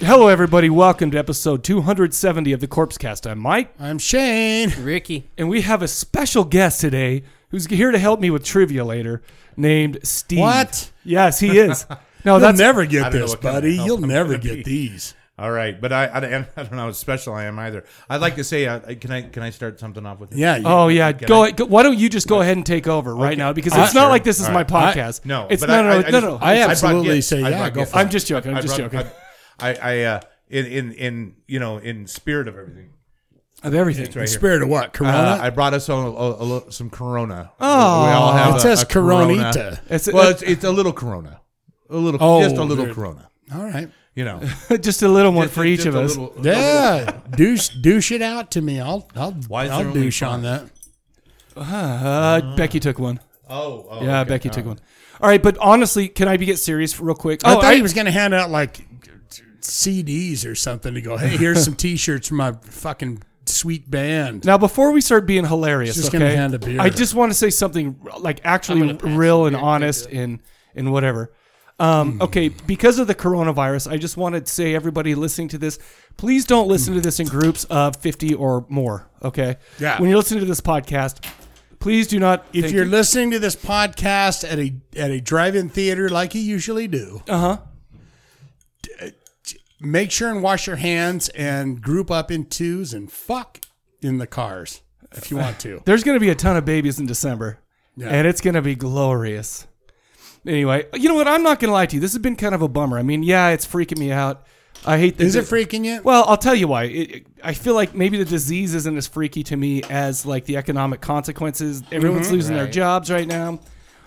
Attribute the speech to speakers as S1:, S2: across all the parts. S1: Hello, everybody. Welcome to episode 270 of the Corpse Cast. I'm Mike,
S2: I'm Shane.
S3: Ricky.
S1: and we have a special guest today who's here to help me with trivia later, named Steve.
S2: What?
S1: Yes, he is. No,
S2: You'll
S1: that's
S2: never
S4: I
S2: get
S4: don't know
S2: this,
S4: what kind of
S2: buddy.
S4: help
S2: You'll
S4: I'm
S2: never
S4: gonna be.
S2: get these.
S4: All right, but I, I, don't- I don't know how special I am either. I'd like to say, uh, can I can I start something off with? this?
S2: Yeah. you-
S1: Oh yeah,
S4: Can
S1: go,
S4: I-
S1: go. Why don't you just go ahead and take over right now? Because it's
S4: I-
S1: not
S4: sure.
S1: like this is
S4: All
S1: my
S4: right.
S2: I-
S1: podcast.
S4: No,
S1: it's
S4: but
S1: no, no,
S4: I- I
S1: no, no,
S4: just-
S1: no.
S2: I
S4: brought
S2: absolutely
S4: gifts.
S2: say
S4: I
S2: yeah,
S4: brought
S2: go
S4: gifts.
S2: for it.
S1: I'm just joking. I'm
S4: I
S1: just
S4: brought-
S1: joking.
S4: I, I, I uh, in, in in you know in spirit of everything.
S1: Of everything.
S4: Right here.
S2: Spirit of what? Corona?
S4: Uh, I brought us all, a- a little- some Corona. Oh, we all have
S2: It
S4: a-
S2: says
S4: a Corona.
S2: Coronita.
S1: It's-
S4: well, it's, it's a little Corona, a little,
S2: Oh,
S4: just a little
S2: good.
S4: Corona.
S2: All right.
S4: You know,
S1: just a little one
S4: Just-
S1: for each
S4: just
S1: of
S4: a
S1: us.
S4: little- a little-
S2: Yeah. douche, douche it out to me. I'll, I'll,
S4: Why is there
S2: I'll
S4: only
S2: douche on that.
S1: Uh, Becky took one.
S4: Oh, oh,
S1: Yeah,
S4: Uh-huh. okay.
S1: Becky
S4: Oh.
S1: took one. All right, but honestly, can I be get serious real quick?
S2: I thought he was going to hand out like CDs or something to go, hey, here's some t shirts from my fucking sweet band.
S1: Now, before we start being hilarious,
S2: Just gonna
S1: okay,
S2: hand a beer.
S1: I just want to say something like actually real and honest and and whatever. Um, okay, because of the coronavirus, I just want to say everybody listening to this, please don't listen to this in groups of fifty or more. Okay,
S2: Yeah.
S1: When you're listening to this podcast, please do not.
S2: If
S1: think-
S2: you're listening to this podcast at a at a drive-in theater like you usually do, uh-huh. make sure and wash your hands and group up in twos and fuck in the cars if you want to.
S1: there's going to be a ton of babies in December,
S2: Yeah.
S1: and it's going to be glorious. Anyway, you know what? I'm not going to lie to you. This has been kind of a bummer. I mean, yeah, it's freaking me out. I hate this.
S2: Is it freaking you?
S1: Well, I'll tell you why. It, it- I feel like maybe the disease isn't as freaky to me as like the economic consequences. Everyone's
S2: Mm-hmm.
S1: losing their jobs right now,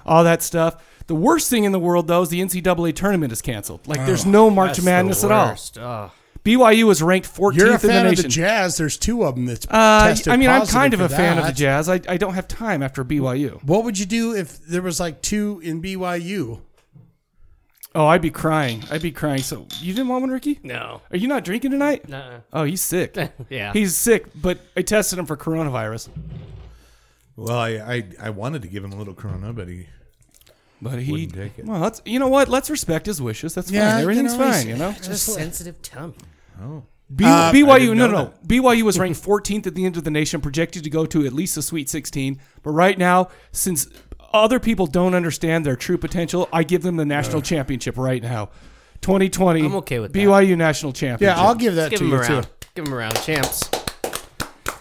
S1: all that stuff. The worst thing in the world though is the NCAA tournament is canceled. Like
S2: Oh,
S1: there's no March Madness at all. BYU is ranked 14th
S2: You're a
S1: in the
S2: fan of
S1: nation.
S2: the Jazz. There's two of them that's
S1: Uh,
S2: tested
S1: I mean, I'm
S2: positive
S1: kind of
S2: for
S1: a fan of the
S2: that.
S1: Jazz. I, I don't have time after BYU.
S2: What would you do if there was like two in BYU?
S1: Oh, I'd be crying. I'd be crying. So you didn't want one, Ricky?
S3: No.
S1: Are you not drinking tonight?
S3: Uh-uh.
S1: Oh, he's sick.
S3: Yeah.
S1: He's sick, but I tested him for coronavirus.
S4: Well, I, I I wanted to give him a little Corona, but he
S1: But he,
S4: Wouldn't take it.
S1: well, let's you know what? Let's respect his wishes. That's
S2: Yeah,
S1: fine.
S2: you
S1: Everything's
S2: know, he's- Uh,
S1: fine. You know,
S3: Just sensitive tummy.
S1: B- BYU.
S4: didn't
S1: No,
S4: know
S1: no,
S4: that.
S1: BYU was ranked 14th at the end of the nation, projected to go to at least a Sweet 16. But right now, since other people don't understand their true potential, I give them the
S4: Uh.
S1: national championship right now. 2020.
S3: I'm okay with that.
S1: BYU national championship.
S2: Yeah, I'll give that
S3: Give
S2: to
S3: him
S2: you
S3: a round.
S2: too.
S3: Give him a round, champs.
S1: Anyway,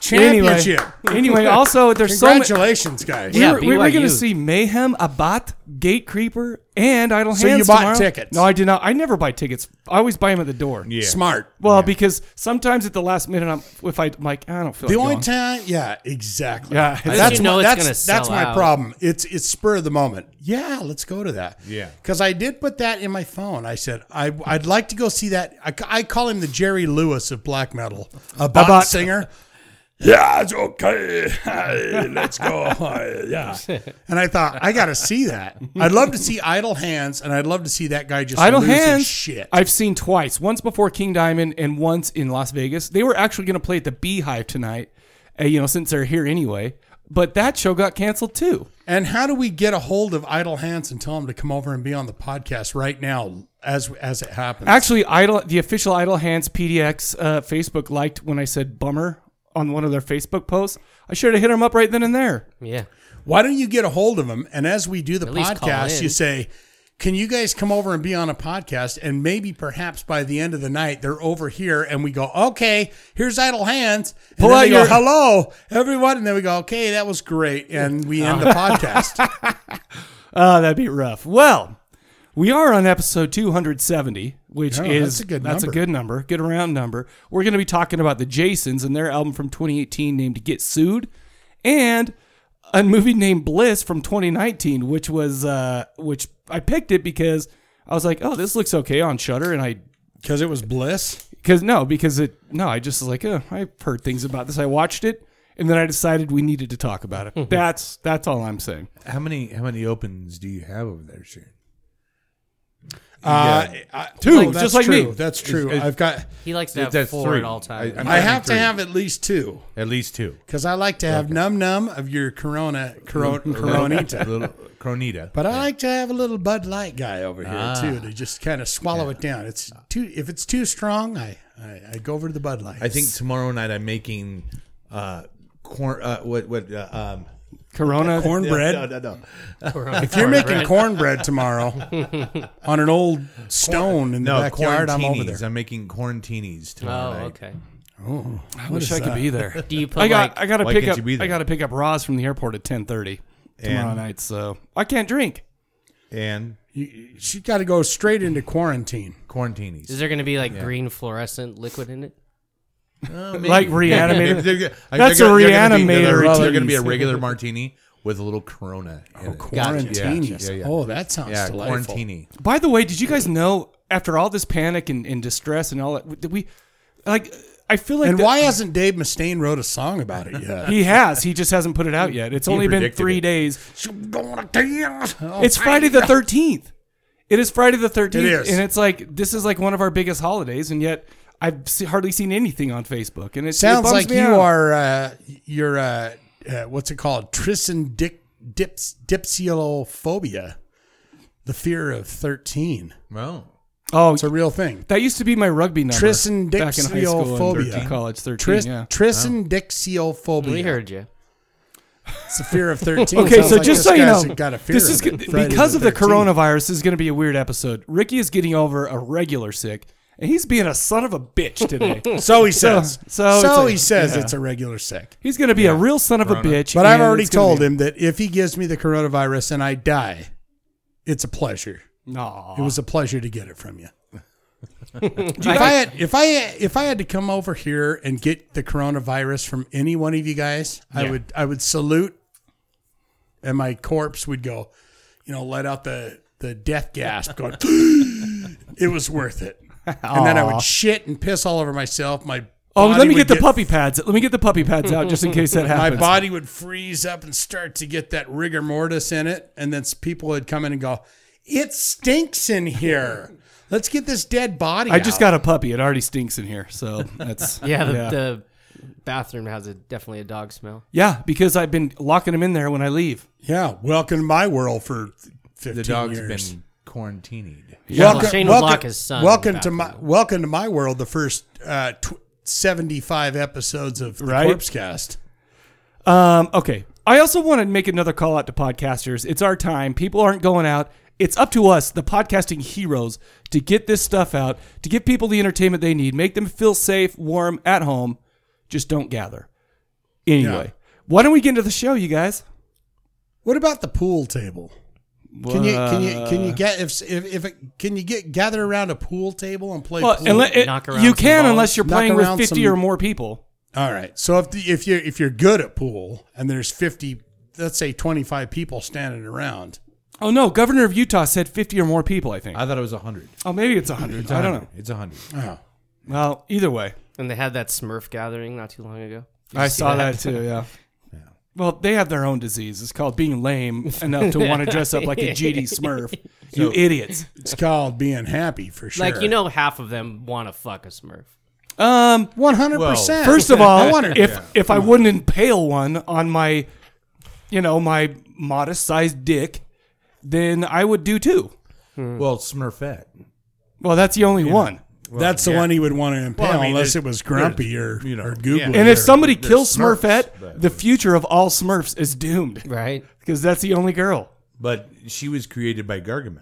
S2: Championship.
S1: anyway, also there's so many.
S2: Congratulations, guys.
S3: Yeah,
S1: we were, we were going
S3: BYU.
S1: to see Mayhem, Abat, Gate Creeper, and Idle
S2: So you
S1: Hands.
S2: bought
S1: tomorrow.
S2: tickets?
S1: No, I did not. I never buy tickets. I always buy them at the door.
S4: yeah.
S2: Smart.
S1: Well, because sometimes at the last minute, I'm if I like, I don't feel.
S2: The
S1: like
S2: only
S1: going.
S2: time, yeah, exactly.
S1: Yeah, At least
S2: that's
S3: you know
S2: my,
S3: it's
S2: that's,
S3: gonna
S2: that's
S3: sell
S2: my
S3: out.
S2: problem. It's it's spur of the moment. Yeah, let's go to that.
S4: Yeah.
S2: because I did put that in my phone. I said I I'd like to go see that. I, ca- I call him the Jerry Lewis of black metal, a bot
S1: About-
S2: singer. Yeah, it's okay. Hey, Let's go. Yeah. And I thought I got to see that. I'd love to see Idle Hands, and I'd love to see that guy just
S1: Idle
S2: lose his
S1: Hands.
S2: shit.
S1: I've seen twice. Once before King Diamond, and once in Las Vegas. They were actually going to play at the Beehive tonight. uh, you know, since they're here anyway. But that show got canceled too.
S2: And how do we get a hold of Idle Hands and tell him to come over and be on the podcast right now as as it happens?
S1: Actually, Idle, the official Idle Hands PDX uh, Facebook liked when I said bummer on one of their Facebook posts. I should have hit them up right then and there.
S3: Yeah.
S2: Why don't you get a hold of him? And as we do the
S3: At least call
S2: podcast,
S3: in.
S2: you say, Can you guys come over and be on a podcast? And maybe perhaps by the end of the night, they're over here and we go, Okay, here's Idle Hands. And
S1: Pull
S2: then
S1: out
S2: they
S1: your-
S2: go, Hello, everyone. And then we go, Okay, that was great. And we end the
S1: Ah.
S2: podcast.
S1: Oh, that'd be rough. Well, we are on episode 270, which
S2: Yeah,
S1: is
S2: that's a good number.
S1: good number, good round number. We're going to be talking about the Jasons and their album from 2018 named Get Sued, and a movie named Bliss from 2019, which was uh, which I picked it because I was like, oh, this looks okay on Shutter, and I
S2: Because it was bliss.
S1: because no, because it no, I just was like, oh, I've heard things about this. I watched it, and then I decided we needed to talk about it. that's that's all I'm saying.
S4: How many how many opens do you have over there, Sharon?
S2: Uh,
S1: Two,
S2: that's
S1: just like me.
S2: true. That's true.
S4: It's-
S2: I've got.
S3: He likes to have
S4: That's
S3: four
S4: three.
S3: at all times.
S4: I- I'm
S2: I have
S4: three.
S2: to have at least two
S4: At least two.
S2: because I like to have num num of your Corona, Corona,
S4: Mm-hmm. A
S2: Coronita.
S4: little- Cronita.
S2: But I like to have a little Bud Light guy over here
S4: Ah.
S2: too to just kind of swallow it down. It's too if it's too strong, I, I, I go over to the Bud Light.
S4: I think tomorrow night I'm making uh corn uh what what uh, um
S1: Corona,
S2: cornbread.
S4: no no no
S2: If you're making cornbread tomorrow on an old stone in the
S4: no
S2: backyard, I'm over
S4: quarantinis.
S2: there.
S4: I'm making quarantinis tomorrow
S3: oh,
S4: night.
S3: okay.
S1: I wish I could be there.
S3: Do you put
S1: I got
S3: like?
S1: I got to
S4: why
S1: pick
S4: can't
S1: up
S4: you be there?
S1: I got to pick up Roz from the airport at 10:30 tomorrow
S4: And-
S1: night, so I can't drink.
S4: And
S2: You- She got to go straight into quarantine.
S4: quarantinis.
S3: is there going to be like green fluorescent liquid in it?
S1: Like reanimated.
S4: They're- they're
S1: That's
S4: gonna-
S1: a
S4: they're gonna be-
S1: reanimator
S4: They're, they're going to be a
S1: tease.
S4: regular martini with a little Corona. in
S2: Oh,
S4: it.
S2: quarantine.
S4: Gotcha. Yeah, yeah.
S2: Oh, that sounds
S4: yeah,
S2: delightful.
S4: quarantini.
S1: By the way, did you guys know after all this panic and, and distress and all that did we like I feel like
S2: And
S1: the-
S2: why hasn't Dave Mustaine wrote a song about it yet?
S1: he has. He just hasn't put it out yet. It's only been
S4: predicted
S1: three
S4: it.
S1: days.
S2: Oh,
S1: It's Friday the thirteenth. It is Friday the thirteenth,
S2: It is.
S1: and it's like this is like one of our biggest holidays, and yet I've se- hardly seen anything on Facebook. And it it
S2: sounds
S1: bums
S2: like
S1: me
S2: you
S1: out.
S2: are uh, you're uh, uh, what's it called? Tristan Dick dips, dipsiophobia, the fear of thirteen.
S4: Well,
S1: Oh,
S2: It's a real thing.
S1: that used to be my rugby number.
S2: Tristan
S1: back in high school and
S2: Dixiophobia.
S1: college thirteen.
S2: Tris,
S1: yeah.
S2: Trisindicciophobia.
S3: We heard you.
S2: It's the fear of thirteen.
S1: Okay,
S2: Sounds
S1: so
S2: like
S1: just
S2: this
S1: so you know,
S2: guy's got a fear
S1: this is
S2: of it.
S1: g-
S2: Friday
S1: because of the
S2: 13th.
S1: coronavirus. This is going to be a weird episode. Ricky is getting over a regular sick, and he's being a son of a bitch today.
S2: So he says.
S1: so
S2: So,
S1: it's a-
S2: he says
S1: yeah.
S2: it's a regular sick.
S1: he's going to be a real son of a bitch.
S2: But I've
S1: and
S2: already
S1: it's gonna
S2: told
S1: be-
S2: him that if he gives me the coronavirus and I die, it's a pleasure.
S1: No,
S2: It was a pleasure to get it from you.
S1: I-
S2: if I had if I if I had to come over here and get the coronavirus from any one of you guys, I would I would salute, and my corpse would go, you know, let out the the death gasp, going, it was worth it, and then I would shit and piss all over myself. My
S1: oh,
S2: body
S1: let me
S2: would
S1: get the puppy pads. Let me get the puppy pads out just in case that
S2: My
S1: happens.
S2: body would freeze up and start to get that rigor mortis in it, and then s- people would come in and go, "It stinks in here. Let's get this dead body."
S1: I just
S2: out."
S1: got a puppy. It already stinks in here, so that's
S3: Yeah, the, the bathroom has a definitely a dog smell.
S1: yeah. Because I've been locking him in there when I leave.
S2: Yeah, welcome to my world for 15
S4: the dog's
S2: years.
S4: been quarantined.
S3: Well, Shane would lock his son in the
S2: Welcome to my
S3: bathroom.
S2: welcome to my world. The first uh, tw- seventy-five episodes of the
S1: Right?
S2: Corpse Cast.
S1: Um, okay. I also want to make another call out to podcasters. It's our time. People aren't going out. It's up to us, the podcasting heroes, to get this stuff out, to give people the entertainment they need, make them feel safe, warm, at home. Just don't gather. Anyway,
S2: Yeah.
S1: why don't we get into the show, you guys?
S2: What about the pool table? Can you can you can
S1: Uh,
S2: you get if if, if it, can you get gather around a pool table and play
S1: Well,
S2: pool?
S1: unle- it-
S3: knock around
S1: you
S3: some
S1: can
S3: balls.
S1: unless you're
S2: Knock
S1: playing with
S2: around
S1: 50
S2: some-
S1: or more people.
S2: All right. So if the, if you if you're good at pool and there's fifty, let's say twenty-five people standing around,
S1: Oh, no. Governor of Utah said 50 or more people, I think.
S4: I thought it was 100.
S1: oh, maybe it's 100. I don't know.
S4: It's 100.
S1: Well, either way.
S3: And they had that Smurf gathering not too long ago. Did you
S1: I
S3: see
S1: saw that, too. Yeah. Well, they have their own disease. It's called being lame enough to want to dress up like a GD Smurf. you idiots.
S2: it's called being happy for sure.
S3: Like you know, half of them want to fuck a Smurf.
S1: Um.
S2: one hundred percent.
S1: First of all,
S2: I wonder-
S1: if if I wouldn't impale one on my, you know, my modest sized dick, then I would do too. Mm.
S4: Well, Smurfette.
S1: Well, that's the only one.
S2: That's the one he would want to impale
S4: I mean,
S2: unless it
S4: there's-
S2: was Grumpy or,
S4: you know,
S2: or Googly.
S4: yeah.
S1: And
S2: or-
S1: if somebody
S4: they're
S1: kills
S4: Smurfs,
S1: Smurfette,
S4: but-
S1: the future of all Smurfs is doomed
S3: Right.
S1: because that's the only girl.
S4: But she was created by Gargamel.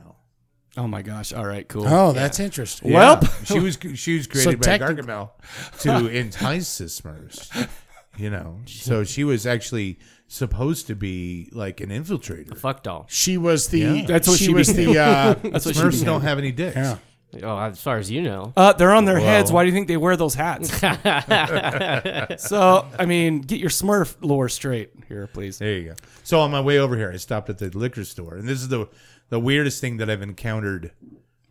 S1: Oh my gosh! All right, cool.
S2: oh, that's interesting.
S1: Well,
S4: she was she was created by
S2: technic-
S4: Gargamel to entice the Smurfs. You know, so she was actually supposed to be like an infiltrator.
S3: Fuck doll.
S2: she was the
S4: Yeah.
S1: That's what she
S2: was the
S1: became.
S2: uh,
S4: Smurfs don't have any dicks.
S2: yeah.
S3: Oh, as far as you know.
S1: Uh, they're on their heads.
S4: Whoa.
S1: Why do you think they wear those hats? so, I mean, get your Smurf lore straight here, please.
S4: There you go. So on my way over here, I stopped at the liquor store, and this is the the weirdest thing that I've encountered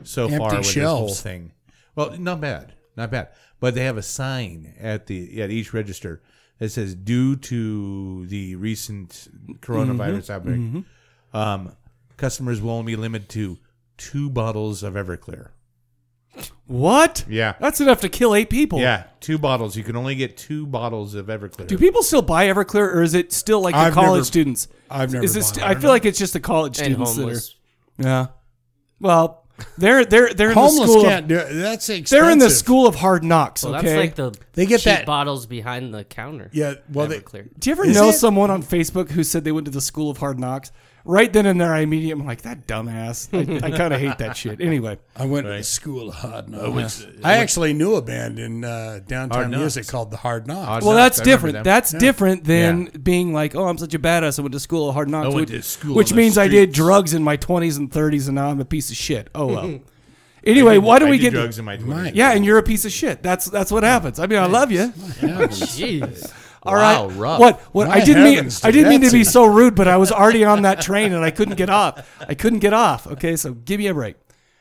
S4: so far
S2: Empty
S4: with this whole
S2: shelves.
S4: thing. Well, not bad, not bad. But they have a sign at the at each register that says, "Due to the recent coronavirus
S1: Mm-hmm.
S4: outbreak, um, customers will only be limited to two bottles of Everclear."
S1: What?
S4: Yeah.
S1: That's enough to kill eight people.
S4: Yeah, two bottles. You can only get two bottles of Everclear.
S1: Do people still buy Everclear, or is it still like the
S2: I've
S1: college
S2: never-
S1: students?
S2: I've never
S1: Is it
S2: bought
S1: st-
S2: it. I
S1: I
S2: don't
S1: feel like it's just the college
S3: and
S1: students that are.
S3: homeless.
S1: Yeah. Well, they're they're they're in the
S2: Homeless
S1: school.
S2: can't
S1: Of,
S2: do it. That's expensive.
S1: they're in the school of hard knocks.
S3: Well,
S1: okay.
S3: that's like the
S2: They get
S3: cheap
S2: that-
S3: bottles behind the counter.
S2: Yeah, well, they-
S3: clear.
S1: Do you ever
S2: Is
S1: know
S2: it?
S1: someone on Facebook who said they went to the school of hard knocks? Right then and there, I immediately am like, that dumbass. I, I kind of hate that shit. Anyway,
S2: I went to school of hard knocks. I actually knew a band in uh, downtown
S4: Hard Knocks.
S2: music called the Hard Knocks.
S4: Hard
S1: well,
S4: Knocks,
S1: that's
S4: I remember
S1: different.
S4: them.
S1: That's different than
S4: Yeah.
S1: being like, oh, I'm such a badass. I went to school of hard knocks, which,
S4: went to school
S1: which
S4: on the
S1: means I did
S4: streets.
S1: drugs in my 20s and 30s, and now I'm a piece of shit. Oh well. anyway, why do
S4: I
S1: we get
S4: did drugs in my 20s.
S1: Yeah, and you're a piece of shit. That's that's what happens. I mean, I love you.
S3: Jeez.
S1: All right.
S4: Wow, rough.
S1: What? What?
S2: My
S1: I didn't mean.
S2: heavens,
S1: I didn't mean to be
S2: Nancy.
S1: so rude, but I was already on that train and I couldn't get off. I couldn't get off. Okay, so give me a break,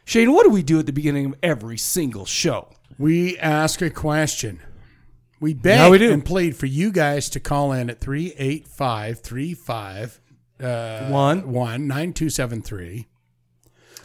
S1: Shane. What do we do at the beginning of every single show?
S2: We ask a question. We beg
S1: Now we do.
S2: and plead for you guys to call in at 385 35
S4: Uh,
S1: One.
S2: 9273.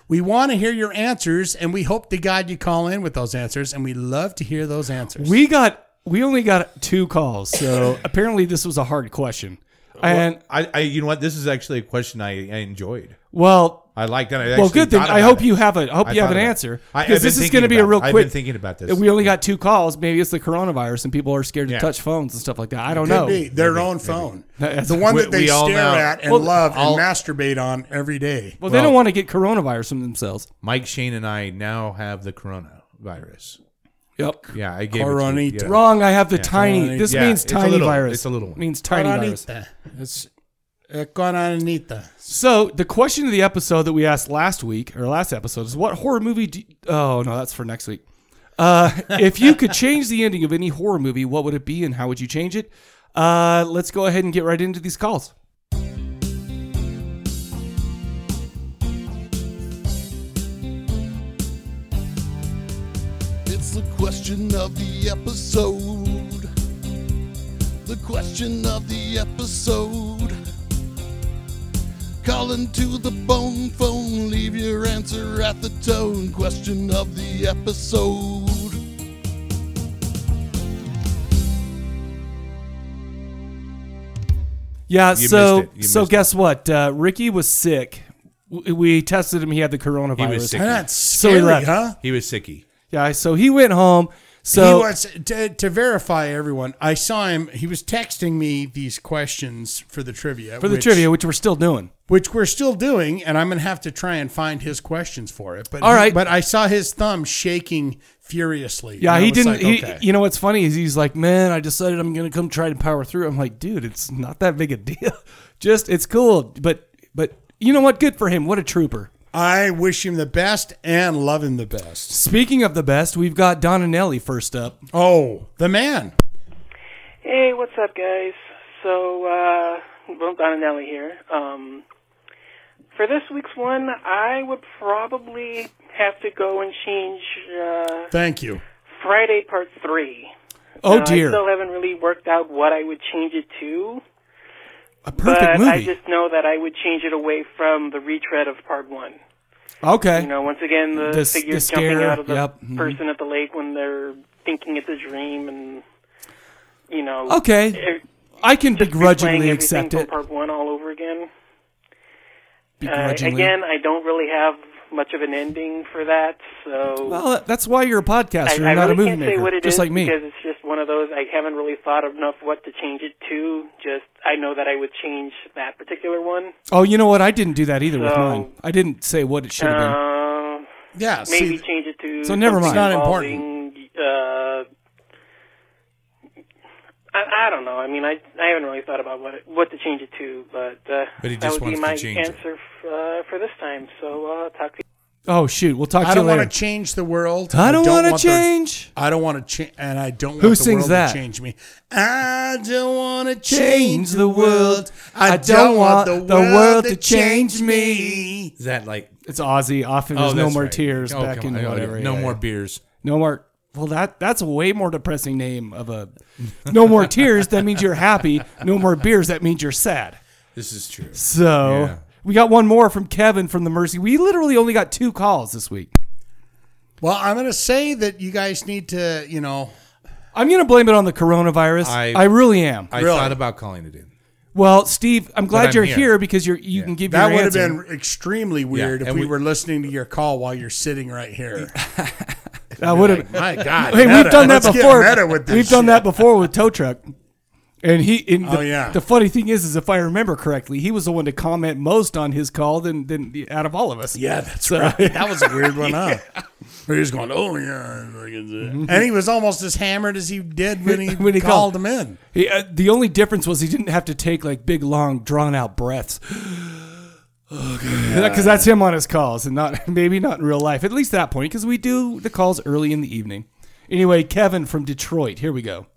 S2: We want to hear your answers, and we hope to God you call in with those answers, and we love to hear those answers.
S1: We got. We only got two calls, so apparently this was a hard question. And
S4: I, I, you know what? This is actually a question I, I enjoyed.
S1: well,
S4: I liked that. I
S1: well,
S4: actually
S1: good thing.
S4: thought
S1: I
S4: about
S1: hope
S4: it.
S1: you have a. I hope
S4: I
S1: you have
S4: thought
S1: an
S4: about it.
S1: answer
S4: I- I've
S1: because
S4: been
S1: this is
S4: thinking
S1: going to be a
S4: about it.
S1: real
S4: I've
S1: quick.
S4: been thinking about this.
S1: We only got two calls. Maybe it's the coronavirus and people are scared to
S4: Yeah.
S1: touch phones and stuff like that. I don't
S2: Could
S1: know.
S2: be their own phone,
S1: That's-
S2: the one
S4: We-
S2: that they
S4: we all
S2: stare
S4: know.
S2: at and
S1: Well,
S2: love and
S4: I'll-
S2: masturbate on every day.
S1: Well, they don't want to get coronavirus from themselves.
S4: Mike, Shane, and I now have the coronavirus.
S1: Yep.
S4: Yeah, I gave it
S2: Coronita.
S4: to you. Yeah.
S1: Wrong. I have the tiny.
S2: Tiny.
S1: This
S4: Yeah,
S1: means
S4: it's a
S1: tiny
S4: little-
S1: virus.
S4: it's a little one.
S1: Means tiny virus.
S2: Coronita. It's uh, coronita.
S1: So the question of the episode that we asked last week or last episode is, what horror movie? Do oh no, that's for next week. Uh, if you could change the ending of any horror movie, what would it be, and how would you change it? Uh, let's go ahead and get right into these calls.
S5: It's the question of the episode. The question of the episode. Calling to the bone phone, leave your answer at the tone. Question of the episode.
S1: Yeah.
S4: You
S1: so
S4: missed it. You
S1: so
S4: missed
S1: guess what? Uh, Ricky was sick. W- We tested him. He had the coronavirus.
S4: sick.
S2: That's
S1: we
S2: scary,
S1: left.
S2: huh?
S4: He was sicky.
S1: Yeah. So he went home. So
S2: he was to, to verify everyone. I saw him. He was texting me these questions for the trivia.
S1: for the trivia, which we're still doing.
S2: which we're still doing, and I'm gonna have to try and find his questions for it. But
S1: All
S2: he-
S1: right.
S2: but I saw his thumb shaking furiously.
S1: Yeah,
S2: and I
S1: he
S2: was
S1: didn't.
S2: like,
S1: he,
S2: okay.
S1: You know what's funny is he's like, man, I decided I'm gonna come try to power through. I'm like, dude, it's not that big a deal. Just it's cool, but but you know what? Good for him. What a trooper.
S2: I wish him the best and love him the best.
S1: Speaking of the best, we've got Don and Ellie first up.
S2: Oh, the man.
S6: Hey, what's up, guys? So, uh, well, Donanelli here. Um, for this week's one, I would probably have to go and change uh,
S2: Thank you.
S6: Friday Part 3.
S1: Oh
S6: Now, I still
S1: dear,
S6: haven't really worked out what I would change it to,
S1: a perfect
S6: but I
S1: movie.
S6: just know that I would change it away from the retread of Part 1.
S1: Okay,
S6: You know, once again, the,
S1: The s- the
S6: figures jumping
S1: scare,
S6: out of the
S1: yep, mhm.
S6: person at the lake when they're thinking it's a dream and, you know. e-,
S1: okay,
S6: it-
S1: I can
S6: just
S1: begrudgingly
S6: replaying everything uh,
S1: accept
S6: from
S1: it.
S6: Part one all over again. Uh,
S1: Begrudgingly.
S6: again, I don't really have much of an ending for that, so
S1: well, that's why you're a
S6: I,
S1: podcaster,
S6: I
S1: and not
S6: really
S1: a movie
S6: can't
S1: maker,
S6: say what it is
S1: just like me.
S6: because it's just one of those. I haven't really thought enough what to change it to. Just I know that I would change that particular one.
S1: Oh, you know what? I didn't do that either with
S6: So-
S1: mine. I didn't say what it should have been.
S6: Uh,
S2: Yeah, see,
S6: maybe change it to
S1: So never mind.
S6: something
S1: It's not
S6: involving, Uh, I, I don't know. I mean, I I haven't really thought about what it, what to change it to, but, uh,
S4: But he
S6: that
S4: just
S6: would
S4: wants
S6: be
S4: to
S6: my
S4: change it.
S6: answer f- uh, for this time. So uh, talk to you.
S1: Oh shoot, we'll talk to
S2: I
S1: you
S2: don't want to
S1: later.
S2: change the world.
S1: I don't, want to
S2: want the-
S1: change.
S2: I don't want to change, and I don't want
S1: Who
S2: the
S1: sings
S2: world
S1: that?
S2: to change me. I don't want to
S1: Change
S2: change
S1: the
S2: the
S1: world.
S2: world. I,
S1: I
S2: don't,
S1: don't
S2: want,
S1: want
S2: the world, to change me.
S4: Is that like
S1: It's Ozzy. Often
S4: oh,
S1: there's no
S4: that's
S1: more
S4: right.
S1: tears
S4: Oh,
S1: back in
S4: come on. Oh, yeah.
S1: whatever.
S4: No
S1: yeah,
S4: more
S1: yeah.
S4: beers.
S1: No more. Well, that that's a way more depressing name of a. No more tears. That means you're happy. No more beers. That means you're sad.
S4: This is true.
S1: So
S4: Yeah.
S1: we got one more from Kevin from the Mercy. We literally only got two calls this week.
S2: Well, I'm going to say that you guys need to, you know,
S1: I'm gonna blame it on the coronavirus. I,
S4: I-
S1: really am.
S4: I
S2: Really?
S4: thought about calling it in.
S1: well, Steve, I'm glad
S4: I'm
S1: you're here.
S4: here.
S1: because you're you can give
S2: that
S1: your
S2: would have
S1: answer.
S2: been extremely weird if
S4: and
S2: we,
S4: we-
S2: were listening to your call while you're sitting right here.
S1: that would have.
S2: My God.
S1: Hey,
S2: meta.
S1: we've done that
S2: Let's get
S1: before.
S2: meta with this
S1: we've done
S2: shit.
S1: that before with tow truck. And he, and the,
S2: Oh, yeah.
S1: The funny thing is, is if I remember correctly, he was the one to comment most on his call than than the- out of all of us.
S2: Yeah, that's right. That was a weird one, huh? Where he was going, oh yeah, and he was almost as hammered as he did Mm-hmm. when he
S1: When he
S2: called,
S1: called.
S2: him in.
S1: He, uh, the only difference was he didn't have to take like big, long, drawn out breaths. Because that's him on his calls, and not maybe not in real life. At least that point, because we do the calls early in the evening. Anyway, Kevin from Detroit. Here we go.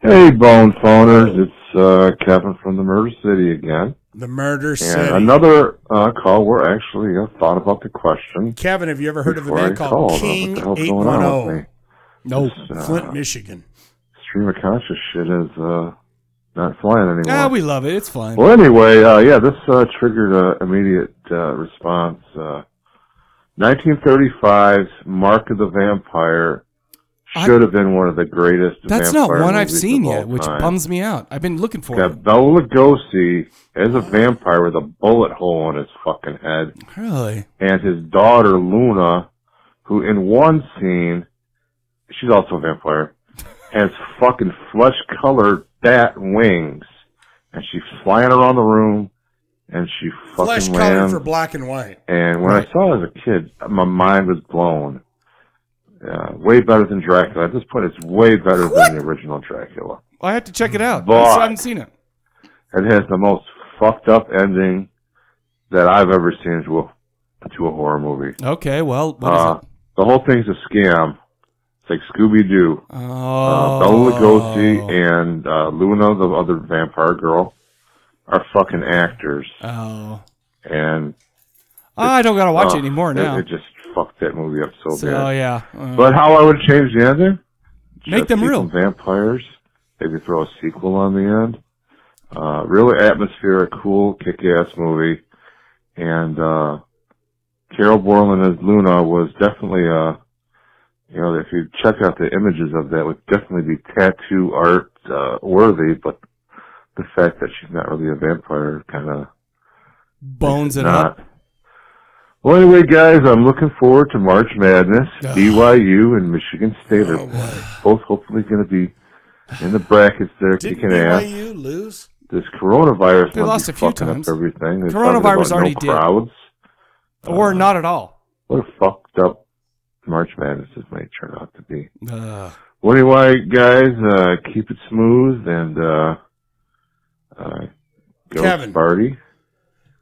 S7: Hey, bone phoners, it's uh, Kevin from the Murder City again.
S2: The murder
S7: And
S2: city.
S7: another uh, call where actually I thought about the question.
S2: Kevin, have you ever heard of a
S7: before I
S2: band called
S7: called.
S2: King
S7: what the hell's going on
S2: 810?
S7: with me?
S1: oh.
S7: Uh,
S1: No.
S2: Flint, Michigan.
S7: Stream of conscious shit is uh, not flying anymore.
S1: Ah, we love it. It's fun.
S7: Well, anyway, uh, yeah, this uh, triggered an immediate uh, response. Uh, 1935's Mark of the Vampire
S1: I-
S7: should have been one of the greatest.
S1: That's not
S7: vampire
S1: one I've
S7: movies
S1: seen
S7: of all
S1: yet, which
S7: time.
S1: bums me out. I've been looking for it.
S7: Got Bela Lugosi as a vampire with a bullet hole in his fucking head,
S1: Really?
S7: and his daughter Luna, who in one scene, she's also a vampire, has fucking flesh-colored bat wings, and she's flying around the room, and she
S2: Flesh
S7: fucking
S2: colored for
S7: lands.
S2: black and white.
S7: And when I saw it as a kid, my mind was blown. Uh, way better than Dracula. At this point, it's way better than the original Dracula.
S1: I have to check it out.
S7: But-
S1: I haven't seen it.
S7: It has the most fucked up ending that I've ever seen to a, to a horror movie.
S1: Okay, well, what is
S7: Uh,
S1: it?
S7: the whole thing's a scam. It's like Scooby Doo. Uh,
S1: Oh.
S7: Bela Lugosi and uh, Luna, the other vampire girl, are fucking actors,
S1: Oh.
S7: and
S1: I don't got to watch
S7: uh,
S1: it anymore
S7: it-
S1: now.
S7: It, just fucked that movie up so,
S1: so,
S7: bad.
S1: yeah. Uh,
S7: But how I would change the ending?
S1: Make
S7: Just
S1: them
S7: keep
S1: real.
S7: vampires. Maybe throw a sequel on the end. Uh, really atmospheric, cool, kick-ass movie. And uh, Carol Borland as Luna was definitely uh you know, if you check out the images of that, it would definitely be tattoo art uh, worthy. But the fact that she's not really a vampire kind of
S1: bones it up.
S7: not. Well, anyway, guys, I'm looking forward to March Madness. BYU and Michigan State
S1: Oh,
S7: are both hopefully going to be in the brackets there,
S2: Didn't
S7: kicking ass.
S2: BYU lose?
S7: This coronavirus
S1: They
S7: must
S1: lost
S7: be
S1: a few
S7: fucking
S1: times.
S7: up everything. They're talking
S1: Coronavirus
S7: about
S1: already
S7: no
S1: did.
S7: crowds. uh,
S1: Or not at all.
S7: What a fucked up March Madness this may turn out to be.
S1: Ugh.
S7: Well, anyway, guys, uh, keep it smooth and uh, uh, go
S2: Kevin.
S7: Sparty.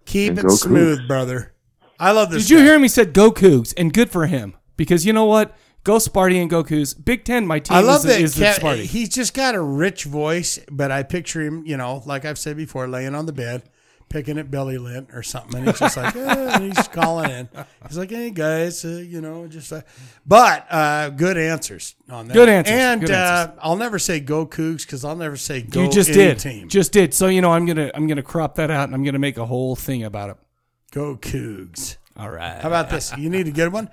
S2: Keep
S7: And
S2: it
S7: go Cougs.
S2: smooth, brother. I love this.
S1: Did you
S2: guy.
S1: hear him? He said go Cougs, and good for him. Because you know what? Go Sparty and go Cougs. Big Ten, my team
S2: I love
S1: is,
S2: that.
S1: is the
S2: Kev-
S1: Sparty.
S2: he's just got a rich voice, but I picture him, you know, like I've said before, laying on the bed, picking at belly lint or something, and he's just like, eh, and he's calling in. He's like, hey guys, uh, you know, just like, but uh, good answers on that.
S1: Good answers.
S2: And
S1: Good answers.
S2: Uh, I'll never say go Cougs because I'll never say go.
S1: you just
S2: any
S1: did.
S2: Team.
S1: Just did. So you know, I'm gonna I'm gonna crop that out, and I'm gonna make a whole thing about it.
S2: go Cougs.
S1: All right.
S2: How about this? You need a good one.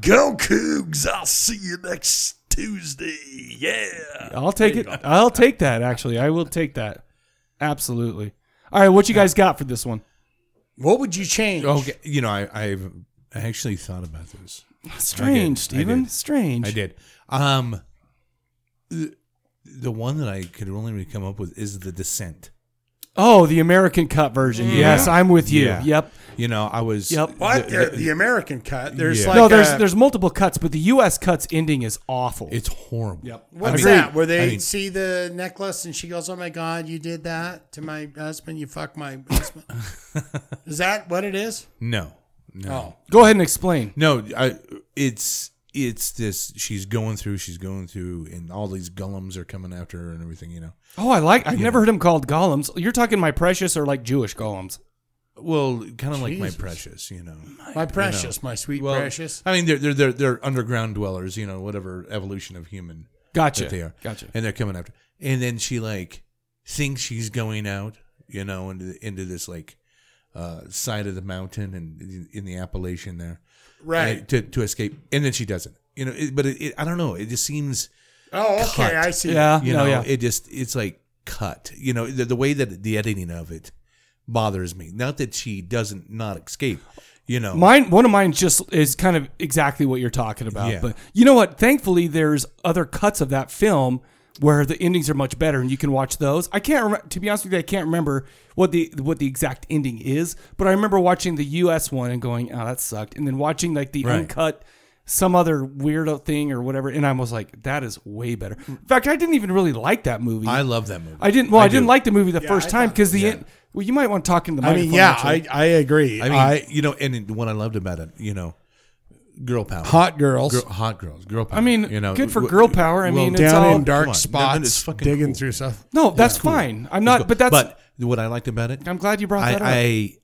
S2: Go Cougs! I'll see you next Tuesday. Yeah.
S1: I'll take it. I'll take that. Actually, I will take that. Absolutely. All right. What you guys got for this one?
S2: What would you change?
S4: Okay, you know, I, I've actually thought about this.
S1: Strange,
S4: I
S1: Steven.
S4: did.
S1: Strange.
S4: I did. Um, the, the one that I could only really come up with is the descent.
S1: Oh, the American cut version. Yes, I'm with you.
S4: Mm-hmm. Yeah.
S1: Yep.
S4: You know, I was.
S1: Yep.
S2: But the, the American cut, there's
S4: Yeah.
S2: like
S1: no, there's
S2: a-
S1: there's multiple cuts, but the U.S. cuts ending is awful.
S4: It's horrible. Yep.
S2: what's
S4: I mean-
S2: that? Where they
S4: I mean-
S2: see the necklace and she goes, "Oh my God, you did that to my husband. You fuck my husband." is that what it is?
S4: No,
S2: No.
S1: Go ahead and explain.
S4: No, I, it's it's this. She's going through. She's going through, and all these golems are coming after her and everything. You know.
S1: Oh, I like. I've never heard him called golems. You're talking my precious or like Jewish golems.
S4: Well, kind of like my
S2: Jesus.
S4: precious. You know.
S2: My precious, my sweet
S4: Well,
S2: precious.
S4: I mean, they're they're they're, they're underground dwellers. You know, whatever evolution of human
S1: Gotcha.
S4: that they are.
S1: Gotcha.
S4: And they're coming after. And then she like thinks she's going out, you know, into the, into this like uh, side of the mountain and in, in the Appalachian there,
S2: Right.
S4: uh, to to escape. And then she doesn't, you know. It, but it, it, I don't know. It just seems,
S2: oh, okay.
S4: cut.
S2: I see.
S1: Yeah.
S4: you
S1: Uh, no,
S4: know,
S1: yeah.
S4: it just it's like cut. You know, the, the way that the editing of it bothers me. Not that she doesn't not escape, you know.
S1: Mine, one of mine just is kind of exactly what you're talking about.
S4: Yeah.
S1: But you know what? Thankfully, there's other cuts of that film where the endings are much better, and you can watch those. I can't remember. To be honest with you, I can't remember what the what the exact ending is, but I remember watching the U.S. one and going, "Oh, that sucked," and then watching like the
S4: Right.
S1: uncut. Some other weirdo thing or whatever, and I was like, "That is way better." In fact, I didn't even really like that movie.
S4: I love that movie.
S1: I didn't. Well, I, didn't
S4: do.
S1: like the movie the first time because the end. Well, you might want to talk into the.
S2: I mean,
S1: microphone,
S2: yeah,
S1: actually.
S2: I, I agree.
S4: I mean, you know, and what I loved about it, you know, girl power,
S2: hot girls
S4: girl, hot girls, girl power.
S1: I mean,
S4: you know,
S1: good for
S4: w-
S1: girl power. I
S4: well,
S1: mean, it's
S2: down
S1: all
S2: in dark
S4: Come on, no, no, it's
S2: spots,
S4: fucking
S2: diggking
S4: cool.
S2: through stuff.
S1: No, that's fine. I'm not, but that's.
S4: But what I liked about it,
S1: I'm glad you brought that up.
S4: I,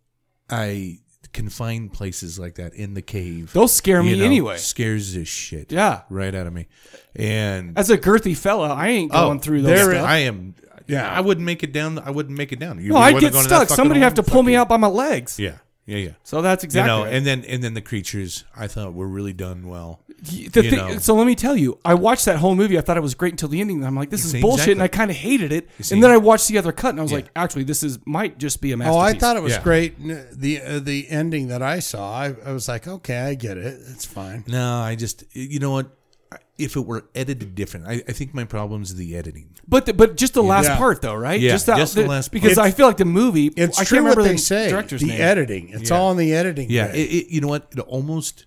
S4: I, I can find places like that in the cave.
S1: Those scare me
S4: you know,
S1: anyway.
S4: Scares this shit,
S1: Yeah.
S4: right out of me. And oh,
S1: As a girthy fella, I ain't going through those.
S4: there
S1: stuff.
S4: I am.
S2: Yeah.
S4: Yeah, I wouldn't make it down. I wouldn't make it down. You
S1: no, I'd
S4: wouldn't
S1: get
S4: go to that
S1: stuck.
S4: fucking
S1: Somebody
S4: hole?
S1: have to
S4: Fuck
S1: pull me
S4: you.
S1: out by my legs.
S4: Yeah, yeah, yeah.
S1: So that's exactly.
S4: You know, and then and then the creatures, I thought were really done well.
S1: and the
S4: you
S1: thing,
S4: know.
S1: so let me tell you, I watched that whole movie. I thought it was great until the ending. And I'm like, this is
S4: see,
S1: bullshit, and I
S4: exactly.
S1: kind of hated it.
S4: see.
S1: And then I watched the other cut, and I was
S4: Yeah.
S1: like, actually, this is might just be a masterpiece.
S2: Oh, I thought it was
S4: Yeah.
S2: great. N- The uh, the ending that I saw, I, I was like, okay, I get it. It's fine.
S4: No, I just you know what? If it were edited different, I, I think my problem's the editing.
S1: But the, but just the last
S2: Yeah.
S1: part though, right?
S4: Yeah,
S1: just, that,
S4: just the last part.
S1: because I feel like the movie.
S2: It's
S1: I can't
S2: true
S1: remember
S2: what they
S1: the
S2: say.
S1: Director's
S2: the
S1: name.
S2: editing. It's all in the editing.
S4: Yeah,
S2: thing.
S4: it, it, you know what? It almost.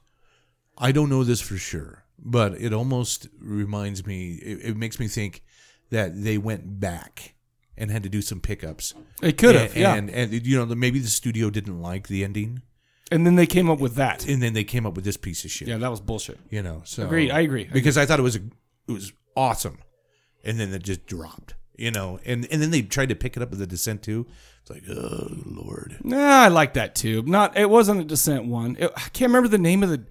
S4: I don't know this for sure, but it almost reminds me. It, it makes me think that they went back and had to do some pickups.
S1: It could have,
S4: And-
S1: yeah.
S4: and,
S1: And,
S4: and you know maybe the studio didn't like the ending,
S1: then they came up with that.
S4: and then they came up with this piece of shit.
S1: Yeah, that was bullshit.
S4: you know. So
S1: Agreed, I agree, I
S4: because I thought it was a, it was awesome, and then it just dropped. You know, and and then they tried to pick it up with the descent too. It's like, oh lord.
S1: Nah, I like that too. Not it wasn't a Descent one. It- I can't remember the name of the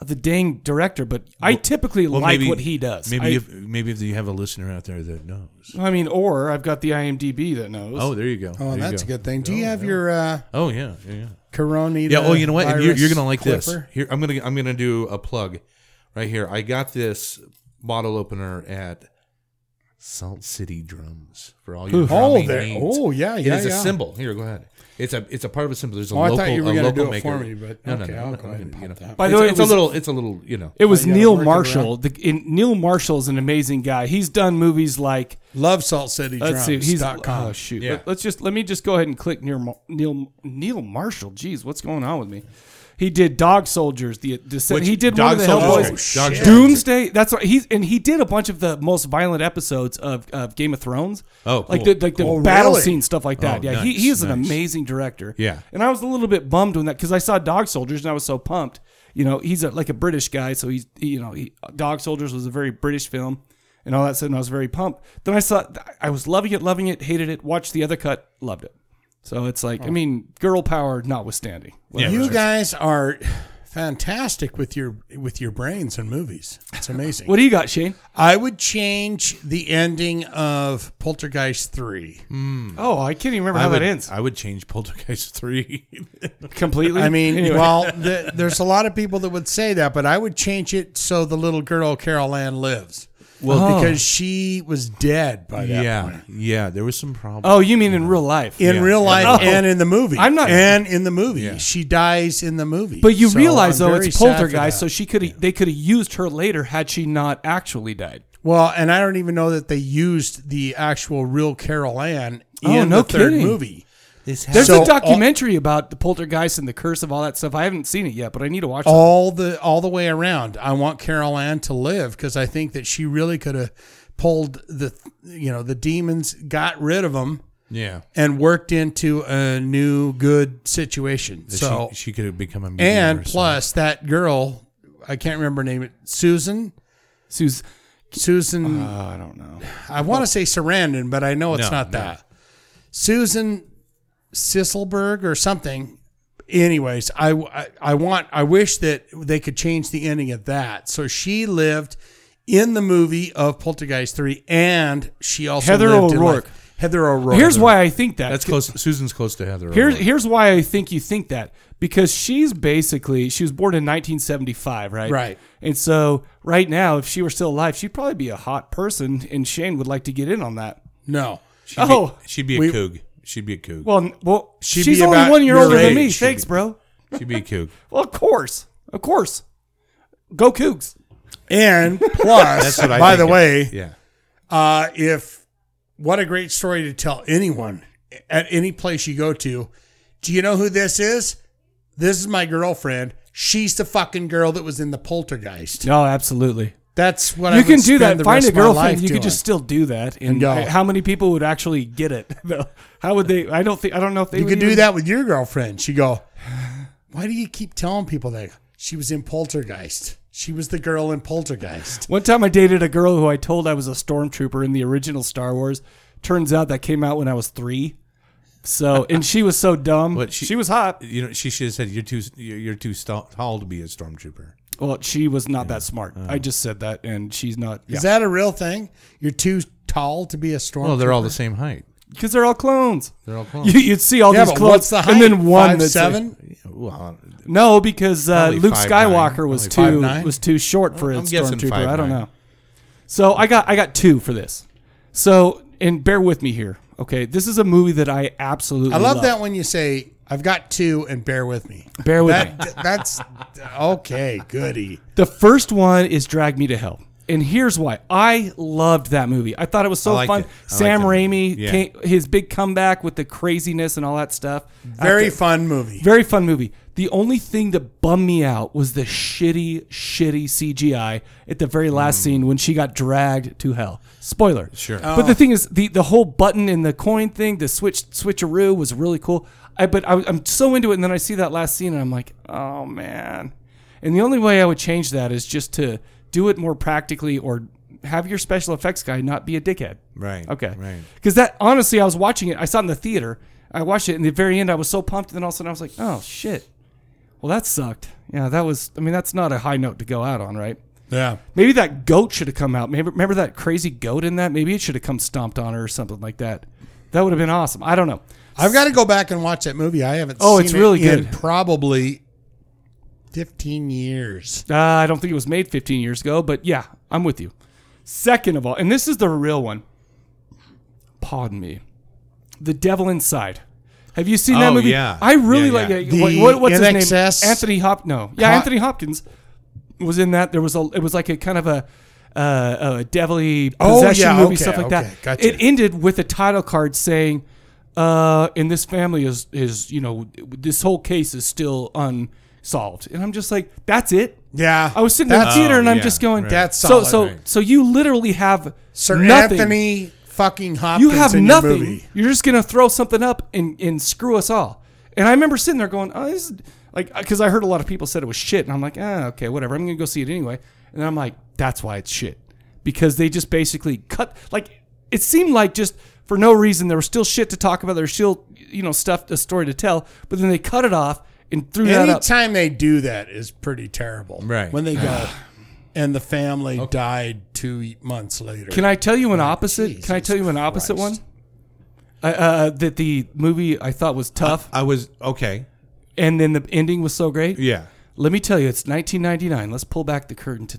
S1: of the dang director, but I typically
S4: Well,
S1: like
S4: maybe-
S1: what he does.
S4: Maybe
S1: I,
S4: if maybe if you have a listener out there that knows.
S1: I mean, or I've got the IMDb that knows.
S4: Oh, there you go.
S2: Oh,
S4: There you
S2: that's a
S4: go.
S2: good thing. Do you
S4: Oh,
S2: have
S4: yeah.
S2: your uh,
S4: Oh yeah, yeah. yeah.
S2: corona?
S4: Yeah. Oh, you know what? And you're,
S2: virus
S4: you're gonna like this.
S2: clipper?
S4: Here, I'm gonna I'm gonna do a plug right here. I got this bottle opener at Salt City Drums for all your
S2: Oh,
S4: drumming
S2: there.
S4: needs.
S2: Oh, yeah, yeah,
S4: it is
S2: yeah.
S4: a symbol. Here, go ahead. It's a it's a part of a symbol. There's a
S2: Oh, I
S4: local
S2: thought you were
S4: a
S2: gonna
S4: local
S2: do it for
S4: maker.
S2: me, but
S4: no, no,
S2: okay,
S4: no,
S2: I'll
S4: no,
S2: go ahead and
S4: you know.
S2: pop that.
S1: By the
S4: It's a-
S1: way, it
S4: it's a
S1: was-
S4: little it's a little you know.
S1: It was
S2: you gotta
S1: Neil
S2: work it
S1: Marshall. The, in, Neil Marshall's an amazing guy. He's done movies like
S2: Love Salt City
S1: let's see, he's
S2: Drums.com.
S1: oh shoot.
S4: Yeah.
S1: Let, us just let me just go ahead and click Neil Mar- Neil Neil Marshall. Jeez, what's going on with me? He did Dog Soldiers. The Descent.
S4: Which-
S1: He did
S4: Dog
S1: one of the
S4: Soldiers
S1: Hellboys.
S4: is great. Dog Soldiers is great.
S1: Doomsday. That's right. He's and he did a bunch of the most violent episodes of, of Game of Thrones.
S4: Oh,
S1: like
S4: cool.
S1: the like the
S2: Cool.
S1: battle
S2: Really?
S1: scene stuff like that.
S4: Oh,
S1: yeah, he,
S4: nice,
S1: he is an
S4: nice.
S1: amazing director.
S4: Yeah.
S1: and I was a little bit bummed when that because I saw Dog Soldiers and I was so pumped. You know, he's a, like a British guy, so he's he, you know he, Dog Soldiers was a very British film and all that stuff. And I was very pumped. Then I saw I was loving it, loving it, hated it. Watched the other cut, loved it. So it's like I mean, girl power notwithstanding.
S4: Yeah,
S2: you
S4: right.
S2: guys are fantastic with your with your brains and movies. It's amazing.
S1: What do you got, Shane?
S2: I would change the ending of Poltergeist three.
S1: Oh, I can't even remember
S4: I
S1: how
S4: would,
S1: that ends.
S4: I would change Poltergeist three.
S1: Completely.
S2: I mean,
S1: Anyway.
S2: well, th- there's a lot of people that would say that, but I would change it so the little girl Carol Ann lives. Well, because she was dead by that point.
S4: yeah, yeah. There was some problems.
S1: Oh, you mean in real life?
S2: In
S4: Yeah.
S2: real life
S1: Oh.
S2: and in the movie.
S1: I'm not-
S2: and in the movie.
S4: Yeah.
S2: She dies in the movie.
S1: But you
S2: So
S1: realize
S2: I'm
S1: though
S2: very
S1: it's
S2: sad for
S1: poltergeist, so
S2: that.
S1: she could have they could have used her later had she not actually died.
S2: well, and I don't even know that they used the actual real Carol Ann
S1: Oh,
S2: in
S1: no
S2: the third
S1: kidding.
S2: movie.
S4: this
S1: There's
S2: So uh,
S1: a
S2: all-
S1: documentary about the poltergeist and the curse of all that stuff. I haven't seen it yet, but I need to watch it.
S2: all the all the way around. I want Carol Ann to live because I think that she really could have pulled the you know the demons, got rid of them,
S4: Yeah.
S2: and worked into a new good situation.
S4: That
S2: so
S4: she, she could have become a millionaire or
S2: and
S4: something.
S2: plus that girl, I can't remember her name. It Susan.
S1: Sue's.
S4: Uh,
S2: Susan.
S1: I don't know.
S2: Uh, I want to say Sarandon, but I know it's
S4: Oh. No,
S2: not
S4: no.
S2: that. Susan Sisselberg or something. Anyways, I, I I want I wish that they could change the ending of that. So she lived in the movie of Poltergeist three, and she also
S1: Heather
S2: lived in
S1: O'Rourke.
S2: life. Heather O'Rourke.
S1: Here's why I think that.
S4: That's close. Susan's close to Heather.
S1: Here's
S4: O'Rourke.
S1: here's why I think you think that because she's basically she was born in 1975, right?
S2: Right.
S1: And so right now, if she were still alive, she'd probably be a hot person, and Shane would like to get in on that.
S2: No,
S4: She'd be-
S1: oh.
S4: she'd be a
S2: We-
S4: coog. She'd be a coog.
S1: Well, n- well,
S2: She'd
S1: she's
S2: be
S1: only
S2: about
S1: one year
S2: your
S1: older than me.
S2: age, she'd
S1: Thanks,
S2: be.
S1: bro.
S4: she'd be a coog.
S1: Well, of course, of course. Go Cougs.
S2: and plus,
S4: That's what I.
S2: by
S4: think
S2: the
S4: of-
S2: way,
S4: yeah.
S2: uh, if what a great story to tell anyone at any place you go to. Do you know who this is? This is my girlfriend. She's the fucking girl that was in the poltergeist.
S1: No, absolutely.
S2: That's what I
S1: you
S2: would
S1: can do
S2: spend
S1: that.
S2: the
S1: Find
S2: rest
S1: a
S2: of my
S1: girlfriend.
S2: life
S1: You
S2: doing.
S1: could just still do that. And,
S2: go.
S1: uh, how many people would actually get it? though? how would they? I don't think. I don't know if they.
S2: you
S1: would
S2: could do
S1: even-
S2: that with your girlfriend. She go, why do you keep telling people that she was in poltergeist? She was the girl in poltergeist.
S1: One time I dated a girl who I told I was a stormtrooper in the original Star Wars. Turns out that came out when I was three. So and she was so dumb.
S4: But
S1: she,
S4: she-
S1: was hot.
S4: You know, she should have said, "You're too, you're, you're too sta- tall to be a stormtrooper."
S1: Well, she was not that smart. I just said that, and she's not.
S2: Uh. Is
S1: Yeah,
S2: that a real thing? You're too tall to be a storm.
S4: Well, they're all the same height.
S1: because they're all clones.
S4: They're all clones.
S1: You, you'd see all
S2: yeah,
S1: these
S2: but
S1: clones,
S2: what's the height?
S1: and then one
S2: Five,
S1: that's
S2: seven.
S4: Well,
S1: No, because uh,
S4: Probably
S1: Luke
S4: five
S1: Skywalker
S4: nine.
S1: was
S4: Probably
S1: too
S4: five nine.
S1: was too short for a
S4: I'm guessing
S1: stormtrooper.
S4: five
S1: I don't
S4: nine.
S1: know. So I got I got two for this. So and bear with me here. Okay, this is a movie that I absolutely
S2: I love that when you say, I've got two and bear with me.
S1: Bear with me.
S2: That, that's okay, goody.
S1: The first one is Drag Me to Hell. And here's why. I loved that movie. I thought it was
S4: I
S1: so
S4: liked
S1: fun.
S4: it. I
S1: Sam
S4: liked it.
S1: Raimi,
S4: Yeah.
S1: came, his big comeback with the craziness and all that stuff.
S2: Very
S1: After-
S2: fun movie.
S1: Very fun movie. The only thing that bummed me out was the shitty, shitty CGI at the very last scene when she got dragged to hell. Spoiler. Sure. But the thing is, the, the whole button and the coin thing, the switch switcheroo was really cool. I but I, I'm so into it, and then I see that last scene, and I'm like, oh man. And the only way I would change that is just to do it more practically, or have your special effects guy not be a dickhead.
S4: Right.
S1: Okay.
S4: Right.
S1: Because that honestly, I was watching it. I saw it in the theater. I watched it, and the very end, I was so pumped. And then all of a sudden, I was like, "Oh shit! Well, that sucked. Yeah, that was. I mean, that's not a high note to go out on, right?
S2: Yeah.
S1: Maybe that goat should have come out. Maybe remember that crazy goat in that? Maybe it should have come stomped on her or something like that. That would have been awesome. I don't know.
S2: I've got to go back and watch that movie. I haven't
S1: Oh,
S2: seen
S1: it's really
S2: it in
S1: good.
S2: probably 15 years.
S1: Uh, I don't think it was made 15 years ago, but yeah, I'm with you. Second of all, and this is the real one. Pardon me. The Devil Inside. Have you seen that
S4: Oh,
S1: movie?
S4: yeah.
S1: I really
S4: Yeah,
S1: like
S4: yeah.
S1: it.
S2: The
S1: What, what- what's his
S2: NXS
S1: name? Anthony Hop. No, yeah,
S2: Hot-
S1: Anthony Hopkins was in that. There was a. It was like a kind of a. Uh, a devilly
S2: Oh,
S1: possession
S2: yeah,
S1: movie,
S2: okay,
S1: stuff like
S2: okay,
S1: that.
S2: gotcha.
S1: It ended with a title card saying, uh, "And this family is is you know this whole case is still unsolved." And I'm just like, "That's it."
S2: Yeah.
S1: I was sitting in the
S2: That's-
S1: theater and I'm
S4: yeah,
S1: just going,
S4: right.
S2: That's
S1: so
S2: solid,
S1: so
S2: right.
S1: so. You literally have
S2: Sir
S1: nothing.
S2: Anthony fucking Hopkins.
S1: you have
S2: in
S1: nothing.
S2: Your movie.
S1: You're just gonna throw something up and and screw us all. And I remember sitting there going, oh, this is, like, because I heard a lot of people said it was shit, and I'm like, ah, okay, whatever. I'm gonna go see it anyway. And then I'm like, that's why it's shit because they just basically cut. Like, it seemed like just for no reason there was still shit to talk about. There's still you know stuff, a story to tell, but then they cut it off and threw that up.
S2: Anytime they do that is pretty terrible.
S4: Right.
S2: When they go, and the family died two months later.
S1: Can I tell you an opposite? Can I tell you an opposite
S2: Christ.
S1: one? Uh, uh, that the movie I thought was tough,
S4: I was okay.
S1: and then the ending was so great.
S4: Yeah.
S1: Let me tell you, it's 1999. Let's pull back the curtain to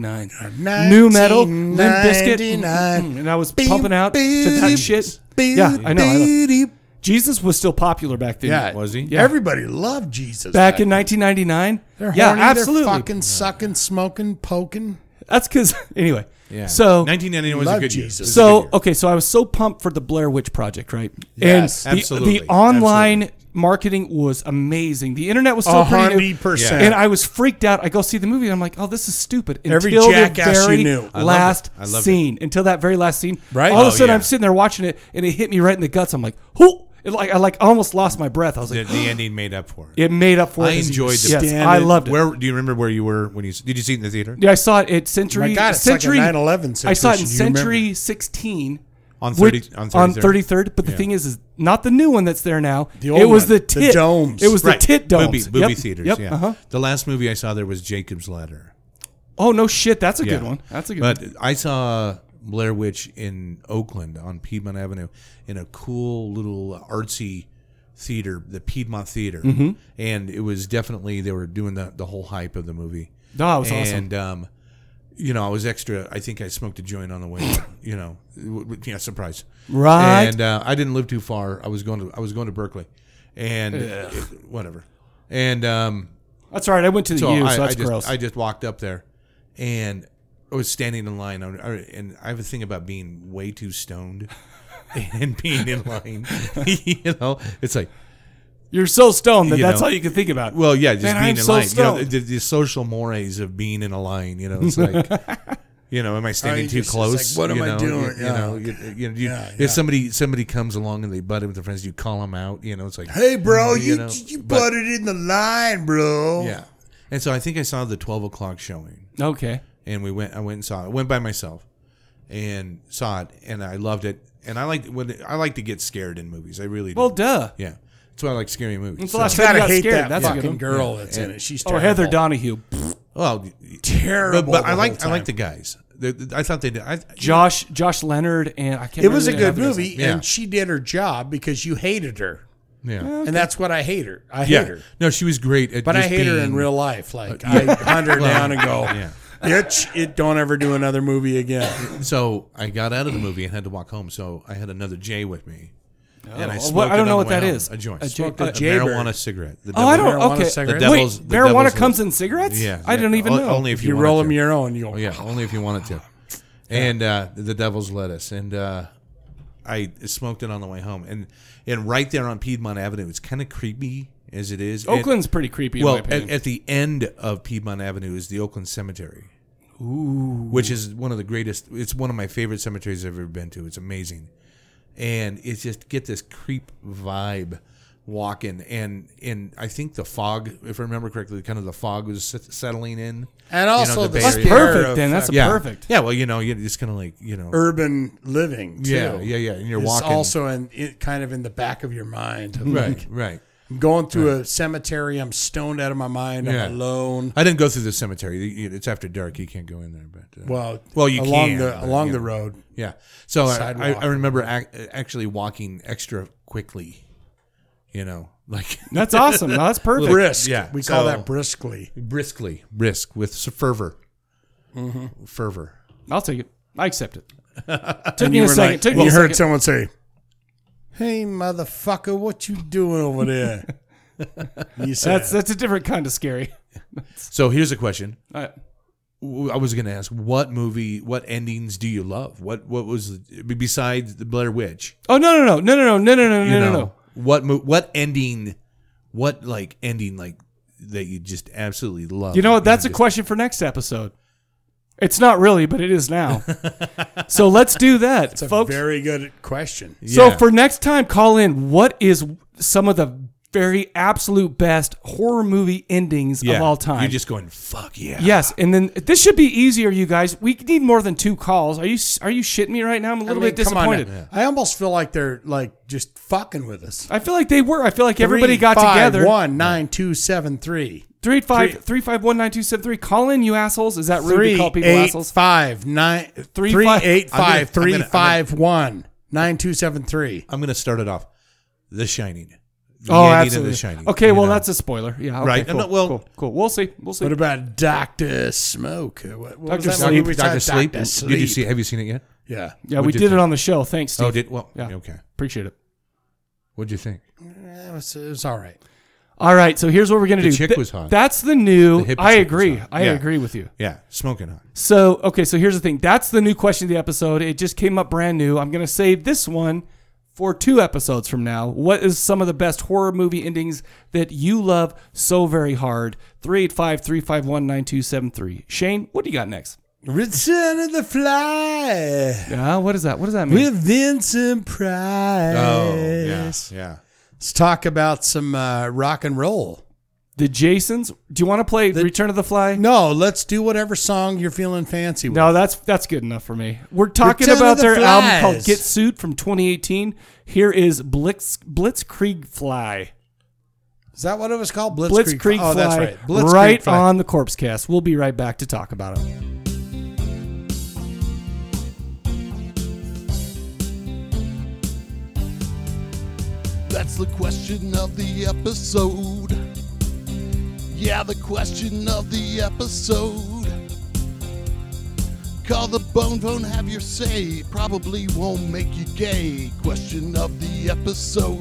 S1: 1999. New metal, Limp Bizkit,
S2: 1999.
S1: Mm, and I was pumping out to that shit. Yeah, I know. I know. Jesus was still popular back then.
S2: Yeah,
S4: Was he?
S1: Yeah.
S2: Everybody loved Jesus
S1: Back in 1999.
S2: They're
S1: yeah,
S2: horny,
S1: absolutely.
S2: They're fucking sucking, smoking, poking.
S1: That's because anyway.
S4: Yeah.
S1: So
S4: 1991 was
S2: Love
S4: a good year.
S2: Jesus.
S4: It was a
S1: So
S4: good year.
S1: okay, so I was so pumped for the Blair Witch Project, right?
S2: Yes,
S1: and the,
S4: absolutely,
S1: The online marketing was amazing. The internet was so
S2: A
S1: pretty new.
S2: hundred percent.
S1: And I was freaked out. I go see the movie. and I'm like, oh, this is stupid. Until
S2: Every jackass
S1: the
S2: you
S1: very
S2: knew. I loved
S4: it.
S1: last
S4: I loved it.
S1: scene. Until that very last scene.
S2: Right.
S1: All of a
S4: Oh,
S1: sudden,
S4: yeah.
S1: I'm sitting there watching it, and it hit me right in the guts. I'm like, whoo! It like I like almost lost my breath. I was
S4: The,
S1: like,
S4: the ending made up for it.
S1: it made up for
S4: I
S1: it. 'cause you
S4: enjoyed the-
S1: Yes,
S2: Stand
S1: I
S2: in-
S1: loved it.
S4: Where do you remember where you were when you did you see it in the theater?
S1: Yeah, I saw it at Century.
S2: My God, it's like a
S1: Century,
S2: 9/11
S1: I saw it in
S2: situation. You
S1: Century
S2: remember.
S1: 16.
S4: On 30
S1: which-
S4: on
S1: on
S4: 33rd.
S1: 33rd. But the thing is, is not the new one that's there now.
S2: The old
S1: it was
S2: one.
S1: the
S2: The
S1: tit.
S2: domes.
S1: It was
S4: Right.
S1: the tit domes.
S4: Booby, booby
S1: Yep.
S4: theaters.
S1: Yep.
S4: Yeah.
S1: Uh-huh.
S4: The last movie I saw there was Jacob's Ladder.
S1: Oh no, shit. That's a
S4: Yeah.
S1: good one. That's a good.
S4: But
S1: one.
S4: I saw Blair Witch in Oakland on Piedmont Avenue in a cool little artsy theater, the Piedmont Theater,
S1: Mm-hmm.
S4: and it was definitely they were doing the the whole hype of the movie.
S1: No, it was awesome.
S4: and um, you know, I was extra. I think I smoked a joint on the way. you know, w- w- yeah, surprise.
S1: Right.
S4: And uh, I didn't live too far. I was going to I was going to Berkeley, and uh, it- whatever. And um,
S1: That's all right. I went to the
S4: so
S1: U,
S4: I,
S1: so that's
S4: I just
S1: gross.
S4: I just walked up there, and I was standing in line. I- I- and I have a thing about being way too stoned and being in line. you know, it's like
S1: You're so stoned that
S4: You
S1: that's
S4: know.
S1: all you can think about.
S4: well, yeah, just
S1: Man,
S4: being
S1: I'm
S4: in
S1: so
S4: line. You know,
S1: stoned.
S4: the, the social mores of being in a line. You know, it's like. You know, am I standing
S2: you
S4: too
S2: just- it's like,
S4: close?
S2: what am
S4: you
S2: I
S4: know,
S2: doing?
S4: You, you
S2: Yeah.
S4: know, you, you know, you-
S2: Yeah,
S4: if
S2: yeah.
S4: somebody somebody comes along and they butt in with their friends, you call them out. You know, it's like,
S2: Hey, bro, you you,
S4: know, but-
S2: butted in the line, bro.
S4: yeah. And so I think I saw the twelve o'clock showing,
S1: Okay.
S4: and we went. I went and saw it. I went by myself, and saw it, and I loved it. And I like when I like to get scared in movies. I really do.
S1: Well, duh.
S4: yeah, that's why I like scary movies.
S1: It's the
S4: So-
S1: last time
S2: God,
S1: you
S2: I
S1: got
S2: hate
S1: scared.
S2: that
S1: That's a
S2: fucking
S1: good one.
S2: girl that's in it. She's
S1: Oh,
S2: terrible.
S1: Heather Donahue,
S4: well,
S2: Terrible.
S4: but, but I
S2: the
S4: like
S2: whole
S4: I
S2: time.
S4: like the guys. The- the- I thought they did. I,
S1: Josh, Josh Leonard, and I can't.
S2: It was a
S1: remember the
S2: good
S1: other guy's
S2: movie,
S4: Yeah.
S2: and she did her job because you hated her,
S4: yeah,
S2: and that's what I hate her. I hate
S4: yeah.
S2: her,
S4: No, she was great at.
S2: but I
S4: just
S2: hate her in
S4: being- uh,
S2: real life. Like I hunt her down and go,
S4: Yeah.
S2: bitch, it don't ever do another movie again.
S4: So I got out of the movie and had to walk home. So I had another J with me, and I
S1: Oh, well,
S4: smoked.
S1: I don't
S4: it on
S1: know
S4: the
S1: what
S4: way
S1: that
S4: home.
S1: is.
S4: A joint.
S1: A J-
S4: Smoked
S1: a
S4: a
S2: J-bird.
S4: marijuana cigarette. The
S1: Oh, I don't.
S2: Marijuana
S1: Okay.
S2: cigarette.
S4: The devil's-
S1: Wait,
S4: the
S1: marijuana
S4: devil's-
S1: comes in cigarettes?
S4: Yeah,
S1: I didn't even
S4: o-
S1: know.
S4: Only if you,
S2: You
S4: wanted
S2: roll
S4: to.
S2: them your own, you go.
S4: Oh, yeah, only if you wanted to. And uh, the devil's lettuce, and uh, I smoked it on the way home, and and right there on Piedmont Avenue, it's kind of creepy as it is. And-
S1: Oakland's pretty creepy.
S4: well,
S1: in my
S4: at,
S1: opinion.
S4: at the end of Piedmont Avenue is the Oakland Cemetery, Ooh. which is one of the greatest. It's one of my favorite cemeteries I've ever been to. It's amazing, and it's just get this creep vibe walking, and and I think the fog, if I remember correctly, kind of the fog was set- settling in,
S2: And also the
S4: Bay
S2: That's
S4: Area.
S2: scare
S1: perfect.
S2: of
S1: Then that's a
S4: yeah,
S1: perfect.
S4: Yeah, well, you know, you're just kind of like you know,
S2: urban living. Too,
S4: Yeah, yeah, yeah, and you're
S2: is
S4: walking- Mm-hmm.
S2: also in it, kind of in the back of your mind.
S4: right, right.
S2: I'm going through a cemetery. I'm stoned out of my mind.
S4: Yeah.
S2: I'm alone.
S4: I didn't go through the cemetery. It's after dark. You can't go in there, but uh,
S2: Well,
S4: Well, you
S2: along
S4: can,
S2: the
S4: but,
S2: along
S4: you
S2: the
S4: know.
S2: road.
S4: Yeah. So I, I,
S2: Sidewalk.
S4: I remember ac- actually walking extra quickly, you know, like
S1: That's awesome. No, that's perfect.
S2: Brisk.
S4: yeah,
S2: We call
S4: so-
S2: that briskly.
S4: briskly, brisk with s- fervor.
S2: Mm-hmm.
S4: Fervor.
S1: I'll take it. I accept it. Took me a second. Took
S2: and
S1: me
S2: you
S1: a
S2: heard
S1: second.
S2: someone say, "Hey, motherfucker, what you doing over there?" you said,
S1: That's that's a different kind of scary.
S4: So here's a question.
S1: All right.
S4: W- I was going to ask what movie, what endings do you love? What what was b- besides the Blair Witch?
S1: Oh no no no no no no no no no no
S4: you know,
S1: no.
S4: What mo- what ending what like ending like that you just absolutely love?
S1: You know what? That's a
S4: just-
S1: question for next episode. It's not really, but it is now. so let's do that,
S2: "It's a
S1: folks.
S2: very good question."
S1: so
S4: Yeah.
S1: for next time, call in. What is some of the very absolute best horror movie endings
S4: Yeah.
S1: of all time?
S4: You're just going, fuck yeah.
S1: Yes, and then this should be easier, you guys. We need more than two calls. Are you are you shitting me right now? I'm a little
S2: I mean,
S1: bit
S2: come on now.
S1: disappointed.
S2: I almost feel like they're like just fucking with us.
S1: I feel like they were. I feel like everybody
S2: Three,
S1: got
S2: five,
S1: together.
S2: One nine two seven three.
S1: Three five three five one nine two seven three. Call in, you assholes. Is that rude
S2: Three,
S1: to call people
S2: eight,
S1: assholes?
S2: five, nine,
S1: Three,
S2: three,
S1: five-
S2: eight,
S4: I'm gonna-
S2: five,
S4: I'm
S2: three,
S4: gonna- I'm
S2: five, one, nine, two, seven, three.
S4: I'm going to start it off. The Shining. The
S1: Oh,
S4: ending of
S1: absolutely.
S4: The Shining.
S1: okay,
S4: you
S1: well,
S4: know?
S1: that's a spoiler. Yeah. okay,
S4: Right.
S1: Cool,
S4: No, well-
S1: cool, cool. We'll see. We'll see.
S2: What about Doctor Smoke? What, what
S1: Dr.
S2: was that
S1: Sleep.
S2: movie
S4: Doctor,
S2: we saw?
S4: Sleep.
S2: Dr.
S4: Did you see? Have you seen it yet?
S2: Yeah.
S1: yeah, we
S4: what'd you
S1: did it
S4: think?
S1: on the show. Thanks, Steve.
S4: Oh, did well.
S1: Yeah.
S4: Okay.
S1: Appreciate it.
S4: What'd you think?
S2: It was, it was all right.
S1: All right, so here's what we're gonna
S4: The
S1: do.
S4: chick
S1: Th-
S4: was hot.
S1: That's the new.
S4: The hippie
S1: I
S4: chick was
S1: agree.
S4: hot.
S1: I
S4: Yeah.
S1: agree with you.
S4: Yeah, smoking hot.
S1: So, okay, so here's the thing. That's the new question of the episode. It just came up brand new. I'm going to save this one for two episodes from now, what is some of the best horror movie endings that you love so very hard? 385 351 9273. Shane, what do you got next?
S8: Return of the Fly
S1: Uh, what is that? What does that mean?
S8: with Vincent Price.
S4: Oh, yeah, yeah.
S8: Let's talk about some uh, rock and roll.
S1: the Jasons. Do you want to play Return of the Fly?
S8: No, let's do whatever song you're feeling fancy with.
S1: No, that's that's good enough for me. We're talking
S8: Return of
S1: about
S8: the
S1: their album called
S8: Flies.
S1: Get Suit from 2018. Here is Blitz Blitzkrieg Fly.
S8: Is that what it was called?
S1: Blitzkrieg Fly.
S8: Oh, that's right. Blitzkrieg
S1: right
S8: Fly.
S1: on the Corpse Cast. We'll be right back to talk about it.
S9: That's the question of the episode. Yeah, the question of the episode. Call the bone phone, have your say. Probably won't make you gay. Question of the episode.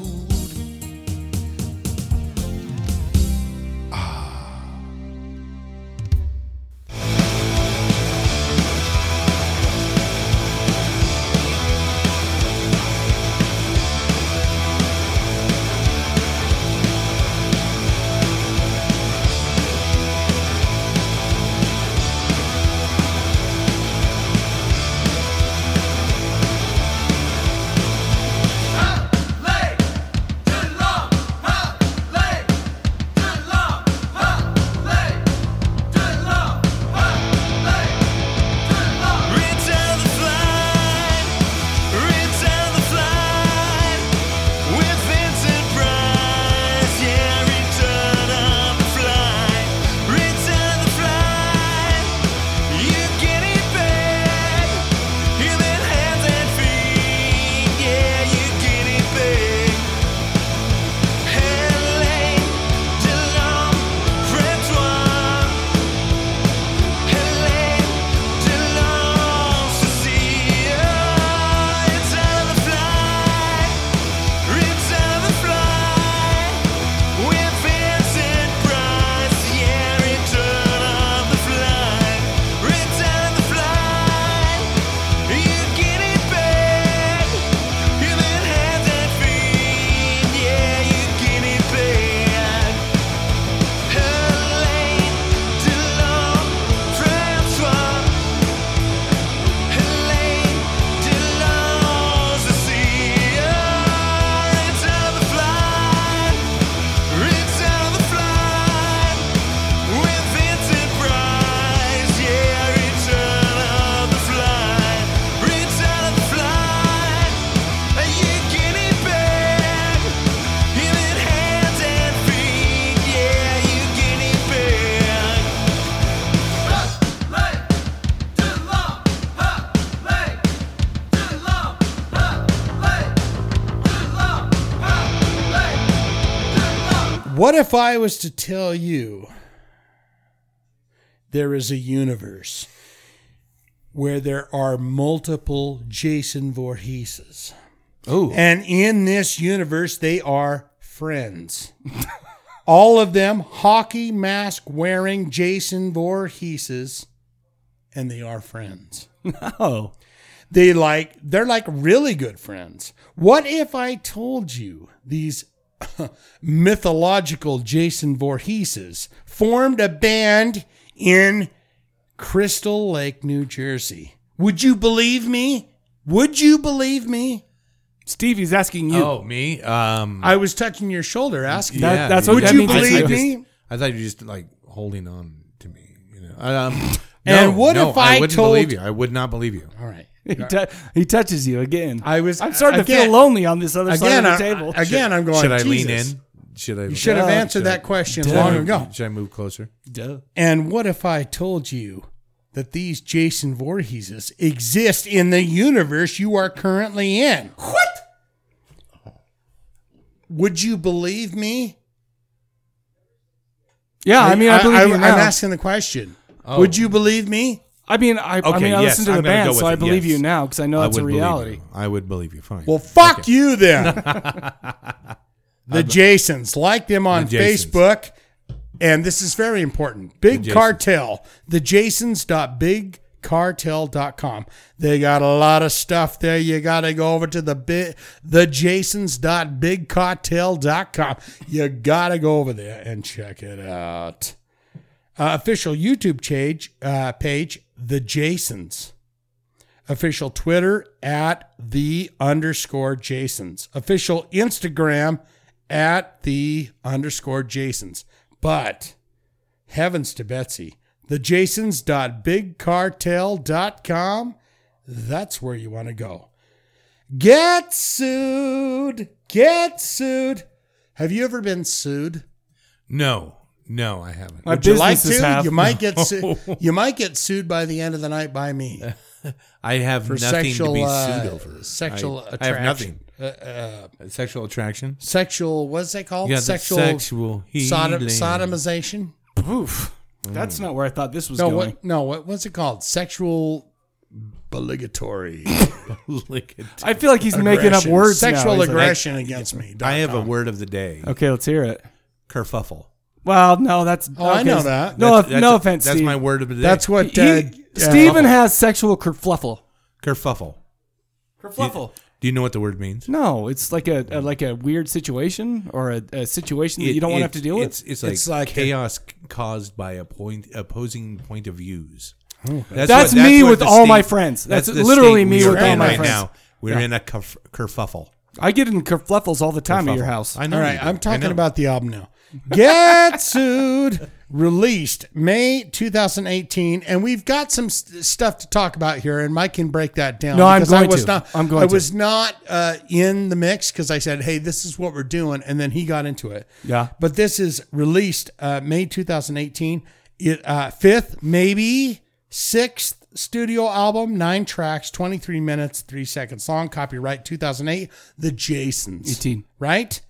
S8: What if I was to tell you there is a universe where there are multiple Jason Voorheeses?
S1: Ooh.
S8: And in this universe, they are friends. All of them hockey mask wearing Jason Voorheeses, and they are friends.
S1: Oh,
S8: They like they're like really good friends. What if I told you these mythological Jason Voorheeses formed a band in Crystal Lake, New Jersey? Would you believe me? Would you believe me?
S1: Stevie's asking you.
S4: Oh, me? Um,
S8: I was touching your shoulder asking.
S1: That-
S4: yeah,
S1: that's
S4: yeah.
S1: what
S4: Would
S1: that
S4: you
S1: means.
S4: believe
S1: I
S4: me?
S1: just-
S4: I thought you were just like holding on to me. You know. Um,
S8: And what if I
S4: wouldn't
S8: told-
S4: believe you? I would not believe you.
S8: All right.
S1: He, tou- he touches you again.
S8: I was
S1: I'm starting to
S8: again-
S1: feel lonely on this other
S8: Again,
S1: side
S8: I,
S1: of the table.
S8: again I'm going
S4: should I lean
S8: "Jesus."
S4: in? Should I?
S8: You should have
S1: Yeah.
S8: answered that question long ago.
S4: Should I move closer?
S1: Duh.
S8: And what if I told you that these Jason Voorheeses exist in the universe you are currently in? What? Would you believe me?
S1: Yeah, I mean, I believe you
S8: am
S1: now.
S8: asking the question. Would you believe me?
S1: I mean, I, I
S4: Okay,
S1: mean, I
S4: yes,
S1: listen to the
S4: I'm gonna go
S1: band, so
S4: with
S1: I
S4: it,
S1: believe
S4: yes.
S1: you now because I know
S4: I
S1: it's a
S4: would believe
S1: reality.
S4: you. I would believe you. Fine.
S8: Well, fuck you then. the Jasons. Like them on
S4: The Jasons.
S8: Facebook. And this is very important. Big
S4: Jasons.
S8: Cartel. The Jasons.bigcartel.com.
S2: cartel.com. They got a lot of stuff there. You got to go over to the bit the jasons.bigcartel.com. You got to go over there and check it out. Uh, official YouTube page, uh, page the Jasons. Official Twitter at the underscore Jasons. Official Instagram at the underscore Jasons. But heavens to Betsy, the Jasons.bigcartel.com. That's where you want to go. Get sued. Get sued. Have you ever been sued?
S4: No, no, I haven't.
S1: My
S2: Would you like
S1: businesses
S2: to?
S1: have-
S2: You might get su- you might get sued by the end of the night by me
S4: I have
S2: for
S4: nothing
S2: sexual
S4: to be
S2: uh,
S4: sued over.
S2: sexual
S4: I,
S2: attraction.
S4: I have nothing.
S2: Uh, uh,
S4: Sexual attraction.
S2: sexual. What's that called?
S4: Yeah, the
S2: sexual
S4: sexual
S2: sodom,
S4: healing.
S2: sodomization.
S1: Oof. Mm. That's not where I thought this was
S2: No,
S1: going.
S2: what? No, what? What's it called? Sexual obligatory.
S4: Lick it.
S1: I feel like he's making up
S2: aggression.
S1: words. now.
S2: Sexual
S1: He's like-
S2: aggression against me.
S4: I have a word of the day.
S1: okay, let's hear it.
S4: Kerfuffle.
S1: Well, no, that's.
S2: Oh, I
S1: okay.
S2: know that.
S1: No,
S4: That's-
S1: no
S4: that's-
S1: offense.
S4: That's
S1: Steve.
S4: my word of the day.
S2: That's what
S1: He-
S2: uh, uh,
S1: Steven has sexual kerfluffle.
S4: kerfuffle.
S1: Kerfluffle.
S4: Do you know what the word means?
S1: No, it's like a, a like a weird situation or a, a situation that
S4: It-
S1: you don't want to have
S4: it's-
S1: to deal
S4: It's,
S1: with.
S4: it's like,
S2: It's like a-
S4: chaos c- caused by a point opposing point of views. That's,
S1: Oh, That's me with
S4: the
S1: all my friends. That's
S4: the
S1: literally
S4: state
S1: me
S4: we are
S1: with all
S4: in
S1: my
S4: right
S1: friends.
S4: Now. We're in a kerf- kerfuffle.
S1: I get in kerfluffles all the time at your
S4: Kerfuffle.
S1: house.
S4: I know.
S2: All
S4: you
S2: right,
S4: do.
S2: I'm
S4: I
S2: talking
S4: know.
S2: about the album now. Get sued, released May 2018, and we've got some st- stuff to talk about here, and Mike can break that down.
S1: No, I'm
S2: because
S1: going
S2: I was
S1: to.
S2: Not,
S1: I'm going
S2: I
S1: to.
S2: was not uh, in the mix because I said, "Hey, this is what we're doing," and then he got into it.
S1: Yeah.
S2: but this is released uh, May 2018. It uh, fifth, maybe sixth studio album, nine tracks, 23 minutes, three seconds long. Copyright 2008. The Jasons.
S1: 18.
S2: Right.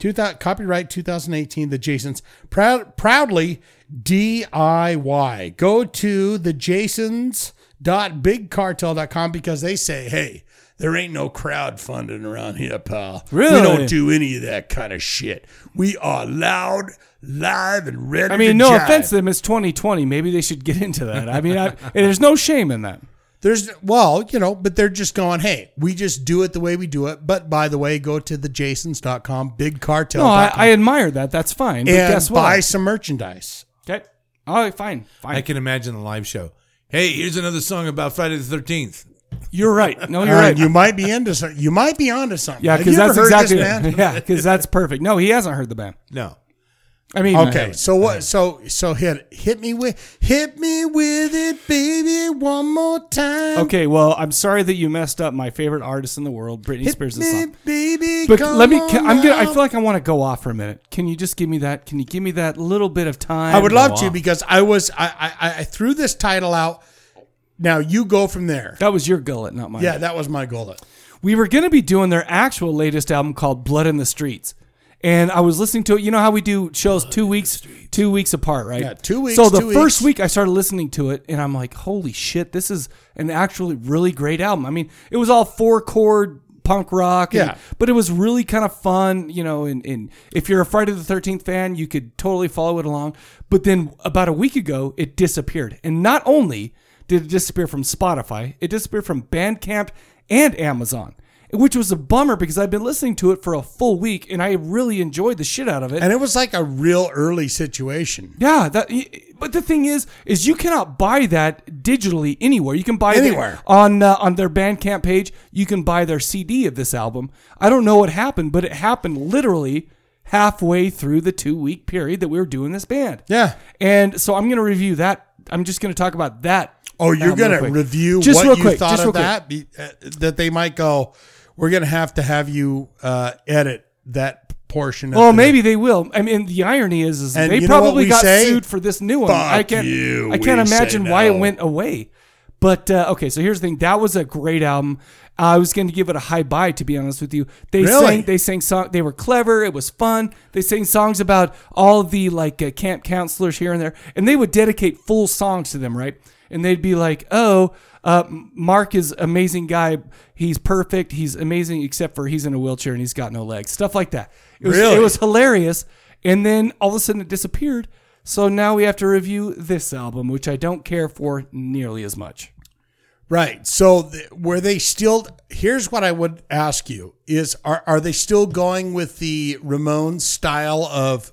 S2: 2000, copyright 2018 the jasons proud, proudly diy go to the jasons.bigcartel.com because they say hey there ain't no crowdfunding around here pal
S1: Really?
S2: we don't do any of that kind of shit we are loud live and ready
S1: I
S2: to
S1: mean, no
S2: jive.
S1: offense to them. It's 2020. Maybe they should get into that. I mean, I, and there's no shame in that.
S2: There's well, you know, but they're just going, hey, we just do it the way we do it. But by the way, go to the jasons.com, bigcartel.com,
S1: No, I, I admire that. That's fine. But
S2: and
S1: guess what?
S2: buy some merchandise.
S1: Okay. All right, fine. Fine.
S4: I can imagine the live show. Hey, here's another song about Friday the 13th.
S1: you're right. No, you're
S2: All right, Uh,
S1: right.
S2: You might be into something. You might be onto something.
S1: yeah,
S2: Have you
S1: because
S2: ever
S1: that's
S2: heard this
S1: exactly.
S2: band?
S1: Yeah, because that's perfect. No, he hasn't heard the band.
S4: No.
S1: I mean,
S2: Okay, so what? So so hit hit me with hit me with it, baby, one more time.
S1: uh, Okay, well, I'm sorry that you messed up my favorite artist in the world, Britney
S2: hit
S1: Spears'
S2: me,
S1: song.
S2: baby.
S1: But
S2: come
S1: let me.
S2: on
S1: I'm gonna. I
S2: now.
S1: feel like I want to go off for a minute. Can you just give me that? Can you give me that little bit of time?
S2: I would love to
S4: on.
S2: because I was I, I I threw this title out. Now you go from there.
S1: That was your gullet, not mine.
S2: Yeah, that was my goal.
S1: we were going to be doing their actual latest album called Blood in the Streets. And I was listening to it. You know how we do shows two weeks, two weeks apart, right?
S2: Yeah, two weeks,
S1: So the
S2: two
S1: first
S2: weeks.
S1: week I started listening to it, and I'm like, "Holy shit, this is an actually really great album." I mean, it was all four chord punk rock, and-
S2: Yeah.
S1: But it was really kind of fun, you know. And, and if you're a Friday the Thirteenth fan, you could totally follow it along. But then about a week ago, it disappeared, and not only did it disappear from Spotify, it disappeared from Bandcamp and Amazon. Which was a bummer because I've been listening to it for a full week and I really enjoyed the shit out of it.
S2: And it was like a real early situation.
S1: Yeah, that. But the thing is, is you cannot buy that digitally anywhere. You can buy it
S2: Anywhere.
S1: on uh, on their Bandcamp page. You can buy their CD of this album. I don't know what happened, but it happened literally halfway through the two week period that we were doing this band.
S2: Yeah.
S1: and so I'm gonna review that. I'm just gonna talk about that.
S2: Oh, you're
S1: album real
S2: going to
S1: quick.
S2: review
S1: Just
S2: what
S1: real
S2: you
S1: quick,
S2: thought
S1: just real
S2: of
S1: quick.
S2: that? Be, uh, that they might go, we're going to have to have you uh, edit that portion. of
S1: Well,
S2: the-
S1: maybe they will. I mean, the irony is, is
S2: And
S1: they
S2: you know what
S1: probably
S2: we
S1: got
S2: say?
S1: sued for this new one.
S2: Fuck
S1: I can't.
S2: you,
S1: I can't
S2: we say
S1: imagine why
S2: no.
S1: it went away. But uh, okay, so here's the thing. That was a great album. I was going to give it a high buy, to be honest with you. They
S2: Really?
S1: sang. They sang song. They were clever. It was fun. They sang songs about all the like uh, camp counselors here and there, and they would dedicate full songs to them, right? And they'd be like, "Oh, uh, Mark is amazing guy. He's perfect. He's amazing, except for he's in a wheelchair and he's got no legs. Stuff like that. It was,
S2: Really?
S1: It was hilarious. And then all of a sudden it disappeared. So now we have to review this album, which I don't care for nearly as much.
S2: Right. So th- were they still? Here's what I would ask you: Is are are they still going with the Ramones style of?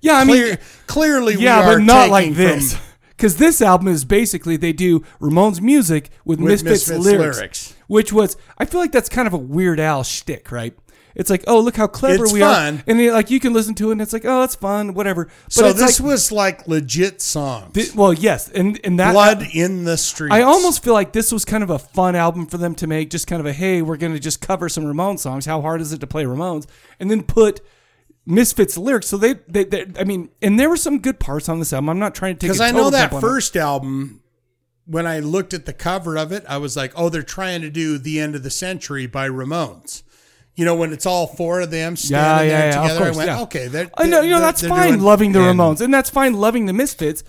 S1: Yeah, I mean,
S2: clear- clearly, we
S1: yeah,
S2: are
S1: but not
S2: taking
S1: like this.
S2: from-
S1: Because this album is basically they do Ramones music with,
S2: With
S1: Misfits,
S2: Misfits
S1: lyrics,
S2: lyrics.
S1: which was I feel like that's kind of a Weird Al shtick, right? It's like, oh, look how clever
S2: It's
S1: we
S2: fun.
S1: are, and then, like you can listen to it, and it's like, oh, that's fun, whatever. But
S2: so
S1: it's
S2: this
S1: like,
S2: was like legit songs.
S1: thi- well, yes, and and that
S2: Blood in the streets.
S1: I almost feel like this was kind of a fun album for them to make, just kind of a hey, we're going to just cover some Ramones songs. How hard is it to play Ramones? And then put Misfits lyrics. So they, they, they I mean, and there were some good parts on this album. I'm not trying to take
S2: because
S1: a
S2: I know
S1: total
S2: that
S1: dump on it.
S2: first album. When I looked at the cover of it, I was like, "Oh, they're trying to do the end of the century by Ramones." You know, when it's all four of them standing
S1: yeah,
S2: there
S1: yeah, of
S2: together,
S1: course,
S2: I went,
S1: yeah.
S2: "Okay, they're,
S1: I know, you know,
S2: they're-
S1: that's
S2: they're
S1: fine
S2: doing-
S1: loving the
S4: and-
S1: Ramones, and that's fine loving the Misfits.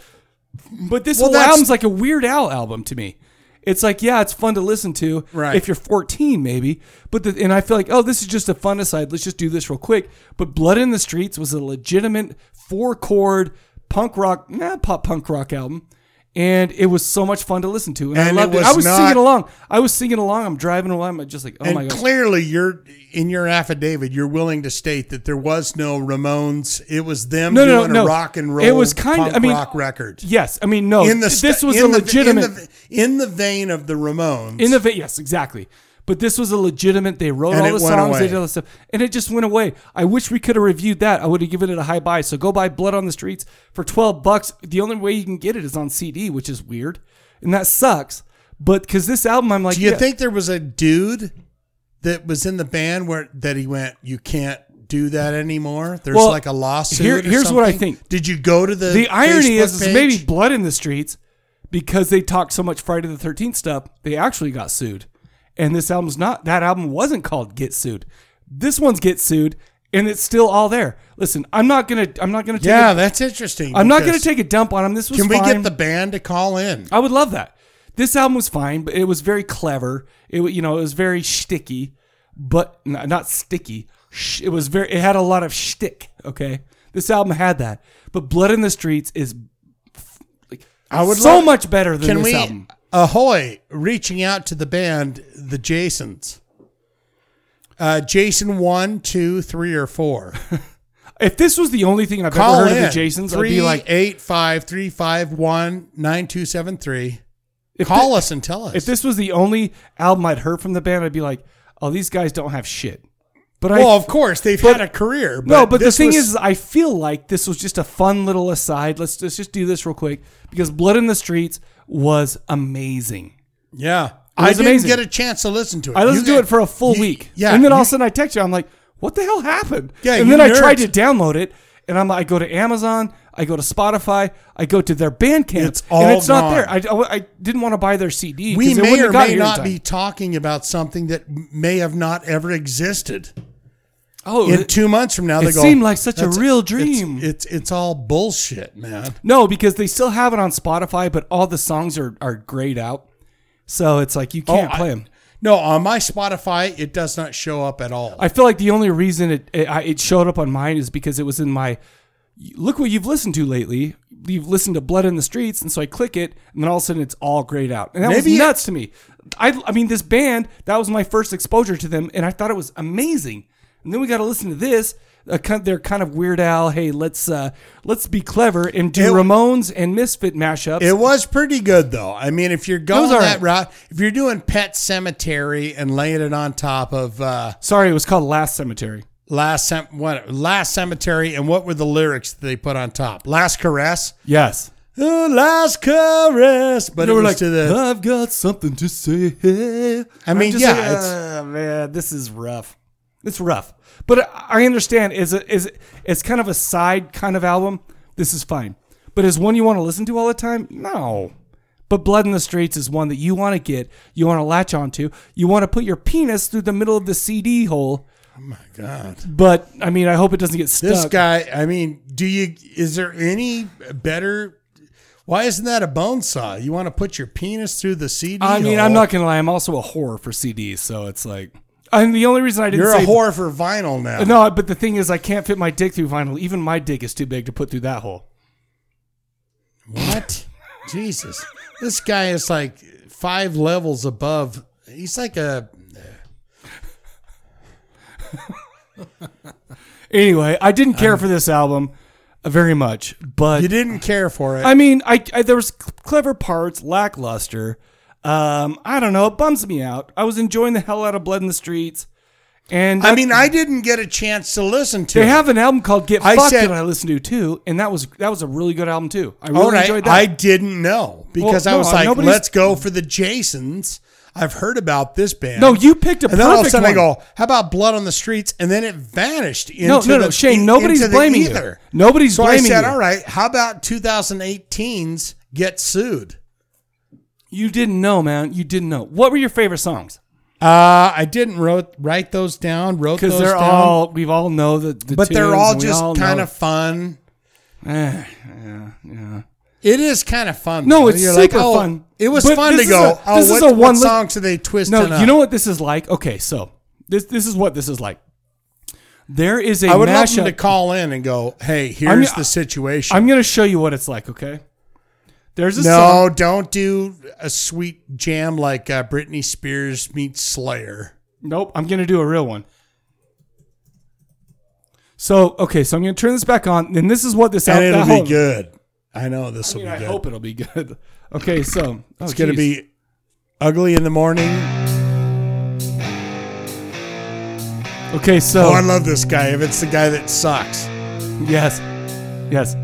S1: But this
S2: Well,
S1: whole
S2: that's-
S1: album's like a Weird Al album to me. It's like, yeah, it's fun to listen to
S2: Right.
S1: if you're 14, maybe. But the, and I feel like, oh, this is just a fun aside. Let's just do this real quick. But Blood in the Streets was a legitimate four chord punk rock, nah, pop punk rock album, and it was so much fun to listen to, and,
S2: And
S1: I
S2: it
S1: loved it.
S2: was
S1: I was
S2: not-
S1: singing along. I was singing along. I'm driving along. I'm just like, oh
S2: and
S1: my god.
S2: clearly you're in your affidavit you're willing to state that there was no ramones it was them
S1: No, no,
S2: doing
S1: no.
S2: a rock and roll
S1: It was kind of-
S2: punk
S1: I mean-
S2: rock record
S1: Yes, I mean no.
S2: in the
S1: this was
S2: in
S1: a
S2: the-
S1: legitimate
S2: in the, in the vein of the ramones
S1: In the va- yes, exactly. But this was a legitimate. They wrote
S2: And
S1: all
S2: it
S1: the
S2: went
S1: songs, they
S2: away.
S1: did all the stuff, and it just went away. I wish we could have reviewed that. I would have given it a high buy. So go buy Blood on the Streets for twelve bucks. The only way you can get it is on CD, which is weird, and that sucks. But because this album, I'm like,
S2: do you
S1: yeah,
S2: think there was a dude that was in the band where that he went you can't do that anymore there's
S1: Well,
S2: like a lawsuit
S1: here-
S2: or
S1: here's what I
S2: something?
S1: think.
S2: did you go to the
S1: the irony
S2: Facebook
S1: is, is
S2: page?
S1: maybe Blood in the Streets because they talked so much Friday the Thirteenth stuff. They actually got sued, and this album's not. That album wasn't called Get Sued. This one's Get Sued. And it's still all there. Listen, I'm not gonna. I'm not gonna. Take
S2: yeah
S1: a-
S2: that's interesting
S1: I'm not going
S2: because-
S1: to take a dump on him. This was
S2: can we
S1: fine.
S2: get the band to call in
S1: I would love that. This album was fine, but it was very clever. It wa- you know it was very sticky, but n- not sticky. Sh- It was very. It had a lot of shtick. Okay, this album had that, but Blood in the Streets is f- like
S2: I would
S1: so
S2: love-
S1: much better than
S2: Can
S1: this
S2: we,
S1: album.
S2: ahoy, reaching out to the band, the Jasons. Uh, Jason one, two, three, or four.
S1: If this was the only thing I've
S2: Call
S1: ever heard
S2: in.
S1: of the Jasons, I'd
S2: three,
S1: be like,
S2: eight, five, three, five, one, nine, two, seven, three.
S1: if
S2: Call
S1: thi-
S2: us and tell us.
S1: If this was the only album I'd heard from the band, I'd be like, oh, these guys don't have shit. But I
S2: well, of course they've
S1: but-
S2: had a career. But
S1: no, but the
S2: this
S1: thing
S2: was-
S1: is, I feel like this was just a fun little aside. Let's, let's just do this real quick because Blood in the Streets was amazing.
S2: yeah, I
S1: was
S2: didn't
S1: amazing.
S2: get a chance to listen to it.
S1: I
S2: You
S1: listened to
S2: got-
S1: it for a full
S2: you-
S1: week.
S2: Yeah,
S1: And then all
S2: you-
S1: of a sudden I text you. I'm like, what the hell happened?
S2: Yeah,
S1: And
S2: you
S1: then I
S2: nerds.
S1: tried to download it. And I'm, I go to Amazon, I go to Spotify, I go to their Bandcamp,
S2: It's all
S1: and it's not
S2: gone.
S1: there. I, I, I didn't want to buy their CD.
S2: we
S1: 'cause it
S2: may
S1: wouldn't have
S2: or
S1: gotten
S2: may
S1: here in
S2: not
S1: time.
S2: be talking about something that may have not ever existed.
S1: Oh,
S2: in
S1: it-
S2: two months from now,
S1: it
S2: they go.
S1: seemed like such a
S2: "That's-
S1: real
S2: it's-
S1: dream."
S2: It's, it's all bullshit, man.
S1: No, because they still have it on Spotify, but all the songs are are grayed out. So it's like you can't
S2: Oh, I-
S1: play them.
S2: No, on my Spotify, it does not show up at all.
S1: I feel like the only reason it it, I- it showed up on mine is because it was in my look what you've listened to lately. You've listened to Blood in the Streets, and so I click it, and then all of a sudden it's all grayed out, and that
S2: Maybe
S1: was
S2: it-
S1: nuts to me. I I mean, this band that was my first exposure to them, and I thought it was amazing. And then we got to listen to this. Uh, kind, they're kind of weird Al. Hey, let's uh, let's be clever and do
S2: It-
S1: Ramones and Misfit mashups.
S2: it was pretty good though. I mean, if you're going
S1: was all
S2: that
S1: right.
S2: route, if you're doing Pet Cemetery and laying it on top of uh,
S1: Sorry, it was called Last Cemetery.
S2: Last Cem- what Last Cemetery, and what were the lyrics that they put on top? Last Caress,
S1: Yes.
S2: Ooh, Last Caress, but
S1: They
S2: it
S1: were
S2: was
S1: like,
S2: to the.
S1: I've got something to say.
S2: I mean,
S1: just
S2: yeah,
S1: like,
S2: it's-
S1: "Ah, man, this is rough. It's rough, but I I understand. Is it is it- it's kind of a side kind of album. This is fine, but is one you want to listen to all the time? No. But Blood in the Streets is one that you want to get, you want to latch onto, you want to put your penis through the middle of the CD hole.
S2: Oh God,
S1: But I mean, I hope it doesn't get stuck.
S2: this guy. I mean, do you? Is there any better? Why isn't that a bone saw? You want to put your penis through the CD?
S1: I mean, I'm
S2: hole?
S1: not gonna lie. I'm also a whore for CDs, so it's like, and the only reason I didn't
S2: You're
S1: say
S2: a whore for vinyl now.
S1: No, but the thing is, I can't fit my dick through vinyl. Even my dick is too big to put through that hole.
S2: What? Jesus. This guy is like five levels above. He's like a.
S1: Anyway, I didn't care for this album uh, very much, but
S2: You didn't care for it.
S1: I mean, I, I there was cl- clever parts, lackluster. Um, I don't know. It bums me out. I was enjoying the hell out of Blood in the Streets, and
S2: I mean, I didn't get a chance to listen to
S1: they
S2: it.
S1: have an album called Get
S2: I
S1: Fucked
S2: said-
S1: that I listened to too, and that was that was a really good album too. I really
S2: All right.
S1: enjoyed that.
S2: I didn't know because
S1: no,
S2: I was like,
S1: nobody's-
S2: let's go for the Jasons. I've heard about this band.
S1: no, you picked a
S2: And then all of a
S1: perfect
S2: sudden
S1: one.
S2: I go, how about Blood on the Streets? And then it vanished into
S1: no, no, no,
S2: the,
S1: Shane.
S2: in-
S1: Nobody's
S2: into the
S1: blaming
S2: ether.
S1: you. Nobody's
S2: So I
S1: blaming
S2: said,
S1: you.
S2: all right, how about 2018's Get Sued?
S1: You didn't know, man. You didn't know. What were your favorite songs?
S2: Uh, I didn't wrote, write those down, wrote
S1: Because
S2: those
S1: they're
S2: down.
S1: all we've all know the, the
S2: but
S1: tunes
S2: they're all
S1: and we
S2: just
S1: all
S2: kind
S1: know-
S2: of fun.
S1: Eh, yeah, yeah.
S2: It is kind of fun.
S1: No,
S2: though.
S1: it's
S2: You're
S1: super
S2: oh,
S1: fun.
S2: It was
S1: But
S2: fun
S1: this
S2: to
S1: is
S2: go.
S1: a-
S2: oh,
S1: this is
S2: what,
S1: a one
S2: what
S1: li-
S2: songs do they twist?
S1: No,
S2: and up?
S1: you know what this is like? Okay, so this this is what this is like. There is a
S2: I would love
S1: mashup.
S2: them to call in and go, "Hey,
S1: I'm-
S2: here's the situation."
S1: I'm going to show you what it's like, okay? There's a
S2: no,
S1: song.
S2: don't do a sweet jam like uh, Britney Spears meets Slayer.
S1: Nope, I'm going to do a real one. So, okay, so I'm going to turn this back on, and this is what this
S2: And
S1: that
S2: it'll
S1: whole-
S2: be good. I know this will
S1: I mean,
S2: be
S1: I
S2: good.
S1: hope it'll be good. Okay, so oh,
S2: it's going to be ugly in the morning.
S1: okay. So
S2: Oh, I love this guy. If it's the guy that sucks,
S1: yes, yes.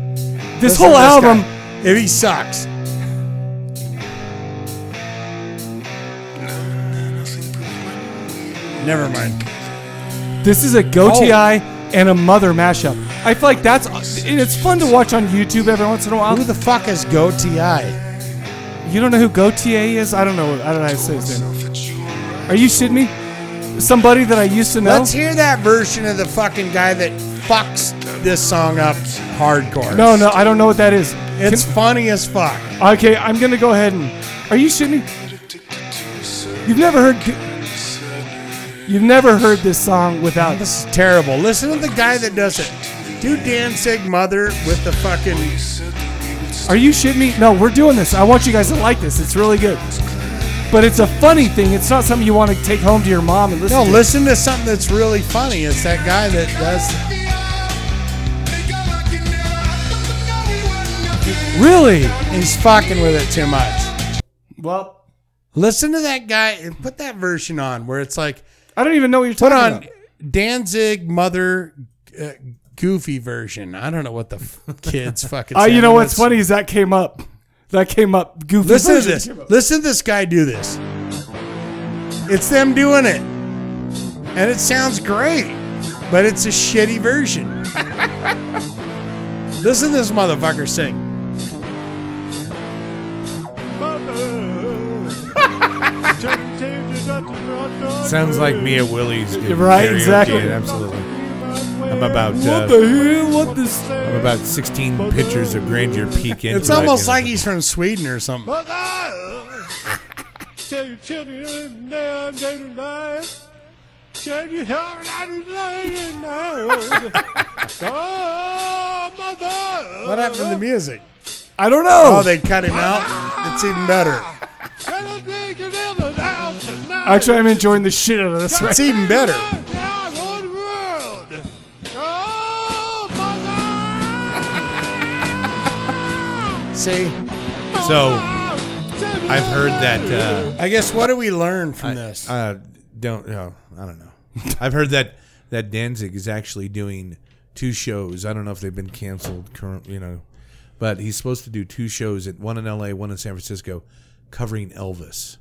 S1: This
S2: Listen to
S1: whole album.
S2: guy. if he sucks, never mind.
S1: This is a
S2: Oh.
S1: Goatee and a Mother mashup. I feel like that's and it's fun to watch on YouTube every once in a while.
S2: Who the fuck is Go Ti?
S1: You don't know who Gautier is? I don't know. I don't know how to say his name. Are you shitting me? Somebody that I used to know?
S2: Let's hear that version of the fucking guy that fucks this song up hardcore.
S1: no, no, I don't know what that is.
S2: It's funny as fuck.
S1: Can- okay, I'm gonna go ahead and. Are you shitting me? You've never heard. G- You've never heard this song without.
S2: This is terrible. Listen to the guy that does it. Do Danzig Mother with the fucking.
S1: Are you shitting me? No, we're doing this. I want you guys to like this. It's really good. But it's a funny thing. It's not something you want to take home to your mom and listen.
S2: No,
S1: to.
S2: listen to something that's really funny. It's that guy that does.
S1: Really?
S2: He's fucking with it too much.
S1: Well,
S2: Listen to that guy and put that version on where it's like,
S1: I don't even know what you're
S2: put
S1: talking
S2: on
S1: about.
S2: Danzig Mother uh, Goofy version. I don't know what the f- kids fucking.
S1: Uh,
S2: say.
S1: you know what's
S2: That's-
S1: funny is that came up. That came up goofy.
S2: Listen to
S1: version
S2: this.
S1: came up.
S2: Listen to this guy do this. It's them doing it. And it sounds great, but it's a shitty version. Listen to this motherfucker sing.
S4: Sounds like me at Willie's. doing
S1: Right,
S4: karaoke,
S1: exactly.
S4: Absolutely. I'm about
S1: What
S4: uh,
S1: the hell? What this?
S4: I'm about 16 pictures of Grandeur Peak. into
S2: It's
S4: it,
S2: almost
S4: you know.
S2: like he's from Sweden or something. What happened to the music?
S1: I don't know.
S2: Oh, they cut him out. It's even better.
S1: Actually, I'm enjoying the shit out of this. Right?
S2: It's even better. See,
S4: So I've heard that.
S2: I guess what do we learn from this?
S4: Uh, uh, don't know. I don't know. I've heard that that Danzig is actually doing two shows. I don't know if they've been canceled. Current, you know, but he's supposed to do two shows at one in L.A., one in San Francisco, covering Elvis.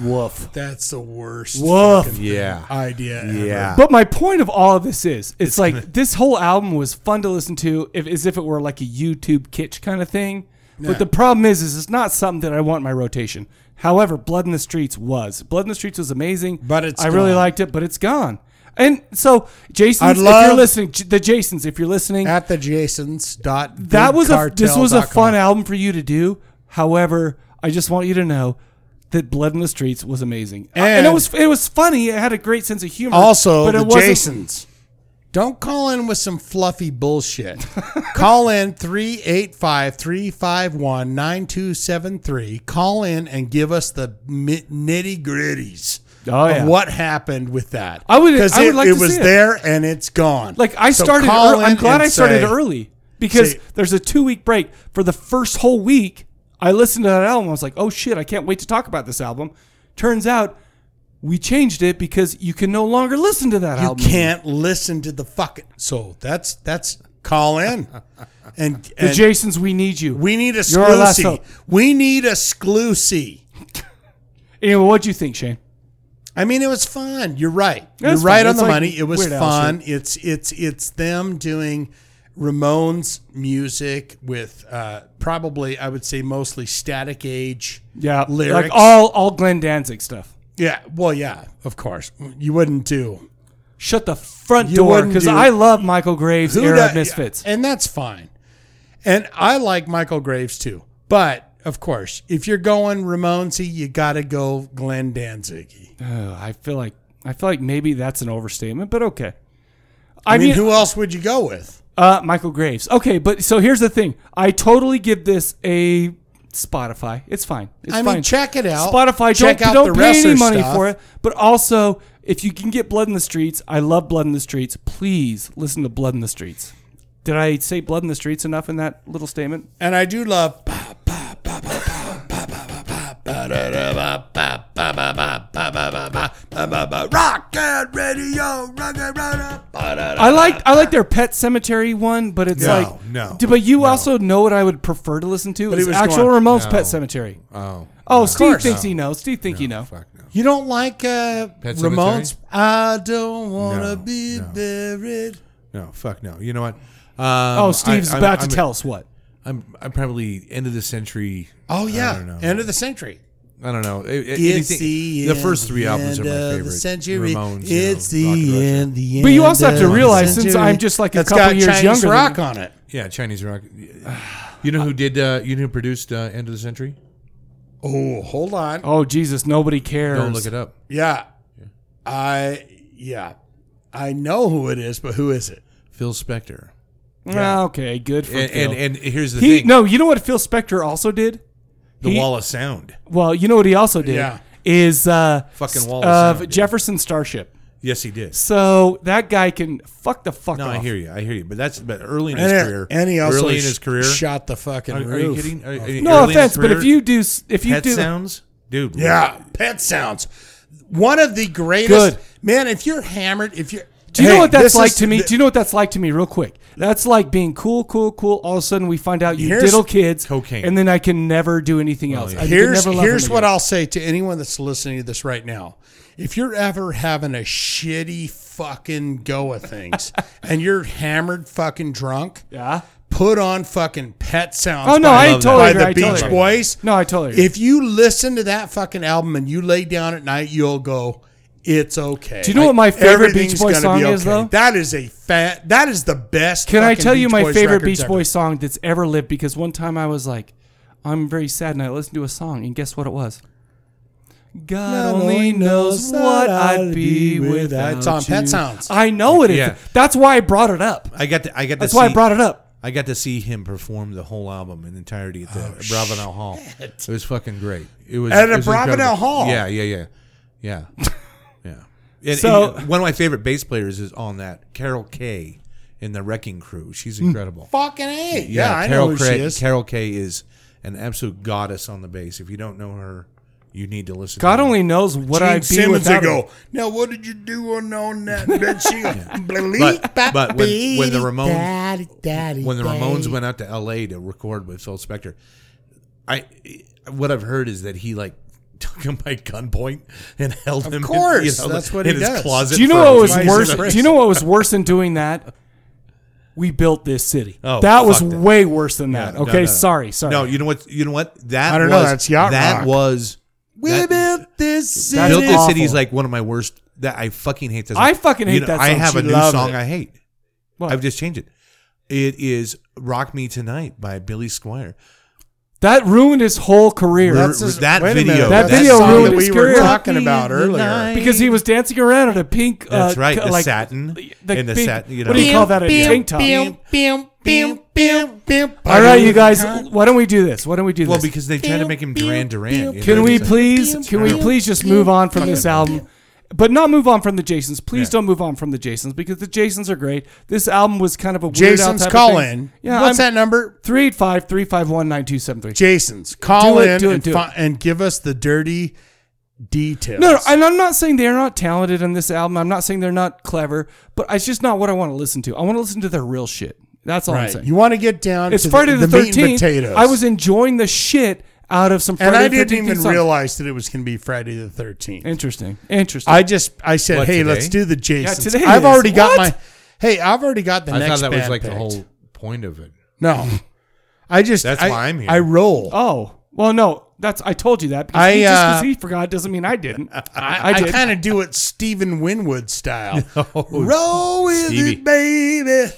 S1: Woof.
S2: That's the worst
S1: Woof.
S4: Yeah.
S2: idea. ever.
S4: Yeah.
S1: But my point of all of this is, it's, like this whole album was fun to listen to, if, as if it were like a YouTube kitsch kind of thing. But the problem is, is it's not something that I want in my rotation. However, Blood in the Streets was. Blood in the Streets was amazing,
S2: But it's
S1: I really
S2: gone.
S1: liked it, but it's gone. And so, Jason,
S2: I'd
S1: if you're
S2: love-
S1: listening, J- the Jasons, if you're listening,
S2: At the Jasons dot.
S1: that was a this was a
S2: bigcartel.com.
S1: fun album for you to do. However, I just want you to know that Blood in the Streets was amazing, and, it
S2: And-
S1: was it was funny. It had a great sense of humor.
S2: Also,
S1: it
S2: the
S1: wasn't-
S2: Jasons. Don't call in with some fluffy bullshit. call in 385 351 9273. Call in and give us the nitty gritties
S1: Oh, yeah.
S2: of what happened with that.
S1: I would-
S2: Because
S1: I would
S2: it,
S1: like
S2: it
S1: to
S2: was
S1: see it.
S2: there and it's gone.
S1: Like I
S2: So
S1: started.
S2: call
S1: ear- I'm
S2: in
S1: glad
S2: and
S1: I started
S2: say-
S1: early because
S2: say-
S1: there's a two week break for the first whole week. I listened to that album. I was like, oh shit, I can't wait to talk about this album. Turns out we changed it because you can no longer listen to that
S2: You
S1: album.
S2: can't listen to the fucking. So that's that's call in, and,
S1: The
S2: and
S1: Jasons, we need you.
S2: we need a
S1: You're our last
S2: sclusy.
S1: hope.
S2: We need a sclusy.
S1: anyway, what'd you think, Shane?
S2: I mean, it was fun. You're right. You're
S1: was
S2: right
S1: fun.
S2: on
S1: It's
S2: the
S1: like
S2: money. It was
S1: Weird Al
S2: fun. It's it's it's them doing Ramones music with uh, probably I would say mostly Static Age.
S1: Yeah, like
S2: lyrics.
S1: all all Glenn Danzig stuff.
S2: Yeah. Well, yeah. Of course, you wouldn't do
S1: Shut the front
S2: You
S1: door
S2: wouldn't
S1: because
S2: do-
S1: I love Michael Graves
S2: Who
S1: era
S2: da-
S1: Misfits.
S2: and that's fine. And I like Michael Graves too, but of course, if you're going Ramonesy, you got to go Glenn Danzig. I,
S1: Ugh, I feel like I feel like maybe that's an overstatement, but okay. I,
S2: mean, who else would you go with?
S1: Uh, Michael Graves. Okay, but so here's the thing. I totally give this a Spotify. It's fine. It's
S2: I mean,
S1: fine.
S2: check it out.
S1: Spotify.
S2: Check
S1: don't
S2: out
S1: don't
S2: the
S1: pay
S2: rest
S1: any
S2: of
S1: money
S2: stuff.
S1: for it. But also, if you can get Blood in the Streets, I love Blood in the Streets. Please listen to Blood in the Streets. Did I say Blood in the Streets enough in that little statement?
S2: And I do love. Rock and radio, rock and radio.
S1: I like I like their Pet Cemetery one, but it's
S4: No,
S1: like
S4: no,
S1: D- But you also know what I would prefer to listen to
S2: he
S1: is
S2: was
S1: actual
S2: going-
S1: Ramones
S4: No.
S1: Pet Cemetery.
S4: Oh,
S1: Oh, Steve
S2: course.
S1: thinks he knows. Steve think you know.
S4: fuck no.
S2: You don't like uh,
S4: Pet
S2: Ramones?
S4: Sematary?
S2: I don't want to
S4: No,
S2: be
S4: no.
S2: buried.
S4: No, fuck no. You know what? Um,
S1: Oh, Steve's
S4: I- I'm-
S1: about to
S4: I'm-
S1: tell us what.
S4: I'm I'm probably end of the century.
S2: Oh yeah,
S4: I don't know.
S2: end of the century.
S4: I don't know. It- it-
S2: It's
S4: anything-
S2: the,
S4: the
S2: end,
S4: first three
S2: the
S4: albums are my
S2: end of the
S4: favorite.
S2: century.
S4: Ramones, you
S2: it's
S4: know, Rock and Roll.
S2: the end, the end.
S1: But you also have to
S2: of the
S1: realize, since
S2: century.
S1: I'm just like a
S2: That's
S1: couple
S2: got
S1: years
S2: Chinese
S1: younger than
S2: rock
S1: you.
S2: on it.
S4: Yeah, Chinese rock. You know who did? Uh, you know who produced uh, End of the Century?
S2: Oh, hold on.
S1: Oh Jesus, nobody cares.
S4: Don't look it up.
S2: Yeah, I yeah, I know who it is, but who is it?
S4: Phil Spector.
S1: Ah, Okay, good for
S4: And,
S1: Phil.
S4: and and here's the
S1: he
S4: thing:
S1: no, you know what Phil Spector also did?
S4: the
S1: he-
S4: Wall of Sound.
S1: Well, you know what he also did
S2: Yeah.
S1: is uh,
S4: Fucking
S1: s-
S4: Wallace
S1: of
S4: Sound, yeah.
S1: Jefferson Starship.
S4: Yes, he did.
S1: So that guy can fuck the fuck
S4: No,
S1: off.
S4: I hear you. I hear you. But that's but early in his
S2: And, it-
S4: career.
S2: and he also
S4: early in his
S2: sh-
S4: career.
S2: shot the fucking
S4: are, are
S2: roof.
S4: you kidding? Are- are you-
S1: No
S4: early in his
S1: offense, but if
S4: career,
S1: you do, s- if you
S4: pet
S1: do,
S4: sounds, dude.
S2: Yeah, pet sounds. One of the greatest.
S1: Good.
S2: man. If you're hammered, if you're
S1: do you
S2: Hey,
S1: know what that's
S2: this
S1: like
S2: is
S1: to me?
S2: the-
S1: do you know what that's like to me? Real quick, that's like being cool, cool, cool. All of a sudden, we find out you
S2: Here's-
S1: diddle kids,
S4: Cocaine. Oh,
S1: and then I can never do anything else. I can
S2: here's
S1: never love
S2: here's
S1: them
S2: what
S1: again.
S2: I'll say to anyone that's listening to this right now. If you're ever having a shitty fucking go of things and you're hammered fucking drunk,
S1: Yeah.
S2: put on fucking pet sounds.
S1: Oh, no,
S2: by,
S1: I
S4: love that.
S1: totally
S2: by
S1: agree.
S2: the
S1: I
S2: Beach
S1: totally agree.
S2: Boys.
S1: No, I totally agree.
S2: If you listen to that fucking album and you lay down at night, you'll go, "It's okay."
S1: Do you know what my favorite
S2: everything's
S1: Beach Boy
S2: gonna be
S1: song is, though?
S2: That is a fat. That is the best.
S1: Can I
S2: fucking
S1: tell you
S2: Beach
S1: my
S2: Boys
S1: favorite
S2: records
S1: Beach
S2: ever.
S1: Boy song that's ever lived? Because one time I was like, I'm very sad, and I listened to a song, and guess what it was? God only knows what I'd be without
S2: It's on
S1: you.
S2: Pet Sounds.
S1: I know it is.
S4: Yeah.
S1: That's why I brought it up.
S4: I got to, I got
S1: That's
S4: to
S1: why
S4: see,
S1: I brought it up.
S4: I got to see him perform the whole album in entirety at the Bravenel Hall. It was fucking great. It was
S2: Oh, At
S4: it
S2: a
S4: was
S2: Bravenel
S4: incredible.
S2: Hall?
S4: Yeah, yeah, yeah, yeah, yeah. And,
S1: So-
S4: and one of my favorite bass players is on that Carol Kay in the Wrecking Crew. She's incredible.
S2: Fucking A. Mm, Yeah, I
S4: Carol
S2: know who
S4: Kay,
S2: she is.
S4: Carol Kay is an absolute goddess on the bass. If you don't know her, you need to listen.
S1: God
S4: to her.
S1: only knows what
S2: Gene
S1: I'd be
S2: Simmons
S1: without
S2: would
S1: her.
S2: go, now what did you do on, on that bed sheet?
S4: But- but when- when the Ramones-
S2: Daddy, daddy,
S4: when the
S2: daddy.
S4: Ramones went out to L.A. to record with Phil Spector, I what I've heard is that he like took him by gunpoint and held him. in,
S2: course, that's what
S4: in
S2: he
S4: his
S2: does.
S4: closet.
S1: Do you know
S4: for
S1: what was
S4: weeks.
S1: worse?
S2: Christ.
S1: Do you know what was worse than doing that? We built this city.
S4: Oh,
S1: that was
S4: fuck that.
S1: way worse than that.
S4: No,
S1: okay,
S4: no, no.
S1: sorry, sorry.
S4: No, you know what? You know what? That
S2: I don't know,
S4: was,
S2: that's yacht
S4: That
S2: rock.
S4: was that-
S2: this
S1: That
S4: built
S1: is
S4: this city is
S1: awful.
S4: like one of my worst. That I fucking hate this.
S1: I fucking hate
S4: You know,
S1: that
S4: I
S1: song.
S4: have
S1: She
S4: a new
S1: loved
S4: song
S1: it.
S4: I hate.
S1: What?
S4: I've just changed it. It is "Rock Me Tonight" by Billy Squire.
S1: That ruined his whole career.
S4: That's
S2: his-
S4: that
S2: wait a
S4: video.
S2: minute,
S1: That
S2: that's
S1: video
S2: something
S1: ruined
S2: that
S1: his
S2: we were
S1: career.
S2: talking about earlier.
S1: because he was dancing around in a pink.
S4: That's
S1: uh,
S4: right,
S1: co-
S4: the
S1: like,
S4: satin
S1: the
S4: and the
S1: big-
S4: satin, you
S1: What do you
S4: know.
S1: call that? A
S2: Bim,
S1: tank top.
S2: bim, bim, bim, bim, bim.
S1: All right, you guys. Why don't we do this? Why don't we do this?
S4: well, because they tried to make him Duran Duran. you know,
S1: Can we
S4: it's like-
S1: please? Can we please just move on from this album? But not move on from the Jasons. Please
S4: Yeah.
S1: don't move on from the Jasons because the Jasons are great. This album was kind of a weird
S2: Jason's call in.
S1: Yeah,
S2: What's
S1: I'm,
S2: that number?
S1: 385 351 9273.
S2: Jason's call
S1: Do it,
S2: in
S1: do it,
S2: and,
S1: do
S2: fi- and give us the dirty details.
S1: No, no, and I'm not saying they're not talented on this album. I'm not saying they're not clever, but it's just not what I want to listen to. I want to listen to their real shit. That's all I'm
S2: right.
S1: saying.
S2: You want to get down
S1: it's
S2: to
S1: Friday the,
S2: meat and
S1: 13th.
S2: potatoes.
S1: I was enjoying the shit out of some Friday
S2: and I
S1: the 13th
S2: didn't even
S1: songs.
S2: realize that it was going to be Friday the 13th.
S1: Interesting. Interesting.
S2: I just I said,
S4: What,
S2: hey,
S4: today?
S2: let's do the Jasons.
S1: today
S2: I've
S1: it is.
S2: already got
S1: What?
S2: my. Hey, I've already got the
S4: I
S2: next
S4: thought that was
S2: band
S4: like the
S2: picked.
S4: whole point of it.
S2: No, I just
S4: That's
S2: I-
S4: why I'm here.
S2: I roll.
S1: Oh well, no, that's I told you that. Because
S2: I,
S1: he, just 'cause
S2: uh,
S1: he forgot doesn't mean I didn't. I,
S2: I,
S1: did.
S2: kind of do it Stephen Winwood style. roll with
S4: Oh, Stevie.
S2: it, baby.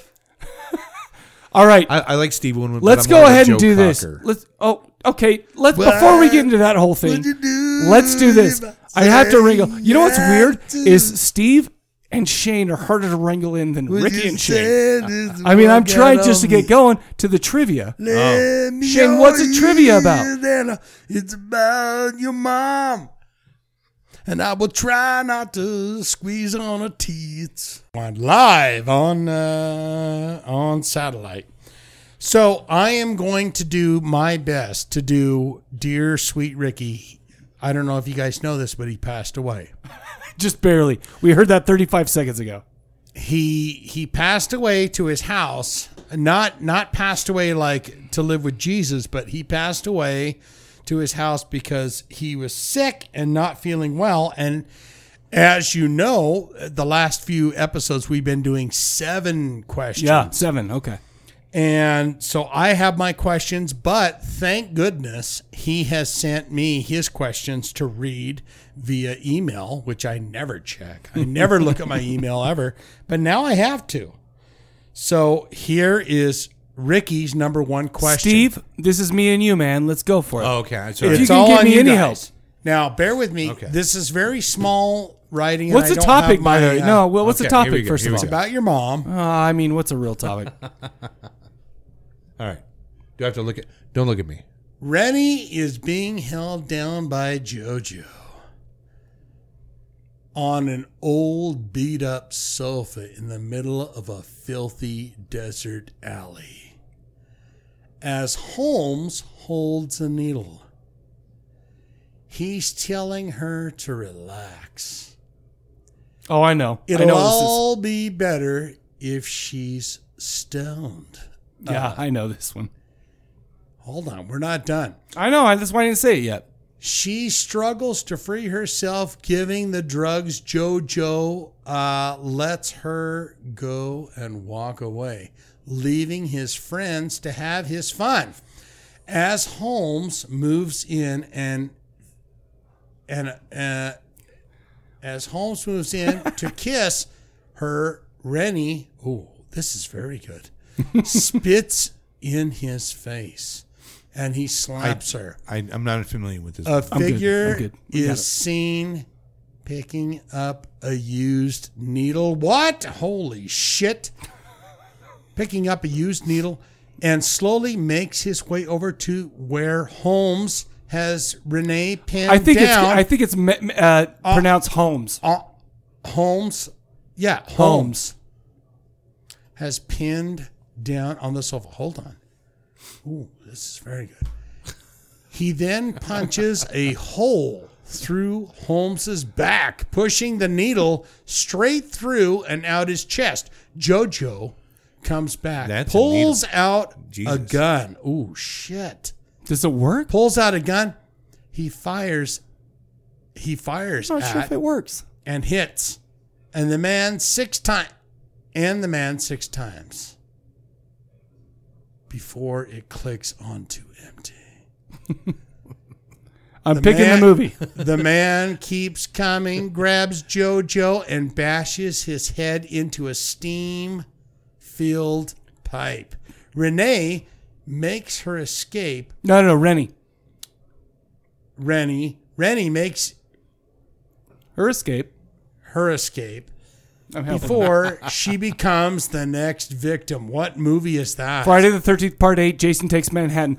S1: All right,
S4: I, I like Steve Winwood. but
S1: let's
S4: I'm more
S1: go
S4: of a
S1: ahead and
S4: Joe
S1: do this.
S4: Cocker.
S1: Let's. Oh, okay. Let's before we get into that whole thing. Let's do this. I have to wrangle. You know what's weird is Steve and Shane are harder to wrangle in than Ricky and Shane. I mean, I'm trying just to get going to the trivia. Shane, what's the trivia about?
S2: It's about your mom. And I will try not to squeeze on her teeth. On live on uh, on satellite. So I am going to do my best to do dear sweet Ricky. I don't know if you guys know this, but he passed away.
S1: Just barely. We heard that 35 seconds ago.
S2: he he passed away to his house not not passed away like to live with jesus but he passed away to his house because he was sick and not feeling well and as you know the last few episodes we've been doing seven questions
S1: Yeah, seven. Okay.
S2: and so I have my questions, but thank goodness he has sent me his questions to read via email, which I never check. I never look at my email ever, but now I have to. So here is Ricky's number one question.
S1: Steve, this is me and you, man. Let's go for it.
S4: Oh, okay. I'm sorry.
S1: if
S2: it's
S1: you can
S2: all
S1: give
S2: on
S1: me
S2: you
S1: any
S2: guys. Now, bear with me.
S4: Okay.
S2: This is very small writing. and
S1: What's the
S2: I don't have
S1: topic, by
S2: my,
S1: the way?
S2: uh,
S1: No, well, what's the
S4: okay, here we
S1: topic
S4: go,
S1: first
S4: here
S1: of
S4: we
S1: all?
S4: go.
S2: About your mom.
S1: Uh, I mean, what's a real topic?
S4: All right. Do I have to look at? Don't look at me.
S2: Rennie is being held down by JoJo on an old beat up sofa in the middle of a filthy desert alley. As Holmes holds a needle, he's telling her to relax.
S1: oh, I know. I
S2: It'll
S1: know this
S2: all be better if she's stoned.
S1: is. Yeah, I know this one.
S2: Hold on, we're not done.
S1: I know. I- That's why I didn't say it yet.
S2: She struggles to free herself, giving the drugs. Jojo uh, lets her go and walk away, leaving his friends to have his fun. As Holmes moves in and and uh, as Holmes moves in to kiss her, Rennie, oh, this is very good, spits in his face, and he slaps her.
S4: I, I'm not familiar with this.
S2: A
S4: one.
S1: good, I'm
S2: figure
S1: good. We got it.
S2: is seen picking up a used needle. What? Holy shit. picking up a used needle and slowly makes his way over to where Holmes has Renee pinned
S1: I think it's.
S2: down.
S1: I think it's me- me- uh, pronounced Holmes.
S2: Uh, Holmes. Yeah, Holmes has pinned down on the sofa. Hold on. Ooh, this is very good. He then punches a hole through Holmes's back, pushing the needle straight through and out his chest. Jojo comes back,
S4: That's a needle.
S2: pulls out
S4: Jesus.
S2: a gun. Ooh, shit.
S1: Does it work?
S2: Pulls out a gun. He fires. He fires
S1: I'm not sure
S2: at
S1: if it works.
S2: and hits, and the man six times, and the man six times before it clicks onto empty.
S1: I'm picking
S2: man-
S1: the movie.
S2: the man keeps coming, grabs JoJo, and bashes his head into a steam filled pipe. Renee makes her escape.
S1: No, no, no, Rennie.
S2: Rennie. Rennie makes
S1: Her escape.
S2: her escape
S1: I'm helping.
S2: before she becomes the next victim. What movie is that?
S1: Friday the 13th, part 8, Jason Takes Manhattan.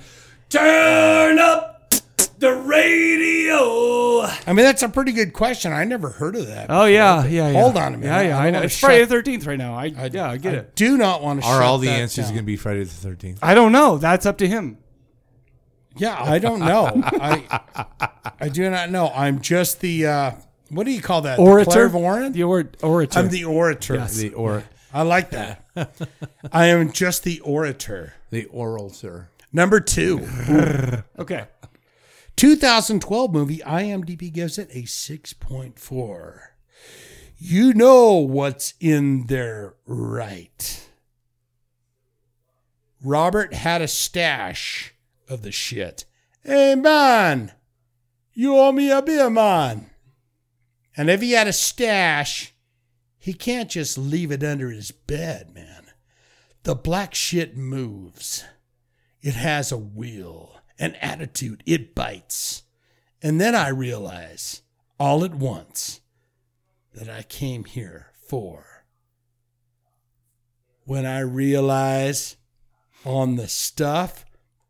S1: Turn up the radio.
S2: I mean, that's a pretty good question. I never heard of that.
S1: Oh, yeah, yeah, yeah.
S2: Hold on a minute.
S1: Yeah,
S2: I
S1: yeah, I,
S2: don't
S1: know.
S2: wanna
S1: It's Friday
S2: shut-
S1: the 13th right now. I, yeah, I get
S2: I
S1: it.
S2: do not want to.
S4: Are
S2: shut
S4: all the
S2: that
S4: answers
S2: down.
S4: going to be Friday the 13th?
S1: I don't know. That's up to him.
S2: Yeah, I don't know. I I do not know. I'm just the uh, what do you call that? The
S1: Orator.
S2: clairvoyant?
S1: The or- orator.
S2: I'm the orator.
S4: The or
S2: I like that. I am just the orator.
S4: the oral sir.
S2: Number two,
S1: okay.
S2: 2012 movie. IMDb gives it a 6.4. You know what's in there, right? Robert had a stash of the shit. Hey, man, you owe me a beer, man. And if he had a stash, he can't just leave it under his bed, man. The black shit moves. It has a will, an attitude, it bites. And then I realize all at once that I came here for. When I realize on the stuff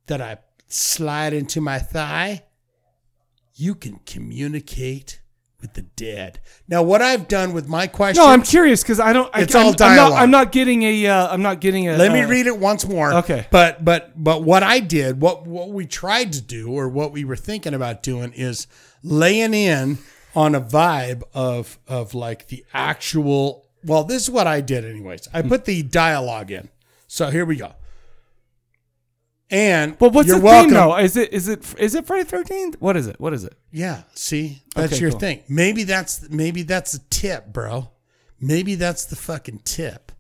S2: that I slide into my thigh, you can communicate with the dead. Now, what I've done with my question.
S1: No, I'm curious because I don't. I,
S2: It's
S1: I'm,
S2: all
S1: I'm not,
S2: dialogue.
S1: I'm not getting a. Uh, I'm not getting a.
S2: Let me
S1: uh,
S2: read it once more.
S1: Okay.
S2: But but but what I did, what what we tried to do, or what we were thinking about doing, is laying in on a vibe of of like the actual. Well, this is what I did, anyways.
S1: Hmm.
S2: I put the dialogue in. So here we go. And
S1: But what's
S2: you're
S1: the
S2: welcome.
S1: theme though? Is it is it is it Friday Thirteenth? What is it? What is it?
S2: Yeah, see, that's
S1: Okay,
S2: your
S1: cool.
S2: thing. Maybe that's maybe that's a tip, bro. Maybe that's the fucking tip.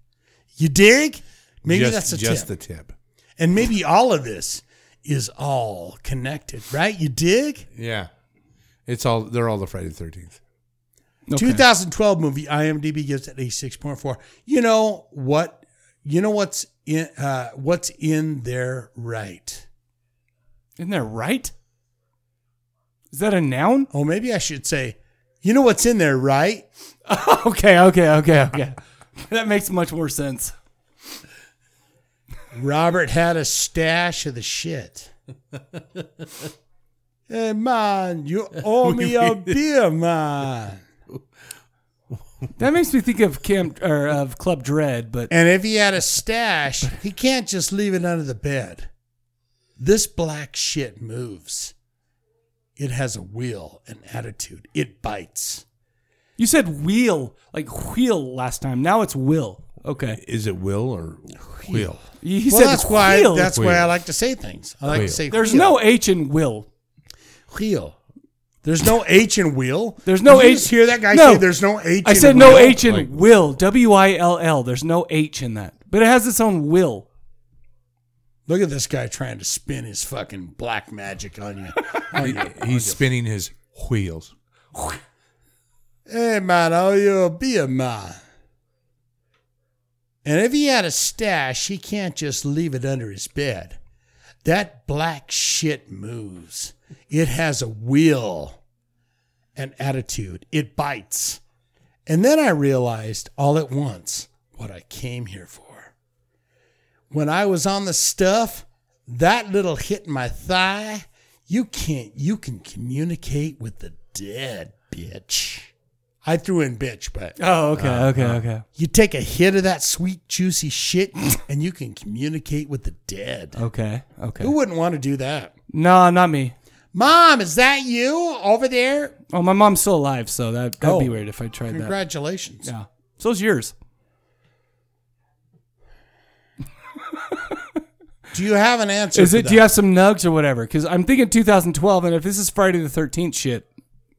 S2: You dig? Maybe
S4: just,
S2: that's a
S4: just
S2: tip.
S4: the tip.
S2: And maybe all of this is all connected, right? You dig?
S4: Yeah, it's all they're all the Friday the 13th.
S1: Okay.
S2: 2012 movie. IMDb gives it a 6.4. You know what? You know what's in uh, what's in there, right?
S1: Isn't that right? Is that a noun?
S2: Oh, maybe I should say, you know what's in there, right?
S1: okay, okay, okay, okay. that makes much more sense.
S2: Robert had a stash of the shit. hey man, you owe me a beer, man.
S1: That makes me think of Camp or of Club Dread, but
S2: And if he had a stash, he can't just leave it under the bed. This black shit moves. It has a will, an attitude. It bites.
S1: you said wheel, like wheel last time. Now it's will. Okay.
S4: Is it will or will?
S1: He he
S2: well,
S1: said
S2: that's why
S1: wheel.
S2: that's why I
S4: Wheel.
S2: like to say things. I like
S4: Wheel.
S2: to say
S1: There's
S2: wheel.
S1: no H in will.
S2: wheel. There's no H in wheel.
S1: There's no
S2: Did you
S1: H-
S2: just hear that guy
S1: No.
S2: say there's no H.
S1: I
S2: in
S1: said no
S2: wheel?
S1: H in
S4: Like-
S1: will. W I L L. There's no H in that. But it has its own will.
S2: Look at this guy trying to spin his fucking black magic on you. on you.
S4: He's spinning his wheels.
S2: Hey, man, oh, you'll be a man. And if he had a stash, he can't just leave it under his bed. That black shit moves. It has a will, an attitude. It bites. And then I realized all at once what I came here for. When I was on the stuff, that little hit in my thigh, you can't, you can communicate with the dead, bitch. I threw in bitch, but
S1: Oh, okay, okay, okay.
S2: you take a hit of that sweet, juicy shit and you can communicate with the dead.
S1: Okay, okay.
S2: Who wouldn't want to do that?
S1: No, not me.
S2: Mom, is that you over there?
S1: Oh, my mom's still alive, so that, that'd be
S2: Oh.
S1: weird if I tried that.
S2: Congratulations.
S1: Yeah. So's yours.
S2: Do you have an answer?
S1: Is
S2: for
S1: it?
S2: that?
S1: Do you have some nugs or whatever? Because I'm thinking 2012, and if this is Friday the 13th, shit.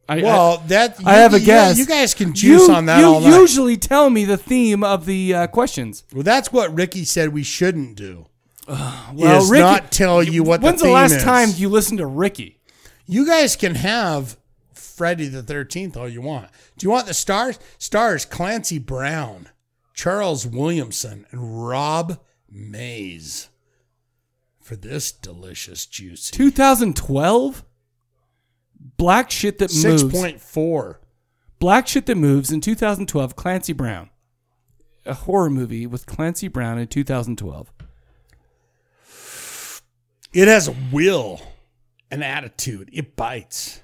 S1: I,
S2: Well, that
S1: I, I have a
S2: you-
S1: guess.
S2: You guys can juice
S1: You-
S2: on that
S1: You
S2: all night.
S1: usually tell me the theme of the uh, questions.
S2: well, that's what Ricky said we shouldn't do.
S1: Well,
S2: is
S1: Ricky-
S2: not tell you what
S1: When's the,
S2: the theme
S1: last
S2: is.
S1: time you listened to Ricky?
S2: You guys can have Friday the 13th all you want. Do you want the stars? Stars Clancy Brown, Charles Williamson, and Rob Mays. for this delicious juice.
S1: 2012. Black shit that
S2: Six
S1: moves.
S2: point four.
S1: Black Shit That Moves in 2012, Clancy Brown. A horror movie with Clancy Brown in 2012.
S2: It has a will, an attitude. It bites.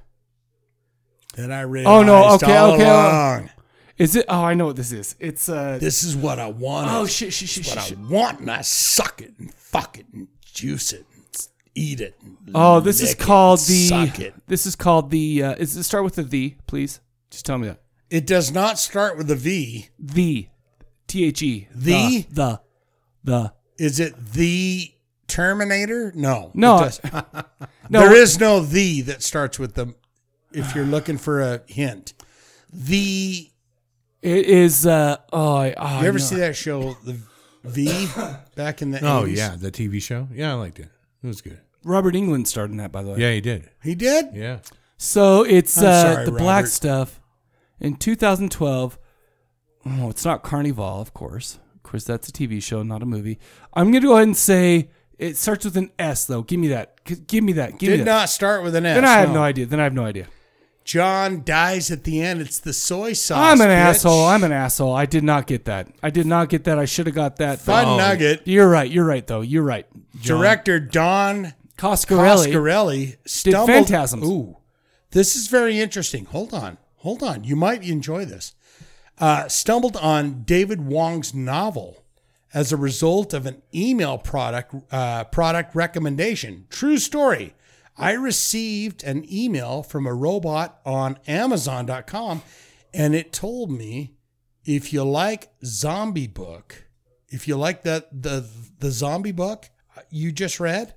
S2: And I realized
S1: Oh, no, okay,
S2: all
S1: okay,
S2: along,
S1: Is it? Oh, I know what this is. It's uh.
S2: this is what I wanted.
S1: oh shit! Shit! Shit!
S2: what
S1: shit,
S2: I
S1: shit.
S2: want, and I suck it and fuck it and juice it and s- eat it. and
S1: Oh, this is
S2: lick it
S1: called
S2: and
S1: the.
S2: Suck it.
S1: This is called the. Uh, is it start with the the? Please, just tell me that
S2: It does not start with a V.
S1: the, T H E
S2: The?
S1: the the
S2: Is it the Terminator? No.
S1: No,
S2: it does-
S1: no
S2: there is no the that starts with the. If you're looking for a hint, the
S1: it is uh oh I oh,
S2: you
S1: I
S2: ever
S1: know.
S2: see that show the V back in the
S4: Oh
S2: 80s?
S4: yeah, the TV show. Yeah, I liked it. It was good.
S1: Robert England starred in that by the way
S4: Yeah, he did.
S2: he did.
S4: Yeah.
S1: So it's
S2: I'm
S1: uh,
S2: sorry,
S1: the black
S2: Robert.
S1: stuff in 2012. Oh, it's not Carnival, of course. Of course, that's a TV show, not a movie. I'm gonna go ahead and say it starts with an S, though. Give me that. G- Give me that. Give me
S2: Did
S1: that.
S2: not start with an S.
S1: then I have
S2: no.
S1: no. idea. Then I have no idea.
S2: John dies at the end. It's the soy sauce.
S1: I'm an
S2: bitch.
S1: asshole. I'm an asshole. I did not get that. I did not get that. I should have got that.
S2: fun
S4: Oh.
S2: nugget.
S1: You're right. You're right, though. You're right.
S2: Director Don
S1: Coscarelli.
S2: Coscarelli stumbled.
S1: Phantasms.
S2: Ooh, this is very interesting. Hold on, hold on. You might enjoy this. Uh, stumbled on David Wong's novel as a result of an email product uh, product recommendation. True story. I received an email from a robot on Amazon.com, and it told me if you like zombie book, if you like that the the zombie book you just read,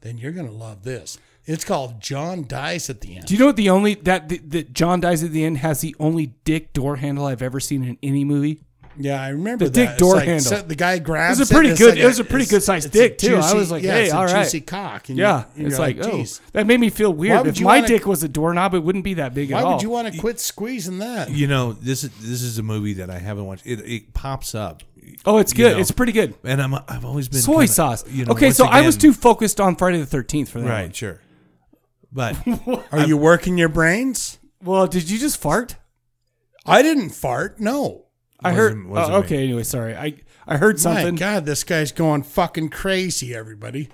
S2: then you're gonna love this. It's called John Dies at the End.
S1: Do you know what the only that that that John dies at the end has the only dick door handle I've ever seen in any movie?
S2: yeah, I remember
S1: The
S2: that.
S1: dick
S2: It's
S1: door
S2: like,
S1: handle.
S2: so- the guy grabs.
S1: It was a pretty
S2: and it's
S1: good-
S2: like
S1: it was a pretty
S2: it's-
S1: good sized
S2: it's a
S1: dick, too. I was like,
S2: yeah,
S1: hey,
S2: it's a
S1: all right.
S2: juicy cock. And
S1: Yeah,
S2: you, and
S1: it's
S2: you're
S1: like, oh,
S2: geez,
S1: that made me feel weird.
S2: would
S1: If
S2: you
S1: my
S2: wanna-
S1: dick was a doorknob, it wouldn't be that big
S2: why
S1: at all.
S2: would you want to quit squeezing that?
S4: You know, this is this is a movie that I haven't watched. It it pops up.
S1: oh, it's
S4: you
S1: good.
S4: know.
S1: It's pretty good.
S4: And I'm I've always been
S1: Soy
S4: kinda,
S1: sauce.
S4: You know,
S1: okay,
S4: once
S1: so I was too
S4: again-
S1: focused on Friday the Thirteenth for that.
S4: Right, sure. But
S2: Are you working your brains?
S1: one. Well, did you just fart?
S2: I didn't fart. No.
S1: I heard.
S4: Wasn't- wasn't
S1: oh,
S4: me.
S1: okay. Anyway, sorry. I I heard something.
S2: My God, this guy's going fucking crazy. Everybody.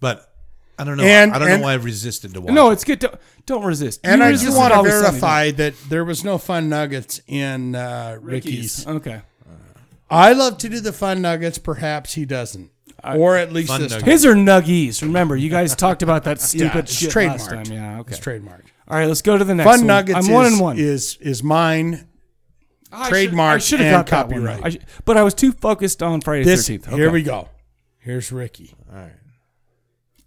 S4: but I don't know.
S2: And-
S4: I don't
S2: and-
S4: know why I resisted to watch.
S1: No,
S4: it.
S1: it's good. Don't, don't resist.
S2: And
S1: You
S2: I
S1: resisted
S2: do want to
S1: always something.
S2: verify that there was no fun nuggets in uh, Ricky's.
S1: Okay.
S2: I love to do the fun nuggets. Perhaps he doesn't, or at least
S4: Fun
S2: this
S4: nuggets.
S2: time.
S1: His are nuggies. Remember, you guys talked about that
S2: Yeah,
S1: stupid
S2: it's
S1: shit
S2: trademarked.
S1: last time. Yeah. Okay.
S2: It's trademarked.
S1: All right. Let's go to the next
S2: fun
S1: one.
S2: nuggets.
S1: I'm one
S2: is,
S1: and one.
S2: is is mine.
S1: I
S2: trademarked
S1: should, I should've
S2: and
S1: got that one,
S2: copyright.
S1: though. I sh- but I was too focused on Friday the
S2: This
S1: Thirteenth.
S2: here we go. Here's Ricky.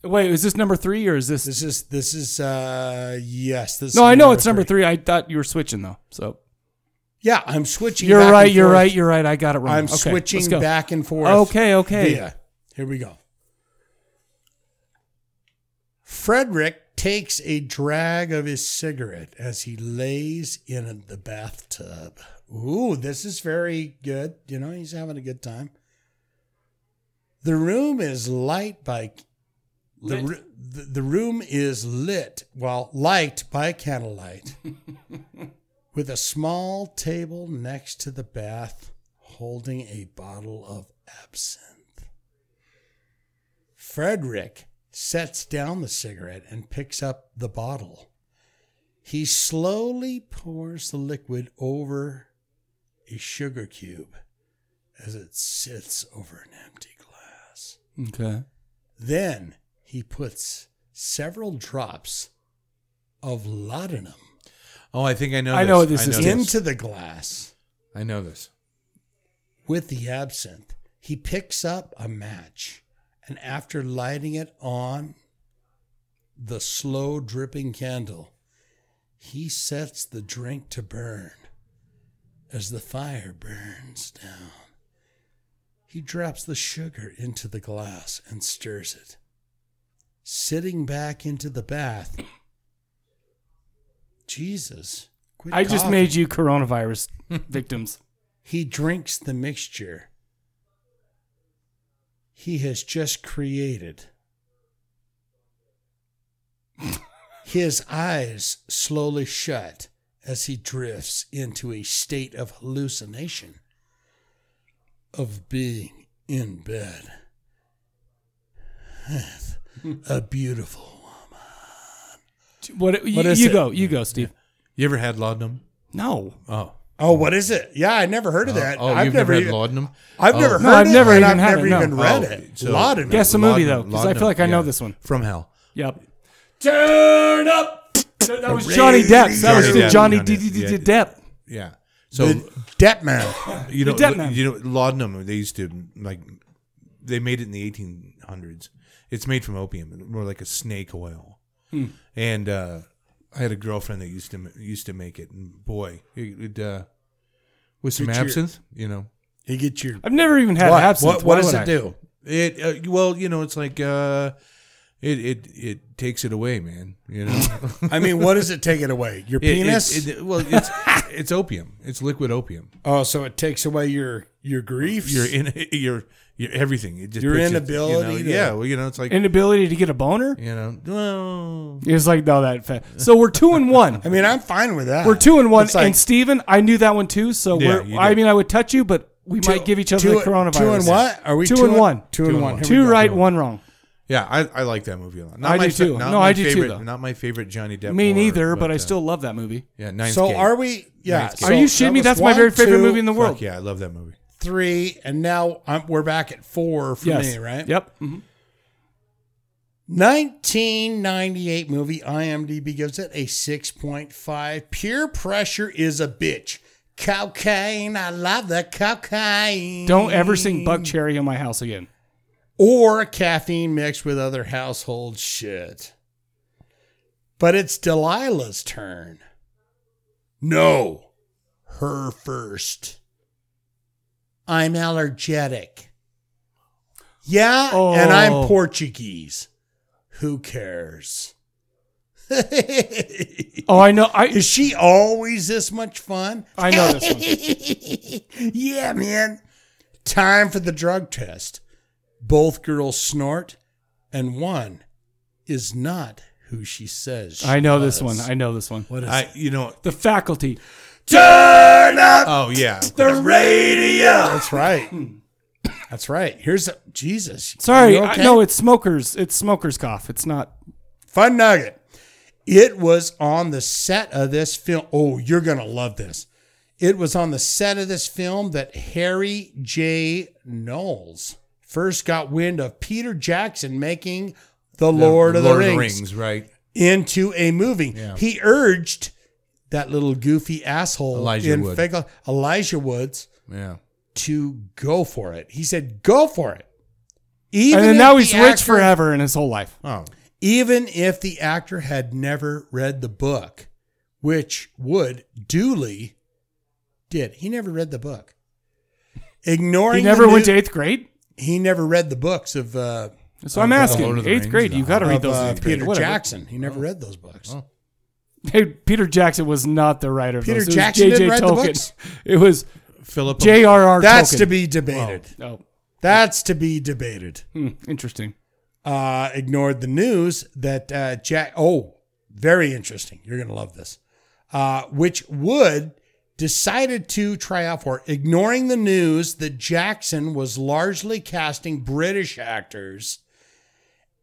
S1: Wait, is this number three or is this?
S2: This is this is uh yes. This
S1: no,
S2: is
S1: I know it's number three. I thought you were switching though. So
S2: Yeah, I'm switching.
S1: you're
S2: back and
S1: right. You're
S2: forth.
S1: right. You're right. I got it wrong.
S2: I'm
S1: Okay,
S2: switching
S1: let's go.
S2: back and forth.
S1: Okay. Okay.
S2: Yeah. Here we go. Frederick takes a drag of his cigarette as he lays in the bathtub. Ooh, this is very good. You know, he's having a good time. The room is light by the,
S1: Lit.
S2: ru- the, the room is lit, well, light by candlelight, with a small table next to the bath holding a bottle of absinthe. Frederick sets down the cigarette and picks up the bottle. He slowly pours the liquid over a sugar cube as it sits over an empty glass.
S1: Okay.
S2: Then he puts several drops of laudanum
S4: Oh, I think I know.
S1: I
S4: this.
S1: know this is-
S4: this.
S2: into the glass
S4: I know this.
S2: with the absinthe. He picks up a match and after lighting it on the slow dripping candle, he sets the drink to burn as the fire burns down. He drops the sugar into the glass and stirs it. Sitting back into the bath, Jesus. quit
S1: I just
S2: coughing.
S1: made you coronavirus victims.
S2: He drinks the mixture. he has just created. His eyes slowly shut as he drifts into a state of hallucination of being in bed. A beautiful
S1: What, you,
S2: What is
S1: you
S2: it?
S1: go, you go, Steve.
S4: You ever had laudanum?
S1: No,
S4: Oh.
S2: Oh, what is it? Yeah, I never heard of that.
S4: oh,
S2: I've
S4: you've
S2: never,
S4: never had
S2: even,
S4: laudanum?
S2: I've
S4: Oh.
S2: never heard
S1: No, I've
S2: it,
S1: never
S2: and
S1: even
S2: I've
S1: had
S2: never
S1: it, no.
S2: even read
S4: Oh,
S2: it.
S4: so-
S2: Laudanum.
S1: guess the movie though, because I
S4: Laudanum,
S1: feel like I know
S4: yeah.
S1: this one.
S4: From hell.
S1: Yep. Turn up. That, that was Johnny Depp. That was
S4: Johnny
S1: the
S4: Depp.
S1: Johnny
S4: Johnny
S1: D- D- D-
S4: Depp. Yeah.
S1: Depp.
S4: Yeah. So
S2: Debt man.
S4: you know,
S1: dead man.
S4: you know, laudanum. They used to like, they made it in the 1800s. It's made from opium, more like a snake oil. And uh, I had a girlfriend that used to ma- used to make it, and boy, it, it, uh, with some
S2: Good cheer.
S4: absinthe, you know,
S2: You get your
S1: I've never even had
S2: what?
S1: absinthe.
S2: What,
S1: Why
S2: what does
S1: would
S2: it
S1: I?
S2: do?
S4: it. Uh, well, you know, it's like uh, it it it takes it away, man. You know,
S2: I mean, what does it take it away? Your
S4: It- it-
S2: penis?
S4: It, well, it's it's opium. It's liquid opium.
S2: oh, so it takes away your your griefs.
S4: Your in your your everything. It just
S2: Your
S4: puts it, you
S2: inability
S4: know,
S2: to-
S4: yeah, well, you know, it's like
S1: Inability to get a boner.
S4: you know. Well,
S1: It's like no, that. Fa- so we're two and one.
S2: I mean, I'm fine with that.
S1: We're two and one.
S2: It's like
S1: and Steven, I knew that one too. So
S4: Yeah,
S1: we're,
S4: you
S1: I
S4: did.
S1: mean, I would touch you, but we
S2: two-
S1: might give each other
S2: two-
S1: the coronavirus.
S2: Two and what? Are we
S1: Two and one.
S2: Two and one. Here we
S1: Two
S2: go.
S1: right, one wrong.
S4: Yeah, I, I like that movie a lot. Not
S1: I
S4: my
S1: do too.
S4: not
S1: No,
S4: my
S1: I do too,
S4: favorite,
S1: though.
S4: Not my favorite Johnny Depp.
S1: Me
S4: horror,
S1: neither, but I
S4: uh,
S1: still love that movie.
S4: yeah. Ninth
S2: So
S4: Gate.
S2: are we? Yeah.
S4: Ninth
S2: so
S4: Gate.
S1: Are you
S2: that
S1: shitting me?
S2: was
S1: That's my
S2: one,
S1: very favorite
S2: two,
S1: movie in the world.
S4: Fuck yeah, I love that movie.
S2: Three, and now I'm, we're back at four for
S1: Yes.
S2: me, right? Mm-hmm.
S1: Yep. Mhm.
S2: 1998 movie IMDb gives it a 6.5. Peer pressure is a bitch. Cocaine, I love the cocaine.
S1: Don't ever sing Buck Cherry in my house again.
S2: or caffeine mixed with other household shit. But it's Delilah's turn. No, her first. I'm allergic. Yeah,
S1: Oh.
S2: and I'm Portuguese. Who cares?
S1: Oh, I know. I
S2: Is she always this much fun?
S1: I know this one.
S2: yeah, man. Time for the drug test. Both girls snort, and one is not who she says. She
S1: I know this
S2: was.
S1: one. I know this one.
S2: What is
S4: I you know.
S1: The faculty.
S2: Turn up
S4: Oh yeah.
S2: the radio. That's right. That's right. Here's a, Jesus.
S1: Sorry,
S2: You
S1: I-
S2: okay?
S1: no, it's smokers. It's smokers cough. It's not.
S2: Fun nugget. It was on the set of this film. Oh, you're going to love this. It was on the set of this film that Harry J. Knowles first got wind of Peter Jackson making The, Lord, of the, Rings,
S4: right?
S2: into a movie. He urged that little goofy asshole
S4: Elijah
S2: in
S4: Wood.
S2: Fag- Elijah Woods
S4: Yeah.
S2: to go for it. He said, "Go for it." Even
S1: and then
S2: if
S1: now
S2: the
S1: he's rich
S2: actor-
S1: forever in his whole life.
S4: Oh
S2: even if the actor had never read the book, which Wood duly did. He never read the book. Ignoring
S1: He never
S2: the
S1: went to
S2: new-
S1: eighth grade.
S2: he never read the books of uh,
S1: So I'm
S4: the
S1: asking.
S4: Lord of the
S1: Eighth
S4: Rings,
S1: grade,
S4: the
S1: you got to read
S2: of
S1: those. in
S2: uh,
S1: eighth grade,
S2: Peter
S1: whatever.
S2: Jackson. He never read those books.
S4: Oh.
S1: Hey, Peter Jackson was not the writer of
S2: Peter
S1: those. It was
S2: Jackson
S1: J.J.
S2: didn't write the
S1: Tolkien.
S2: books?
S1: It was
S4: Philip
S1: J.R.R.
S2: That's
S1: Tolkien.
S2: to be debated.
S1: Oh,
S2: That's to be debated.
S1: hmm, interesting.
S2: uh, ignored the news that uh, Jack. Oh, very interesting. You're going to love this. Uh, which Wood decided to try out for, ignoring the news that Jackson was largely casting British actors.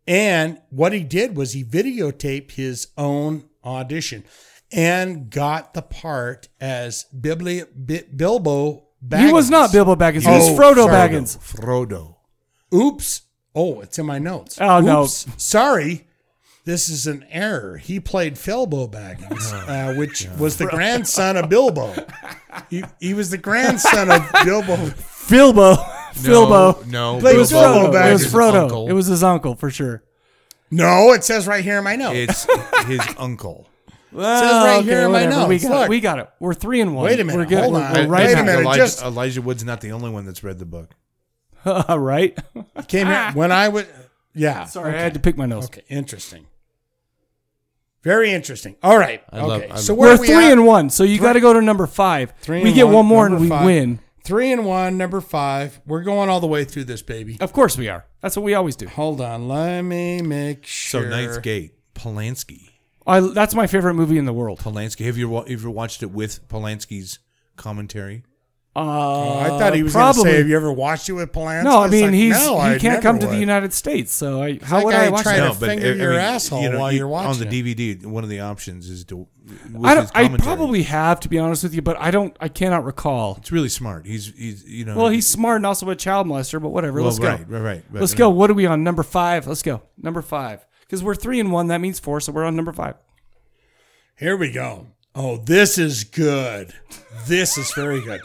S2: And what he did was he videotaped his own audition and got the part as Bibli- Bi- Bilbo Baggins.
S1: He was not Bilbo Baggins. He was
S2: Oh,
S1: Frodo
S2: Frodo.
S1: Baggins.
S4: Frodo.
S2: Oops. Oh, it's in my notes.
S1: Oh, no.
S2: Oops. Sorry. This is an error. He played Bilbo Baggins, uh, which was the grandson of Bilbo. He, he was the grandson of Bilbo.
S1: Bilbo. Bilbo.
S4: No.
S2: Play
S1: It was
S2: Bilbo
S1: Frodo. It was
S2: Baggins'
S1: Frodo.
S4: uncle.
S1: It was his uncle for sure.
S2: No, it says right here in my
S1: Oh.
S2: notes.
S4: It's his uncle.
S1: Well,
S2: right here in my
S1: Oh, whatever. We
S2: notes.
S1: got, it.
S2: Look.
S1: we got it. We're three and one.
S2: Wait a minute.
S1: We're good.
S2: Hold
S1: We're,
S2: on.
S1: we're
S2: Wait-
S1: right
S2: wait
S1: now.
S2: a minute.
S4: Elijah,
S2: just-
S4: Elijah Wood's not the only one that's read the book.
S1: right?
S2: Came here when I was. Yeah.
S1: Sorry, I had to pick my nose.
S2: Okay. Interesting. Very interesting. All right.
S4: I
S2: okay.
S4: love- I
S2: so
S4: love-
S2: where
S1: We're
S2: are we
S1: three
S2: at?
S1: and one, so you got to go to number five.
S2: Three
S1: we
S2: and
S1: get
S2: one,
S1: one more
S2: number
S1: and we
S2: five.
S1: win.
S2: Three and one, number five. We're going all the way through this, baby.
S1: Of course we are. That's what we always do.
S2: Hold on. Let me make
S4: So
S2: sure.
S4: Ninth Gate, Polanski.
S1: I, that's my favorite movie in the world.
S4: Polanski. Have you wa- have you ever watched it with Polanski's commentary?
S1: Uh,
S2: Oh, I thought he was going to
S1: probably.
S2: say, "Have you ever watched it with Polanski?"
S1: no, I
S2: It's
S1: mean
S2: like,
S1: he's
S2: no,
S1: he
S2: I
S1: can't
S2: never
S1: come to the
S2: would.
S1: United States, so I, how
S2: like
S1: would
S2: I
S1: I watch
S2: tried
S1: that?
S2: to finger your asshole while you're watching
S4: on
S2: it.
S4: the DVD. One of the options is to. With
S1: I
S4: his
S1: don't. I
S4: commentary.
S1: probably have, to be honest with you, but I don't. I cannot recall.
S4: It's really smart. He's he's you know.
S1: Well, he's smart and also a child molester, but whatever.
S4: well,
S1: Let's go.
S4: Right, right, right. But,
S1: Let's
S4: uh,
S1: go. What are we on? Number five. Let's go. Number five. Because we're three and one. That means four. So we're on number five.
S2: Here we go. Oh, this is good. This is very good.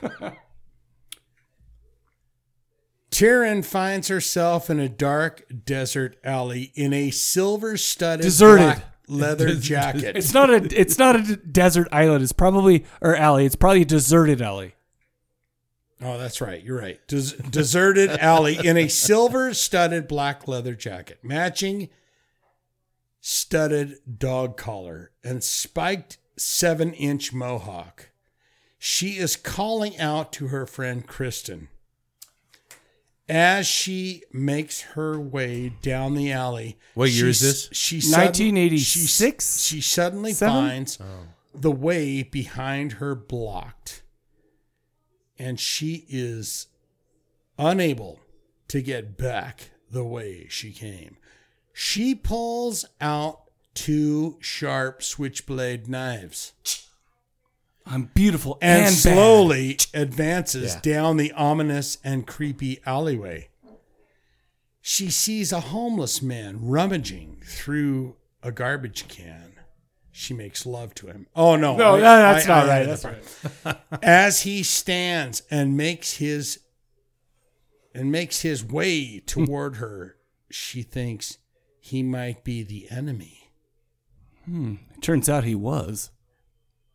S2: Tyrion finds herself in a dark desert alley in a silver studded
S1: Deserted.
S2: leather jacket.
S1: It's not a. It's not a d- desert island. It's probably or alley. It's probably a deserted alley.
S2: Oh, that's right. You're right. Des- deserted alley in a silver studded black leather jacket, matching studded dog collar, and spiked seven inch mohawk. She is calling out to her friend Kristen. As she makes her way down the alley,
S4: What year
S2: she
S4: is this?
S2: s- She sudden-
S1: 1986?
S2: She, she suddenly
S1: Seven?
S2: finds the way behind her blocked and she is unable to get back the way she came. She pulls out two sharp switchblade knives
S1: I'm beautiful
S2: and,
S1: and, bad.
S2: slowly advances down the ominous and creepy alleyway. She sees a homeless man rummaging through a garbage can. She makes love to him. Oh no!
S1: No,
S2: I-
S1: no, that's
S2: I-
S1: not right.
S2: I- I-
S1: That's
S2: As he stands and makes his and makes his way toward her, she thinks he might be the enemy.
S1: Hmm. Turns out he was.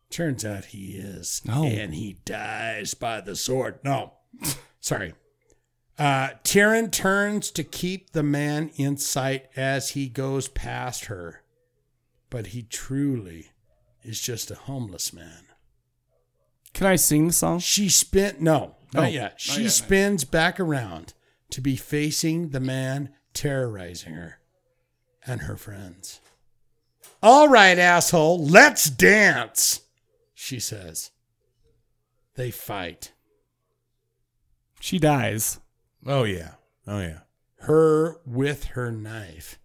S2: Turns out he is.
S1: No.
S2: And he dies by the sword. No. Sorry. Uh, Tyrion turns to keep the man in sight as he goes past her, but he truly is just a homeless man.
S1: Can I sing the song?
S2: She spin no, not
S1: Oh,
S2: yet. She spins back around to be facing the man terrorizing her and her friends. All right, asshole, let's dance, she says. They fight.
S1: She dies.
S4: Oh yeah. Oh yeah.
S2: Her with her knife,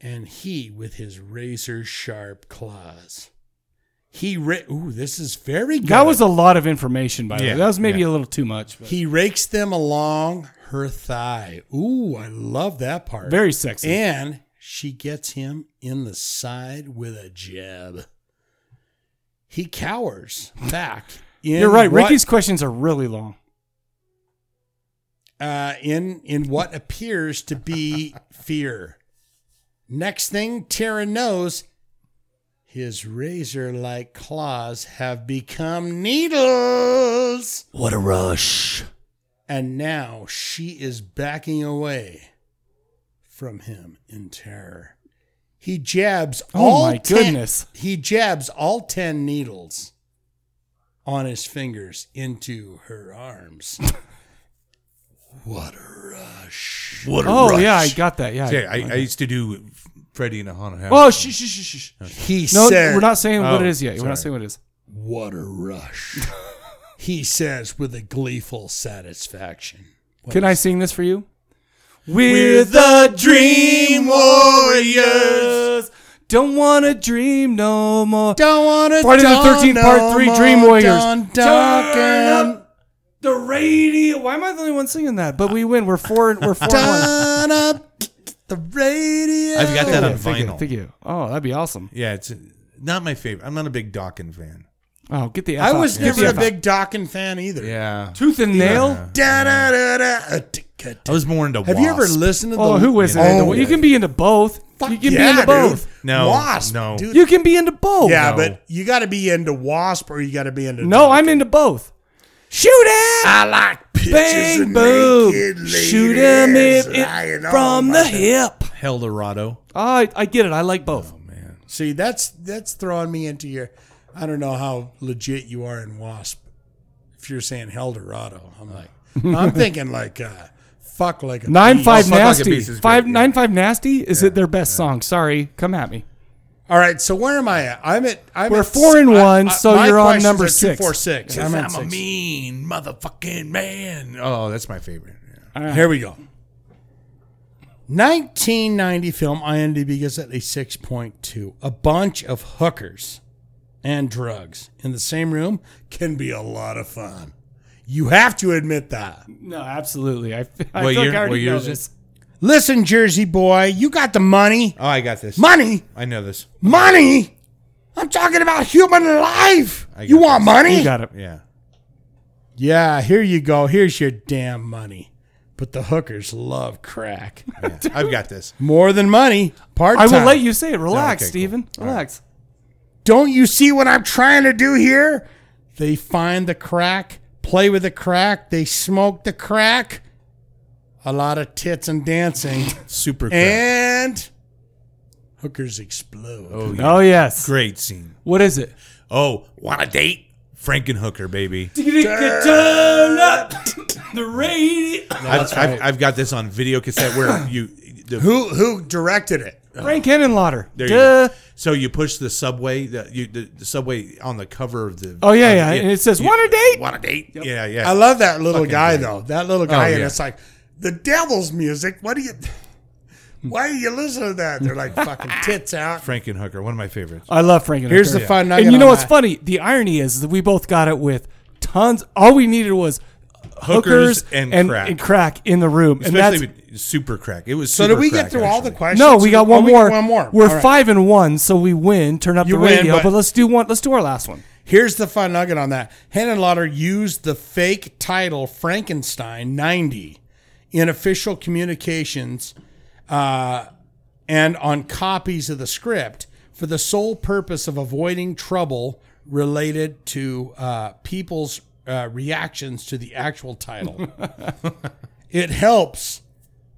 S2: and he with his razor sharp claws. He ra- ooh, this is very good.
S1: That was a lot of information, by the
S4: Yeah,
S1: way. That was maybe
S4: yeah.
S1: a little too much. But
S2: He rakes them along her thigh. Ooh, I love that part.
S1: very sexy.
S2: And she gets him in the side with a jab. He cowers back. In
S1: You're right.
S2: what-
S1: Ricky's questions are really long.
S2: uh, in in what appears to be fear. Next thing Tyrion knows, his razor-like claws have become needles. What a rush! And now she is backing away from him in terror. He jabs
S1: Oh
S2: all
S1: my
S2: ten-
S1: goodness.
S2: He jabs all ten needles on his fingers into her arms. What a rush.
S4: What
S1: Oh yeah, I got that. Yeah.
S4: I, I used to do Freddy and a Haunted House.
S1: oh, shh, shh, shh, shh, shh.
S2: He
S1: No,
S2: said,
S1: we're not saying what
S4: Oh,
S1: it is yet. We're not
S4: sorry.
S1: saying what it is.
S2: What a rush. he says with a gleeful satisfaction.
S1: Can I sing this for you?
S4: We're the dream warriors.
S1: Don't wanna dream no more.
S2: Don't want to
S1: Friday the 13th, part three, Dream Warriors. Turn up the radio. Why am I the only one singing that? But we win. We're four. We're four. and one.
S2: Turn up the radio.
S4: I've got that on
S1: Thank you,
S4: vinyl.
S1: thank you. Oh, that'd be awesome.
S4: Yeah, it's not my favorite. I'm not a big Dawkins fan.
S1: Oh, get the. F
S2: I
S1: out.
S2: was
S1: Get the
S2: never a
S1: F out.
S2: big Dawkins fan either.
S4: Yeah.
S1: tooth and nail.
S2: Da, da, da, da, uh, ticka,
S4: I was more into
S2: Have you ever listened to the?
S1: Oh, who isn't?
S2: Oh,
S1: into- you can be into both.
S2: fuck
S1: you can
S2: yeah,
S1: be into both.
S2: dude.
S4: No,
S2: Wasp,
S4: no.
S2: dude.
S1: You can be into both.
S2: yeah,
S4: no.
S2: but you got to be into Wasp or you got to be into.
S1: No, I'm into both. Shoot it!
S2: I like pictures
S1: Bang, boom. Shoot him if it from the hip. Ah,
S4: Hell Dorado.
S1: I, I get it. I like both.
S2: See, that's that's throwing me into your. I don't know how legit you are in Wasp. If if you're saying El Dorado, I'm like, I'm thinking like, uh, fuck like a
S1: Nine
S2: beast.
S1: Five
S4: Fuck Like a
S1: Nasty.
S4: Beast is
S1: Five
S4: great, yeah.
S1: Nine Five Nasty is it their best song? Sorry, come at me.
S2: All right, so where am I at? I'm at. I'm
S1: We're
S2: at,
S1: four and
S2: I-
S1: one,
S2: I-
S1: so
S2: my
S1: you're on
S2: questions
S1: number
S2: are
S1: six.
S2: Two, four, six. I'm
S4: I'm,
S2: at
S4: a
S2: six.
S4: mean motherfucking man. Oh, that's my favorite. Yeah.
S2: Here we go. 1990 film IMDb gives it a 6.2. A bunch of hookers and drugs in the same room can be a lot of fun. You have to admit that.
S1: No, absolutely. I, I
S4: What
S1: feel like
S4: year-
S1: I
S4: what
S1: already
S4: year
S1: know
S4: is it?
S1: this.
S2: Listen, Jersey boy, you got the money.
S4: Oh, I got this.
S2: Money,
S4: I know this.
S2: money. I'm talking about human life.
S4: I got
S2: You want
S4: this.
S2: money?
S1: You got it.
S4: Yeah.
S2: yeah, here you go. Here's your damn money. But the hookers love crack.
S4: yeah. I've got this.
S2: More than money, part
S1: I
S2: time.
S1: will let you say it. Relax,
S4: okay, cool.
S1: Steven. Relax.
S2: Don't you see what I'm trying to do here? They find the crack, play with the crack, they smoke the crack. A lot of tits and dancing.
S4: Super crack.
S2: and hookers explode.
S4: Oh, yeah.
S1: Oh yes.
S4: Great scene.
S1: What is it?
S4: Oh, want a date? Frankenhooker, baby.
S1: Turn up the radio.
S4: I've, I've, I've got this on video cassette where you. The,
S2: Who who directed it?
S1: Frank Henenlotter.
S4: There you
S1: Duh.
S4: go. So you push the subway, the, you, the, the subway on the cover of the.
S1: Oh, yeah,
S4: of the-
S1: yeah, and it says, "Want a date?"
S4: Want a date? Yeah, yeah.
S2: I love that little
S4: Fucking
S2: guy
S4: great.
S2: though. That
S1: Oh,
S2: little guy, and
S4: yeah.
S2: it's like the devil's music. What do you? Why are you listening to that? They're like fucking tits out.
S4: Frankenhooker, one of my favorites.
S1: I love Frank.
S2: Here's the fun nugget
S1: And you know
S2: on
S1: what's
S2: that.
S1: funny? The irony is that we both got it with tons. All we needed was hookers, and, crack. in the room, and that's
S4: Especially with super crack. It was.
S2: So
S4: super
S2: did we get
S4: crack,
S2: through all the
S4: actually.
S2: questions?
S1: no. We got
S2: Oh,
S1: one more.
S2: got one more.
S1: We're
S2: All right.
S1: five and one, so we win. Turn up
S2: You
S1: the
S2: win,
S1: radio,
S2: but-
S1: but, let's do one. Let's do our last one.
S2: Here's the fun nugget on that. Henenlotter used the fake title Frankenstein 90 in official communications uh, and on copies of the script for the sole purpose of avoiding trouble related to uh, people's uh, reactions to the actual title. it helps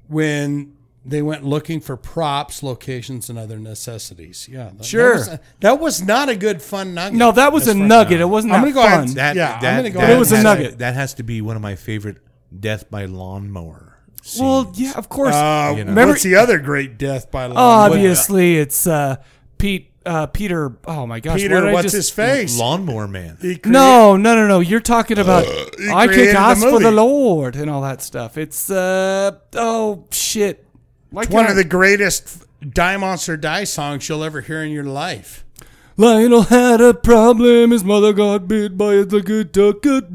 S2: when they went looking for props, locations, and other necessities. Yeah, that- that
S1: Sure.
S2: was- that was not a good fun nugget.
S1: No, that was a nugget. It wasn't
S2: I'm
S1: that
S2: gonna go ahead
S1: fun.
S2: and-
S4: That,
S2: Yeah, I'm
S4: that,
S2: gonna go
S4: that
S1: ahead. It was a
S4: has-
S1: nugget.
S4: That has to be one of my favorite death by lawnmower. Scenes.
S1: well, yeah, of course.
S2: Uh,
S4: You know.
S1: Remember-
S2: What's the other great death by
S1: Oh,
S2: law?
S1: Obviously, it's uh, Pete. Uh, Peter. Oh my gosh. what
S2: Peter,
S1: did I
S2: what's
S1: just-
S2: his face?
S4: lawnmower man.
S2: He crea-
S1: No, no, no, no. You're talking about
S2: Uh, he
S1: I
S2: created
S1: kick
S2: the
S1: ass for
S2: movie.
S1: the Lord and all that stuff. It's uh oh shit. Like
S2: one of the greatest Die Monster Die songs you'll ever hear in your life.
S1: Lionel had a problem. His mother got bit by a good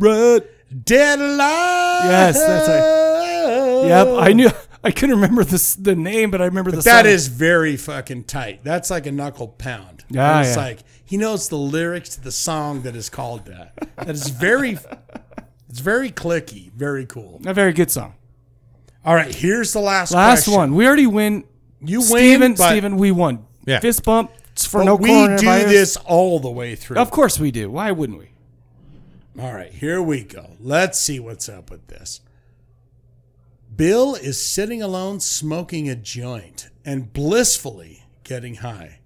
S1: rat.
S2: Dead Alive.
S1: Yes, that's
S2: a.
S1: Yep, I knew. I couldn't remember this the name, but I remember the.
S2: Oh. That
S1: song.
S2: is very fucking tight. That's like a knuckle pound.
S1: Yeah,
S2: it's
S1: yeah.
S2: like he knows the lyrics to the song that is called that. That is very, it's very clicky, very cool.
S1: a very good song.
S2: All right, here's the last
S1: Last
S2: question.
S1: one. We already win.
S2: You
S1: Steven,
S2: win, but,
S1: Steven, we won.
S4: Yeah.
S1: Fist bump for
S2: but
S1: no
S2: we do
S1: coronavirus.
S2: this all the way through.
S1: Of course we do. Why wouldn't we?
S2: All right, here we go. Let's see what's up with this. Bill is sitting alone smoking a joint and blissfully getting high.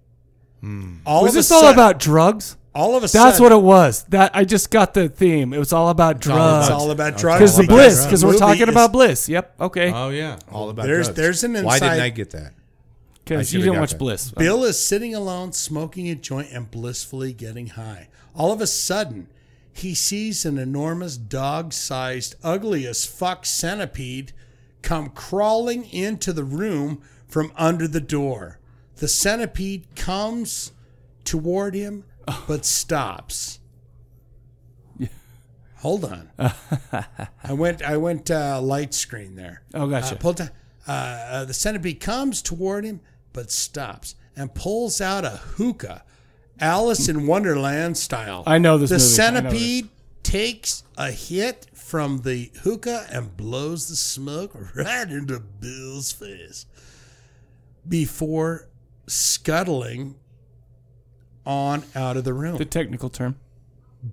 S2: All
S1: Was
S2: of a
S1: Hmm. this all
S2: sudden-
S1: about drugs?
S2: All of a
S1: That's
S2: sudden,
S1: what it was. That I just got the theme. It was all about drugs.
S2: It's all about drugs.
S1: Because
S4: All
S1: the
S4: about
S1: bliss,
S4: drugs.
S1: because we're
S2: Movie
S1: talking
S2: is-
S1: about bliss. Yep. Okay.
S4: Oh yeah, all about
S2: There's-
S4: drugs.
S2: there's an
S4: Why didn't
S2: inside-
S4: I get that? I
S1: Because
S4: should've
S1: you didn't
S4: got
S1: watch
S4: that.
S1: bliss.
S2: Bill is sitting alone smoking a joint and blissfully getting high. All of a sudden, he sees an enormous dog sized, ugly as fuck centipede come crawling into the room from under the door. The centipede comes toward him but stops. Hold on. I went I went uh, light screen there.
S1: Oh, gotcha.
S2: Uh, pull down- uh, uh, the centipede comes toward him, but stops and pulls out a hookah, Alice in Wonderland style.
S1: I know this
S2: The
S1: movie. I know this.
S2: centipede takes a hit from the hookah and blows the smoke right into Bill's face before scuttling on out of the room.
S1: the technical term.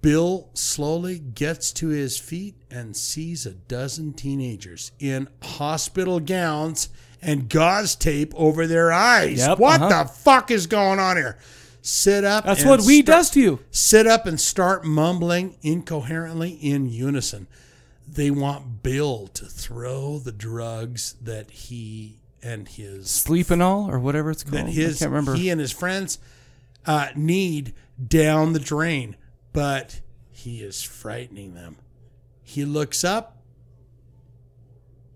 S2: Bill slowly gets to his feet and sees a dozen teenagers in hospital gowns and gauze tape over their eyes.
S1: Yep,
S2: what
S1: uh-huh.
S2: the fuck is going on here? sit up.
S1: That's
S2: and
S1: what weed
S2: sta-
S1: does to you.
S2: Sit up and start mumbling incoherently in unison. They want Bill to throw the drugs that he and his
S1: Sleep and all, or whatever it's called.
S2: that his
S1: I can't remember.
S2: he and his friends uh, need down the drain, but he is frightening them. He looks up,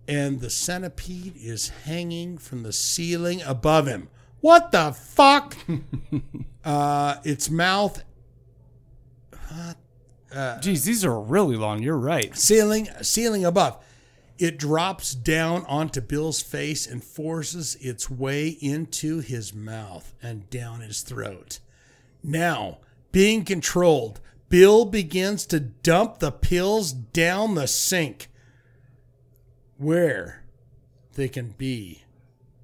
S2: and the centipede is hanging from the ceiling above him. What the fuck? uh, its mouth
S1: Jeez, these are really long. You're right.
S2: ceiling ceiling above. It drops down onto Bill's face and forces its way into his mouth and down his throat. Now, being controlled, Bill begins to dump the pills down the sink where they can be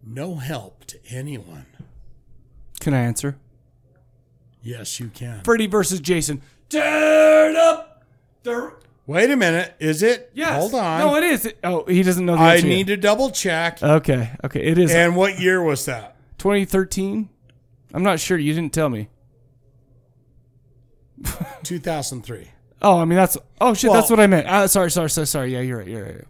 S2: no help to anyone.
S1: Can I answer?
S2: Yes, you can.
S1: Freddy versus Jason. Turn up the.
S2: Wait a minute. Is it?
S1: Yes.
S2: Hold on.
S1: No, it is. It- oh, he doesn't know the
S2: I
S1: answer.
S2: need to double check.
S1: Okay. Okay. It is
S2: and what year was that?
S1: 2013. I'm not sure. You didn't tell me.
S2: 2003.
S1: Oh, I mean that's. Oh shit, that's
S2: Well-
S1: what I meant. Uh, sorry, sorry, sorry, sorry. Yeah, you're right. You're right. You're right.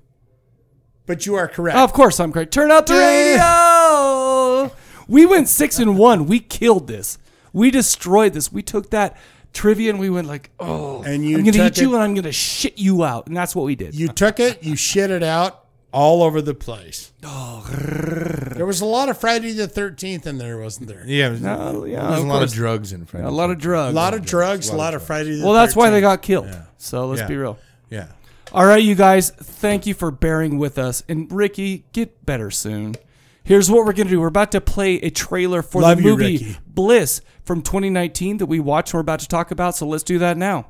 S2: But you are correct.
S1: Oh, of course I'm correct. Turn up the radio. We went six and one. We killed this. We destroyed this. We took that trivia and we went like, oh,
S2: And you
S1: I'm gonna
S2: took
S1: eat you
S2: it-
S1: and I'm gonna shit you out, and that's what we did.
S2: You took it, you shit it out all over the place. Oh. There was a lot of Friday the 13th in there, wasn't there?
S4: Yeah, there's
S1: No, yeah,
S4: there's a
S1: of
S4: lot of
S1: course.
S4: drugs in front.
S1: a lot of drugs.
S2: A lot of drugs, a lot of Friday the
S1: well, that's why they
S2: 13th.
S1: got killed. So let's
S4: Yeah.
S1: be real.
S4: Yeah,
S1: All right, you guys, thank you for bearing with us. And Ricky, get better soon. Here's what we're going to do. We're about to play a trailer for
S2: Love
S1: the
S2: you,
S1: movie
S2: Ricky.
S1: Bliss from 2019 that we watched and we're about to talk about. So let's do that now.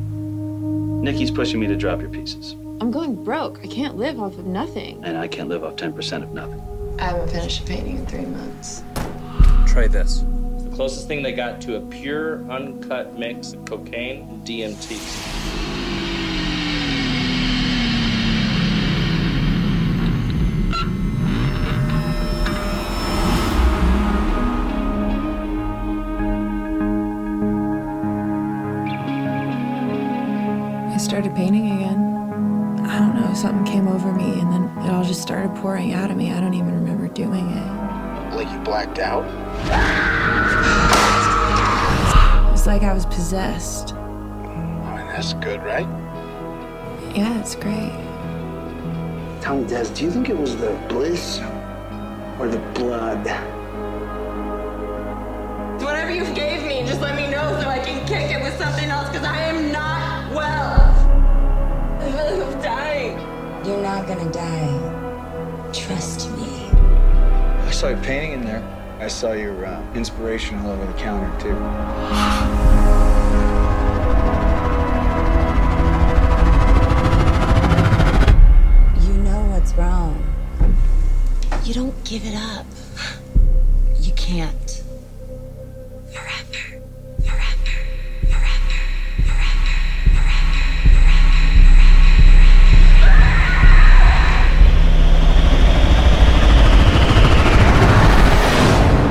S10: Nikki's pushing me to drop your pieces,
S8: I'm going broke. I can't live off of nothing.
S10: and I can't live off 10% of nothing.
S8: I haven't finished a painting in three months.
S10: Try this.
S11: The closest thing they got to a pure, uncut mix of cocaine and DMT.
S8: I started painting again. I don't know, something came over me and then it all just started pouring out of me. I don't even remember doing it.
S10: Like you blacked out?
S8: It was like I was possessed.
S10: I mean, that's good, right?
S8: Yeah, it's great.
S10: Tell me, Des, do you think it was the bliss or the blood?
S8: Whatever you gave me, just let me know so I can kick it with something else because I am not well. I'm dying. You're not gonna die. Trust me.
S10: I saw your painting in there. I saw your uh, inspiration all over the counter, too.
S8: You know what's wrong. You don't give it up. You can't. Forever. Forever. Forever.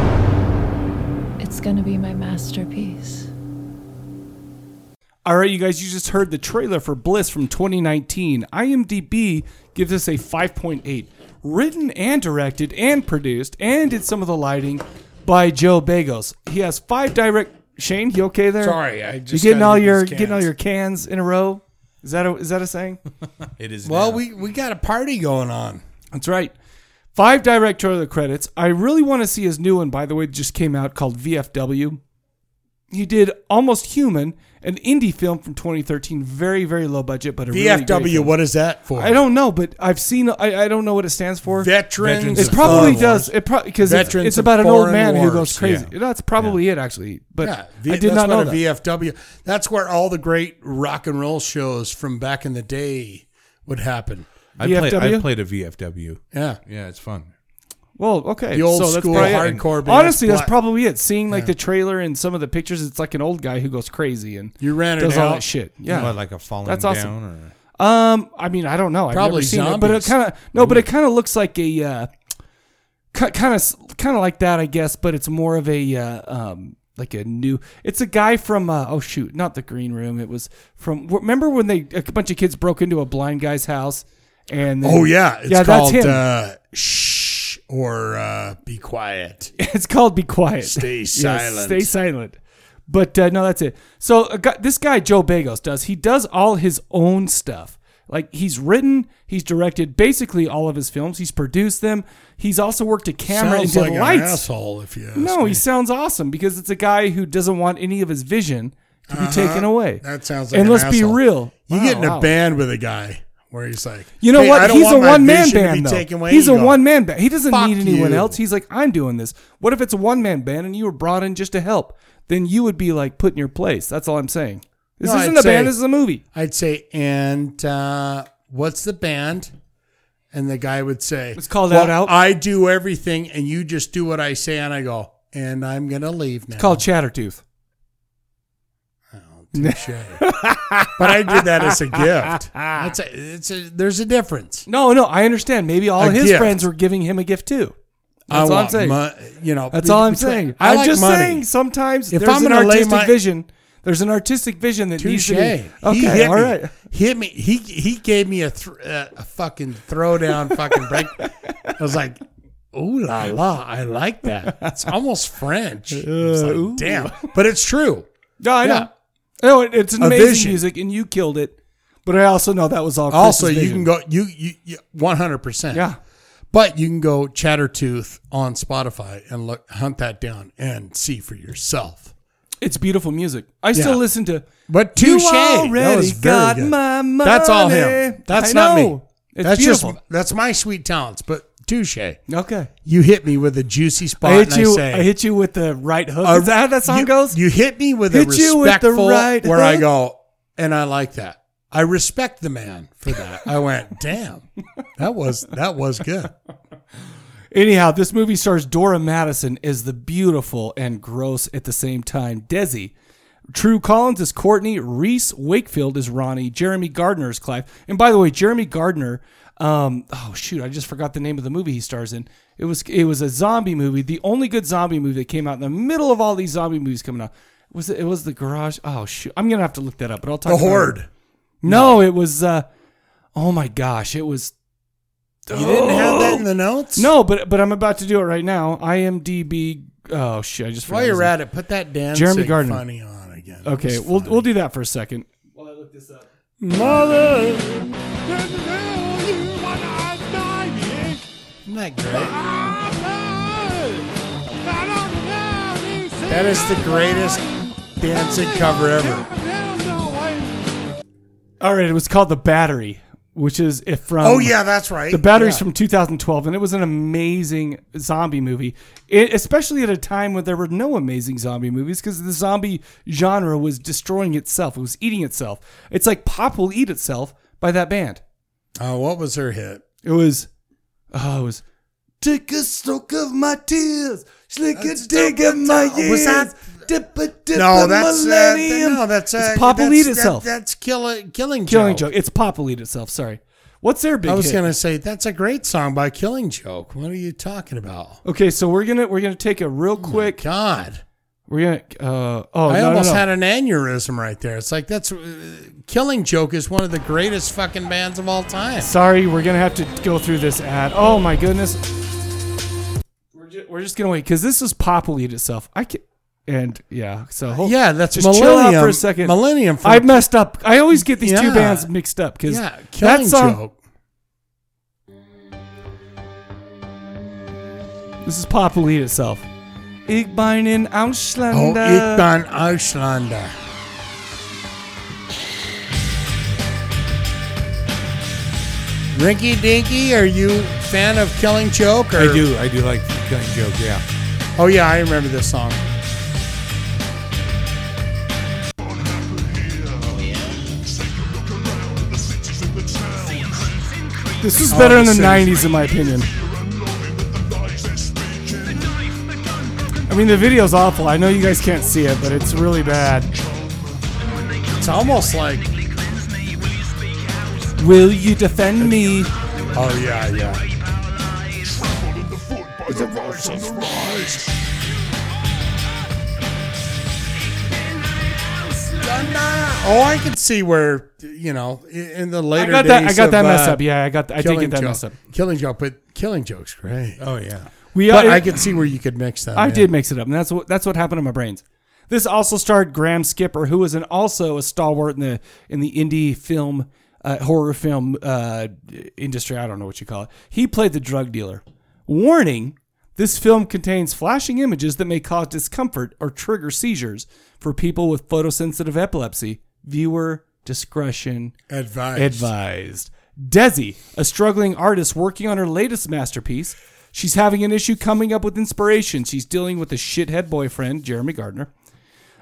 S8: Forever. It's gonna be my masterpiece.
S1: All right, you guys, you just heard the trailer for Bliss from 2019. IMDb gives us a 5.8. Written and directed and produced and did some of the lighting by Joe Bagos. He has five direct. Shane, you okay there?
S2: Sorry, I
S1: You
S2: just
S1: getting
S2: gotta
S1: all
S2: get
S1: your
S2: these
S1: getting all
S2: cans.
S1: your cans in a row? Is that a, is that a saying?
S4: it is.
S2: Well,
S4: now.
S2: we, we got a party going on.
S1: That's right. Five direct trailer credits. I really want to see his new one, by the way, that just came out called VFW. He did Almost Human, an indie film from 2013. Very, very low budget, but a really
S2: VFW,
S1: great film.
S2: what is that for?
S1: I don't know, but I've seen. I, I don't know what it stands for.
S2: Veterans.
S4: Veterans
S1: it
S4: of
S1: probably
S4: Foreign
S1: does. It probably because it's,
S2: Veterans
S1: it's
S2: of
S1: about an old
S2: Foreign
S1: man who
S2: Wars,
S1: goes crazy.
S4: yeah.
S1: That's probably it, actually. But
S2: Yeah,
S1: I
S2: V-
S1: did
S2: that's
S1: not know
S2: what
S1: that.
S2: a VFW. That's where all the great rock and roll shows from back in the day would happen.
S4: I played,
S1: VFW?
S4: I played a VFW.
S2: Yeah.
S4: Yeah, it's fun.
S1: Well, okay.
S2: The old
S1: so that's
S2: school
S1: probably it.
S2: hardcore bands,
S1: Honestly, that's
S2: black-
S1: probably it. Seeing like the trailer and some of the pictures, it's like an old guy who goes crazy and
S2: You ran it
S1: does all
S2: out.
S1: that shit. Yeah,
S4: What, like a falling
S1: That's
S4: down
S1: awesome.
S4: or
S1: Um, I mean, I don't know. I've
S2: Probably
S1: never seen it,
S2: zombies. Mm-hmm.
S1: but it kind of no, but it kind of looks like a uh, kind of kind of like that, I guess. But it's more of a uh, um, like a new. It's a guy from uh, oh shoot, not the green room. It was from. Remember when they a bunch of kids broke into a blind guy's house and then-
S2: Oh yeah, it's
S1: yeah,
S2: called
S1: that's him.
S2: Uh, shh or uh, be quiet.
S1: it's called be quiet.
S2: Stay
S1: Yes,
S2: silent.
S1: stay silent. But uh, no, that's it. So a guy, this guy Joe Bagos does. He does all his own stuff. Like he's written, he's directed basically all of his films. He's produced them. He's also worked a camera
S2: Sounds
S1: and
S2: like
S1: did
S2: an
S1: lights.
S2: asshole if you ask
S1: no,
S2: me.
S1: he sounds awesome because it's a guy who doesn't want any of his vision to be
S2: Uh-huh.
S1: taken away.
S2: That sounds like
S1: and
S2: an
S1: let's
S2: asshole.
S1: be real.
S2: You
S1: Wow,
S2: get in
S1: wow.
S2: a band with a guy where he's like,
S1: You know
S2: "Hey, I
S1: what?
S2: don't
S1: He's
S2: want
S1: a
S2: my
S1: one man
S2: vision to be
S1: band
S2: taken
S1: though.
S2: away."
S1: He's
S2: You
S1: a
S2: go,
S1: one man band. He doesn't
S2: "Fuck
S1: need anyone
S2: you."
S1: else. He's like, I'm doing this. What if it's a one man band and you were brought in just to help? Then you would be like put in your place. That's all I'm saying. This
S2: No,
S1: isn't
S2: I'd
S1: a band.
S2: say-
S1: This is a movie.
S2: I'd say, and uh, what's the band? And the guy would say,
S1: It's called
S2: "Well,
S1: Out Out."
S2: I do everything, and you just do what I say, and I go, and I'm gonna leave now.
S1: It's called Chattertooth.
S2: but I did that as a gift. That's a, it's a, there's a difference.
S1: No, no, I understand. Maybe all
S2: A
S1: his
S2: gift.
S1: friends were giving him a gift too.
S2: I
S1: That's all I'm
S2: want
S1: saying.
S2: mo- you know,
S1: That's all I'm
S2: between-
S1: saying.
S2: I
S1: I'm
S2: like
S1: just
S2: money.
S1: saying sometimes
S2: If
S1: there's
S2: I'm
S1: an
S2: gonna lay
S1: artistic
S2: my-
S1: vision. There's an artistic vision that needs
S2: Touche.
S1: to be.
S2: he
S1: Okay,
S2: hit
S1: all
S2: me.
S1: right.
S2: Hit me. He he gave me a thr uh, a fucking throwdown fucking break. I was like, ooh la la, I like that. It's almost French. I was like,
S1: Uh, ooh.
S2: Damn, but it's true.
S1: No, I
S2: Yeah.
S1: know. No, it, it's
S2: A
S1: amazing
S2: vision.
S1: music, and you killed it. But I also know that was all.
S2: also,
S1: Chris's
S2: you
S1: vision.
S2: can go you you one hundred percent.
S1: Yeah.
S2: But you can go Chattertooth on Spotify and look hunt that down and see for yourself.
S1: It's beautiful music. I
S2: Yeah.
S1: still listen to.
S2: But
S1: You
S2: touche. That
S1: already
S2: was very
S1: got
S2: good.
S1: my money.
S2: That's all him. That's
S1: I
S2: not me.
S1: know. It's
S2: that's
S1: beautiful.
S2: just that's my sweet talents. But touche.
S1: Okay.
S2: You hit me with a juicy spot.
S1: I hit
S2: and
S1: you.
S2: I,
S1: I,
S2: say,
S1: hit you with the right hook.
S2: Uh,
S1: Is that how that song
S2: you-
S1: goes?
S2: You hit me with a
S1: Hit you with the
S2: respectful
S1: right
S2: where I
S1: hook.
S2: go, and I like that. I respect the man for that. I went, damn, that was that was good.
S1: Anyhow, this movie stars Dora Madison as the beautiful and gross at the same time Desi. True Collins is Courtney. Reese Wakefield is Ronnie. Jeremy Gardner is Clive. And by the way, Jeremy Gardner, um, oh shoot, I just forgot the name of the movie he stars in. It was it was a zombie movie, the only good zombie movie that came out in the middle of all these zombie movies coming out. Was it, it was the garage? Oh shoot, I'm gonna have to look that up. But I'll talk.
S2: The
S1: about it.
S2: Horde.
S1: No, it was. Uh, oh my gosh, it was.
S2: You didn't have that in the notes.
S1: No, but but I'm about to do it right now. IMDb. Oh shit! I just forgot
S2: While you're
S1: his name.
S2: at it, put that dancing
S1: Jeremy Gardner.
S2: funny on again.
S1: Okay,
S2: It's
S1: we'll we'll do that for a second.
S2: Mother. That is the greatest dancing cover ever.
S1: All right, it was called the Battery, which is if from.
S2: Oh, yeah, that's right.
S1: The Battery's
S2: Yeah.
S1: from 2012, and it was an amazing zombie movie, it, especially at a time when there were no amazing zombie movies because the zombie genre was destroying itself. It was eating itself. It's like pop will eat itself by that band.
S2: Oh, what was her hit?
S1: It was, oh, it was
S5: Take a stroke of my tears, slick a
S2: That's
S5: dig of my ears.
S2: Was that-
S5: dip a dip
S2: uh, No,
S5: a
S2: that's uh,
S5: millennium?
S2: no, that's uh,
S1: It's Papa
S2: that's-
S1: Lead
S2: that-
S1: itself.
S2: That's killer, killing,
S1: Killing
S2: Joke.
S1: Joke. It's pop will eat itself. Sorry. What's their big?
S2: I was
S1: hit?
S2: gonna say that's a great song by Killing Joke. What are you talking about? Oh
S1: Okay, so we're gonna we're gonna take a real quick.
S2: God,
S1: we're gonna. Uh, oh,
S2: I
S1: no,
S2: almost
S1: no, no.
S2: had an aneurysm right there. It's like that's uh, Killing Joke is one of the greatest fucking bands of all time.
S1: Sorry, we're gonna have to go through this ad. Oh my goodness. We're just, we're just gonna wait because this is pop will eat itself. I can and yeah. So hold,
S2: Yeah, that's
S1: just chill out for
S2: Millennium-
S1: a second.
S2: Millennium from-
S1: I messed up. I always get these two
S2: Yeah.
S1: bands mixed up because
S2: Yeah,
S1: that
S2: Killing
S1: song.
S2: Joke.
S1: This is pop will eat itself. Ich bin in
S2: Oh,
S1: Ausland.
S2: ich bin Ausländer. Rinky Dinky, are you fan of Killing Joke? Or?
S4: I do. I do like Killing Joke. Yeah.
S2: Oh yeah, I remember this song.
S1: This is
S2: Oh,
S1: better in the
S2: this is-
S1: '90s, in my opinion. I mean, the video's awful. I know you guys can't see it, but it's really bad.
S2: It's almost like
S1: Will you defend me?
S2: Oh yeah, yeah.
S5: The voice of rise.
S2: Oh, I can see where you know i- in the later.
S1: got that- I
S2: days
S1: got
S2: of,
S1: that mess
S2: uh,
S1: up. Yeah, I got- I did
S2: Killing
S1: get that
S2: joke.
S1: mess up.
S2: Killing joke, but killing joke's great. Oh yeah,
S1: We
S2: but
S1: are-
S2: I can see where you could mix that.
S1: I
S2: yeah.
S1: did mix it up, and that's what that's what happened to my brains. This also starred Graham Skipper, who was an also a stalwart in the in the indie film uh, horror film uh, industry. I don't know what you call it. He played the drug dealer. Warning: This film contains flashing images that may cause discomfort or trigger seizures for people with photosensitive epilepsy. Viewer discretion
S2: Advised.
S1: Advised. Desi, a struggling artist working on her latest masterpiece. She's having an issue coming up with inspiration. She's dealing with a shithead boyfriend, Jeremy Gardner,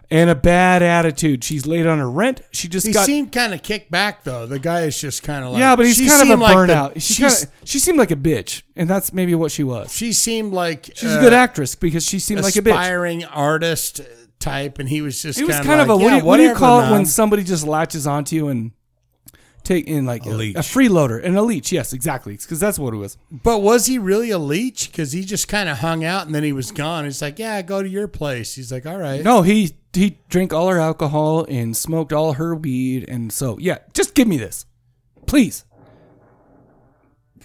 S1: and a bad attitude. She's late on her rent. She just
S2: he
S1: got
S2: seemed kind of kicked back though. The guy is just kind of like
S1: yeah, but he's
S2: she
S1: kind of
S2: seemed
S1: a
S2: like the-
S1: burnout. she
S2: she's-
S1: kinda, she seemed like a bitch, and that's maybe what she was.
S2: She seemed like
S1: she's
S2: uh,
S1: a good actress because she seemed like a bitch.
S2: aspiring artist type, and he was just
S1: It was
S2: kinda
S1: kind of a
S2: like,
S1: what,
S2: "Yeah,
S1: do you, what do you
S2: whatever,
S1: call it
S2: man."
S1: when somebody just latches onto you and take in like a, a freeloader, an elite? Yes, exactly, because that's what it was.
S2: But was he really a leech? Because he just kind of hung out and then he was gone. He's like, yeah, go to your place. He's like, all right.
S1: No, he he drank all her alcohol and smoked all her weed, and so yeah, just give me this, please.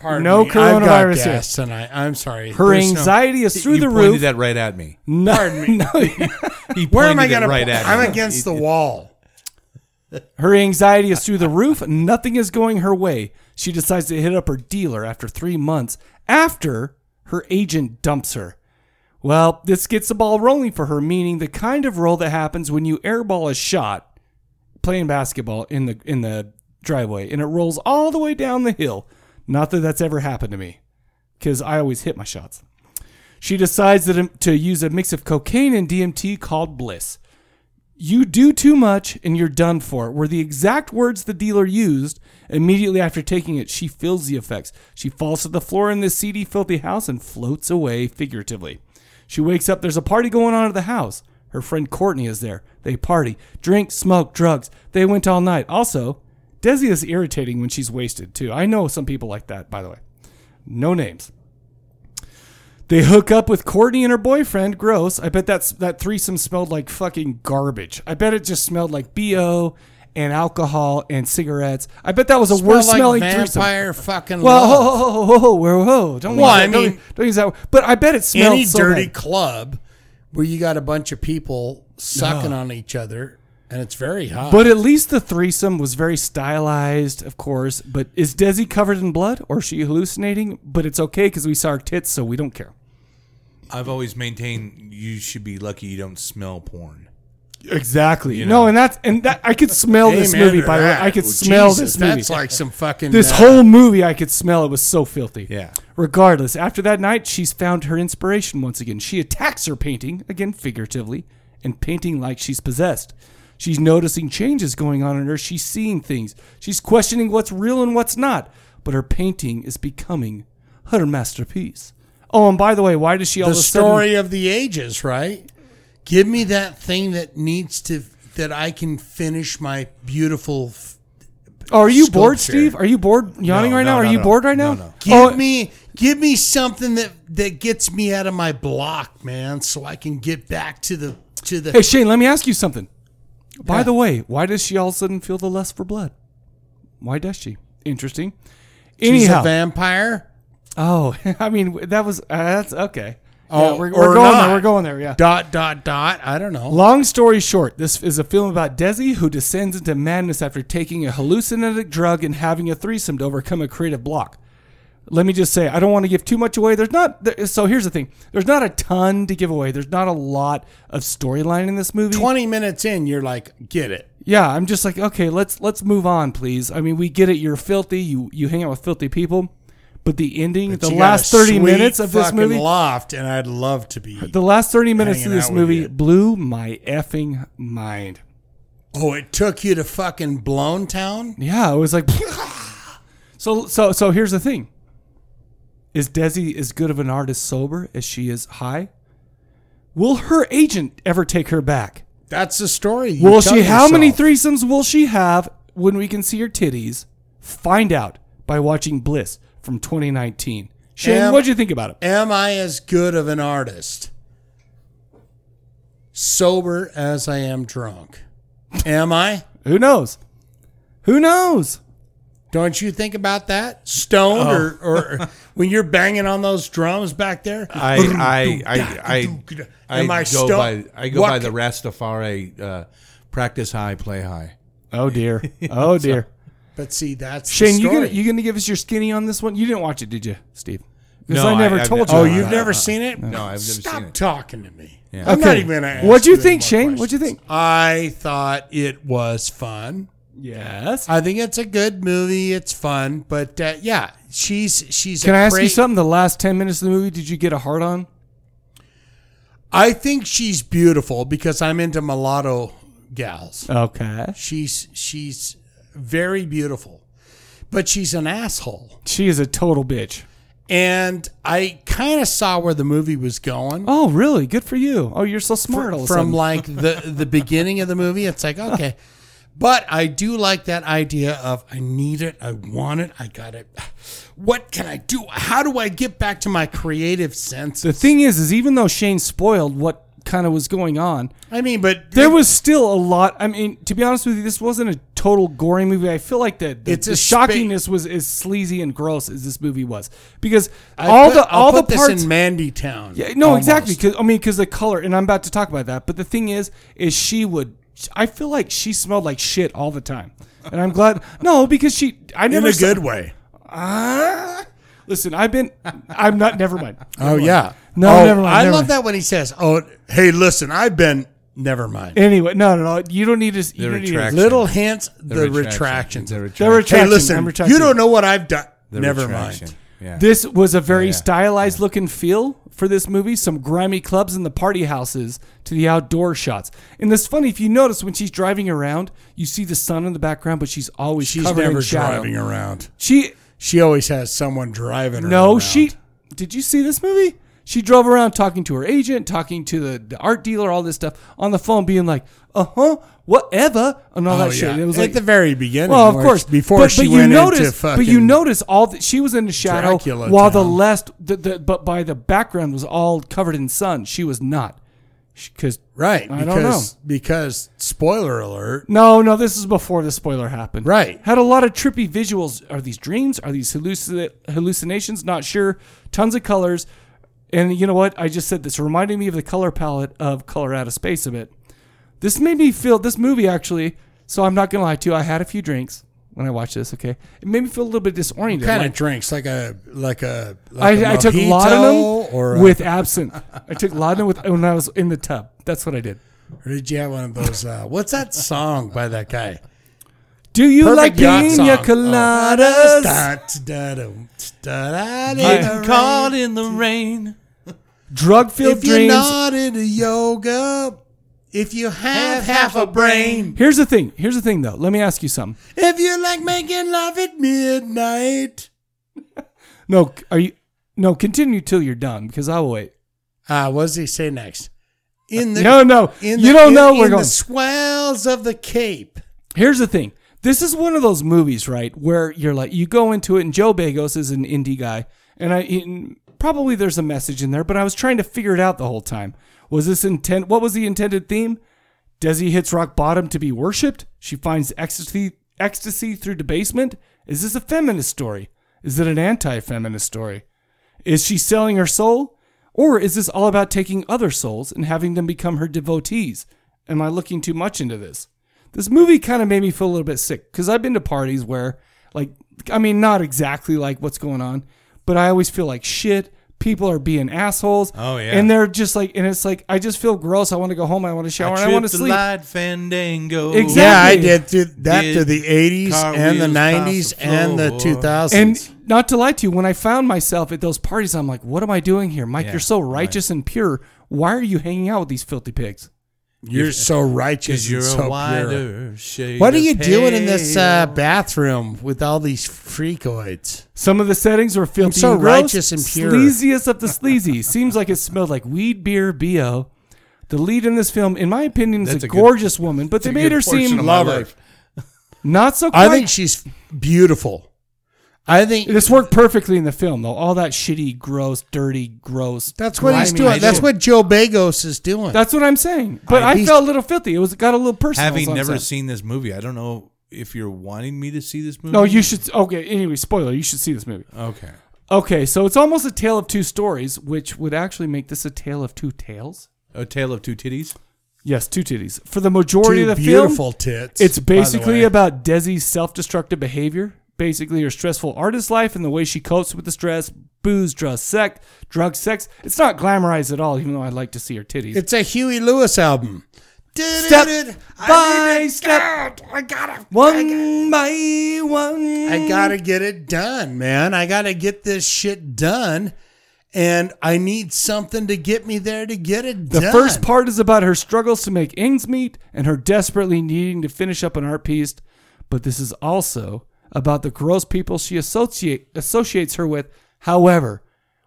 S2: Pardon
S1: no
S2: me. I've got
S1: coronavirus here.
S2: gas tonight. I'm sorry.
S1: Her
S2: There's no-
S1: anxiety is through
S4: you
S1: the
S4: pointed
S1: roof.
S4: that right at me.
S1: No, no.
S4: He
S2: Where am I
S4: pointed it
S2: gonna?
S4: right at
S2: I'm
S4: me.
S2: against the wall.
S1: her anxiety is through the roof. Nothing is going her way. She decides to hit up her dealer after three months after her agent dumps her. Well, this gets the ball rolling for her, meaning the kind of roll that happens when you airball a shot playing basketball in the in the driveway and it rolls all the way down the hill. Not that that's ever happened to me cuz I always hit my shots. She decides that um, to use a mix of cocaine and DMT called Bliss. You do too much and you're done for were the exact words the dealer used. Immediately after taking it, she feels the effects. She falls to the floor in this seedy, filthy house and floats away figuratively. She wakes up, there's a party going on at the house. Her friend Courtney is there. They party, drink, smoke, drugs. They went all night. Also, Desi is irritating when she's wasted, too. I know some people like that, by the way. No names. They hook up with Courtney and her boyfriend. Gross. I bet that's that threesome smelled like fucking garbage. I bet it just smelled like bo and alcohol and cigarettes. I bet that was a
S2: Smelled
S1: worse
S2: like
S1: smelling
S2: vampire
S1: threesome.
S2: fucking
S1: Well,
S2: love.
S1: ho, ho, ho, ho, ho, ho, ho. Don't
S2: Well,
S1: use
S2: I
S1: that- don't-
S2: mean-
S1: don't use that. But I bet it smelled
S2: Any
S1: so
S2: dirty
S1: bad.
S2: club where you got a bunch of people sucking on each other, and it's very hot.
S1: But at least the threesome was very stylized, of course. But is Desi covered in blood or is she hallucinating? But it's okay because we saw her tits, so we don't care.
S4: I've always maintained you should be lucky you don't smell porn.
S1: Exactly.
S4: You
S1: No, and that's and that I could smell this
S2: Amen
S1: movie.
S2: to
S1: By the way,
S2: that.
S1: I could
S2: Oh,
S1: smell
S2: Jesus,
S1: this movie.
S2: that's like some fucking,
S1: This
S2: uh,
S1: whole movie, I could smell. It was so filthy.
S4: Yeah.
S1: Regardless, after that night, she's found her inspiration once again. She attacks her painting again, figuratively, and painting like she's possessed. She's noticing changes going on in her. She's seeing things. She's questioning what's real and what's not. But her painting is becoming her masterpiece. Oh, and by the way, why does she all
S2: the
S1: of a sudden-
S2: story of the ages, right? Give me that thing that needs to that I can finish my beautiful. f-
S1: Are you bored,
S2: sculpture.
S1: Steve? Are you bored yawning
S4: No,
S1: right
S4: no,
S1: now? Are
S4: no,
S1: you
S4: no.
S1: bored right now?
S4: No, no.
S2: Give
S1: Oh,
S2: me, give me something that that gets me out of my block, man, so I can get back to the to the.
S1: Hey Shane, let me ask you something. By
S2: Yeah.
S1: the way, why does she all of a sudden feel the lust for blood? Why does she? Interesting.
S2: She's
S1: Anyhow,
S2: a vampire.
S1: oh, I mean that was uh, that's okay. Yeah, we're,
S2: Oh, or
S1: we're going
S2: not.
S1: there. We're going there. Yeah.
S2: Dot dot dot. I don't know.
S1: Long story short, this is a film about Desi who descends into madness after taking a hallucinogenic drug and having a threesome to overcome a creative block. Let me just say, I don't want to give too much away. There's not there, so here's the thing. There's not a ton to give away. There's not a lot of storyline in this movie.
S2: Twenty minutes in, you're like, get it.
S1: yeah, I'm just like, okay, let's let's move on, please. I mean, we get it. You're filthy. You you hang out with filthy people, but the ending,
S2: But
S1: the
S2: you got
S1: last
S2: a
S1: 30
S2: sweet
S1: minutes of this
S2: fucking
S1: movie,
S2: loft, and I'd love to be.
S1: the last 30 minutes of
S2: hanging
S1: this
S2: out with
S1: movie
S2: you.
S1: blew my effing mind.
S2: Oh, it took you to fucking Blown Town.
S1: Yeah, it was like. so so so here's the thing. Is Desi as good of an artist sober as she is high? Will her agent ever take her back?
S2: That's the story. you
S1: Will
S2: tell
S1: she? How many
S2: yourself.
S1: threesomes will she have when we can see her titties Find out by watching Bliss from 2019. Shane, what'd you think about it?
S2: Am I as good of an artist? Sober as I am drunk. Am I?
S1: Who knows? Who knows?
S2: Don't you think about that? Stoned or,
S1: Oh.
S2: or when you're banging on those drums back there?
S4: I I I I,
S2: Am
S4: I,
S2: I
S4: go
S2: stoned?
S4: by I go by
S2: What-
S4: the Rastafari uh, practice high, play high.
S1: Oh dear. Oh dear.
S2: But see, that's the
S1: Shane, you gonna
S2: story.
S1: you gonna give us your skinny on this one? You didn't watch it, did you, Steve? Because
S4: No,
S1: I never
S4: I- I've
S1: told you.
S4: never-
S2: Oh,
S4: No,
S2: you've
S4: I-
S2: never
S4: I-
S2: seen it?
S4: no, I've never seen
S2: Stop
S4: it.
S2: talking to me.
S4: Yeah.
S2: I'm not
S1: Okay.
S2: even going to ask.
S1: What'd you
S2: any
S1: think,
S2: more
S1: Shane? What'd you
S2: questions.
S1: think?
S2: I thought it was fun.
S1: Yes.
S2: I think it's a good movie. It's fun, but uh, yeah, she's she's.
S1: Can I
S2: I
S1: ask you something? The last ten minutes of the movie, did you get a hard on?
S2: I think she's beautiful because I'm into mulatto gals.
S1: Okay.
S2: She's she's very beautiful, but she's an asshole.
S1: She is a total bitch.
S2: And I kind of saw where the movie was going.
S1: Oh, really? Good for you. Oh, you're so smart. all of a
S2: from
S1: sudden.
S2: like the the beginning of the movie. It's like okay, but I do like that idea of I need it, I want it, I got it. What can I do? How do I get back to my creative sense?
S1: the thing is, is even though Shane spoiled what kind of was going on,
S2: I mean, but
S1: there was still a lot. I mean, to be honest with you, this wasn't a total gory movie. I feel like the, the,
S2: It's
S1: the
S2: a spa-
S1: shockingness was as sleazy and gross as this movie was because
S2: I
S1: all
S2: put-
S1: the
S2: I'll
S1: all
S2: put
S1: the
S2: this
S1: parts
S2: in Mandy Town.
S1: Yeah, no,
S2: almost.
S1: exactly. 'cause- I mean, because the color, and I'm about to talk about that. But the thing is, is she would. I feel like she smelled like shit all the time, and I'm glad. No, because she. I
S2: in
S1: never
S2: a
S1: saw-
S2: good way.
S1: Ah. listen, I've been. I'm not. Never mind.
S2: Oh yeah.
S1: No,
S2: Oh,
S1: never mind,
S2: I
S1: never
S2: love
S1: mind.
S2: that when he says, "Oh, hey, listen, I've been." Never mind.
S1: Anyway, no, no, no. You don't need to.
S4: The
S1: you don't need to-
S4: retraction.
S2: Little hints, the,
S4: The
S2: retractions.
S4: retractions. The
S1: The
S4: retraction.
S1: retraction.
S2: Hey, listen,
S1: I'm retracting.
S2: you don't know what I've done.
S4: The
S2: Never
S4: retraction.
S2: mind.
S4: Yeah.
S1: This was a very
S4: Yeah.
S1: stylized looking feel for this movie. Some grimy clubs and the party houses to the outdoor shots. And it's funny if you notice when she's driving around, you see the sun in the background, but she's always
S2: She's
S1: covered
S2: never
S1: in shadow.
S2: driving around.
S1: She
S2: She always has someone driving her.
S1: No,
S2: around.
S1: she. Did you see this movie? She drove around talking to her agent, talking to the, the art dealer, all this stuff on the phone, being like, "Uh huh, whatever," and all
S2: Oh,
S1: that shit.
S2: yeah.
S1: It was
S2: at
S1: like
S2: the very beginning.
S1: Well, of
S2: where-
S1: course,
S2: before
S1: but,
S2: she
S1: but you
S2: went
S1: notice,
S2: into fucking.
S1: but you notice all that she was in the shadow,
S2: Dracula
S1: while the
S2: Town.
S1: last, the, the but by the background was all covered in sun. She was not, because
S2: right?
S1: I
S2: because,
S1: don't know.
S2: Because spoiler alert.
S1: No, no, this is before the spoiler happened.
S2: Right.
S1: Had a lot of trippy visuals. Are these dreams? Are these hallucin- hallucinations? Not sure. Tons of colors. And you know what? I just said this reminded me of the color palette of Color Out of Space a bit. This made me feel, this movie actually, so I'm not going to lie to you, I had a few drinks when I watched this, okay? It made me feel a little bit disoriented.
S2: Kind of
S1: Like,
S2: drinks like a like a. Like
S1: I,
S2: a
S1: I took
S2: mojito
S1: laudanum
S2: or a-
S1: with absinthe. I took laudanum with when I was in the tub. That's what I did.
S2: Or did you have one of those? Uh, what's that song by that guy?
S1: Do you
S2: Perfect
S1: like
S2: yacht song.
S1: pina
S2: Oh.
S1: coladas?
S2: Getting
S4: caught in the rain.
S1: Drug-filled
S2: If you're
S1: dreams.
S2: not into yoga, if you have half a brain,
S1: Here's the thing. Here's the thing, though. Let me ask you something.
S2: if you like making love at midnight.
S1: No, c- are you? No, continue till you're done because I'll wait.
S2: Ah, what does he say next? In the
S1: No, no,
S2: in
S1: you don't
S2: in-
S1: know where
S2: in
S1: going.
S2: the swells of the Cape.
S1: Here's the thing. This is one of those movies, right, where you're like, you go into it, and Joe Bagos is an indie guy, and I and probably there's a message in there, but I was trying to figure it out the whole time. Was this intent? What was the intended theme? Desi hits rock bottom to be worshipped. She finds ecstasy, ecstasy through debasement. Is this a feminist story? Is it an anti-feminist story? Is she selling her soul? Or is this all about taking other souls and having them become her devotees? Am I looking too much into this? This movie kind of made me feel a little bit sick because I've been to parties where, like, I mean, not exactly like what's going on, but I always feel like shit. People are being assholes.
S4: Oh, yeah.
S1: And they're just like, and it's like, I just feel gross. I want to go home. I want to shower. I, want to
S4: Tripped
S1: sleep.
S4: Light fandango.
S1: Exactly.
S2: Yeah, I
S1: Exactly.
S2: did through that
S4: Did
S2: to the 80s and the
S4: cartwheels
S2: 90s
S4: past the
S2: and the
S4: floorboard.
S2: 2000s.
S1: And not to lie to you, when I found myself at those parties, I'm like, what am I doing here? Mike,
S4: Yeah,
S1: you're so righteous and pure. Why are you hanging out with these filthy pigs?
S2: you're so righteous
S4: Because you're
S2: and so
S4: a
S2: pure.
S4: wider shade.
S2: What are
S4: of
S2: you doing in this uh,
S4: pale.
S2: bathroom with all these freakoids?
S1: Some of the settings were filthy
S2: so
S1: and gross,
S2: righteous and pure.
S1: Sleaziest of the sleazy. Seems like it smelled like weed, beer, bo. The lead in this film, in my opinion, is
S4: That's
S1: a,
S4: a good-
S1: gorgeous woman, but they
S4: a
S1: made
S4: good
S1: her
S4: portion
S1: seem
S4: of my
S1: lover.
S4: life.
S1: Not so.
S2: I think she's beautiful. I think
S1: this worked perfectly in the film, though. All that shitty, gross, dirty, gross.
S2: That's what he's doing. That's what Joe Bagos is doing.
S1: That's what I'm saying. But I,
S2: he's-
S1: felt a little filthy. It was got a little personal. is
S4: Having
S1: what I'm
S4: never
S1: saying.
S4: seen this movie, I don't know if you're wanting me to see this movie.
S1: No,
S2: Mm-hmm.
S1: you should. Okay. Anyway, spoiler. You should see this movie.
S4: Okay.
S1: Okay. So it's almost a tale of two stories, which would actually make this a tale of two tales.
S4: A Tale of Two Titties.
S1: Yes, two titties. For the majority
S2: Two
S1: of the film,
S2: beautiful tits,
S1: It's
S2: by the way.
S1: basically about Desi's self-destructive behavior, basically her stressful artist life and the way she copes with the stress, booze, drugs, sex, drug sex. It's not glamorized at all, even though I'd like to see her titties.
S2: It's a Huey Lewis album.
S1: Step by step,
S2: I gotta
S1: one by one.
S2: I gotta get it done, man. I gotta get this shit done, and I need something to get me there to get it
S1: The
S2: done.
S1: first part is about her struggles to make ends meet and her desperately needing to finish up an art piece, but this is also about the gross people she associate associates her with. However,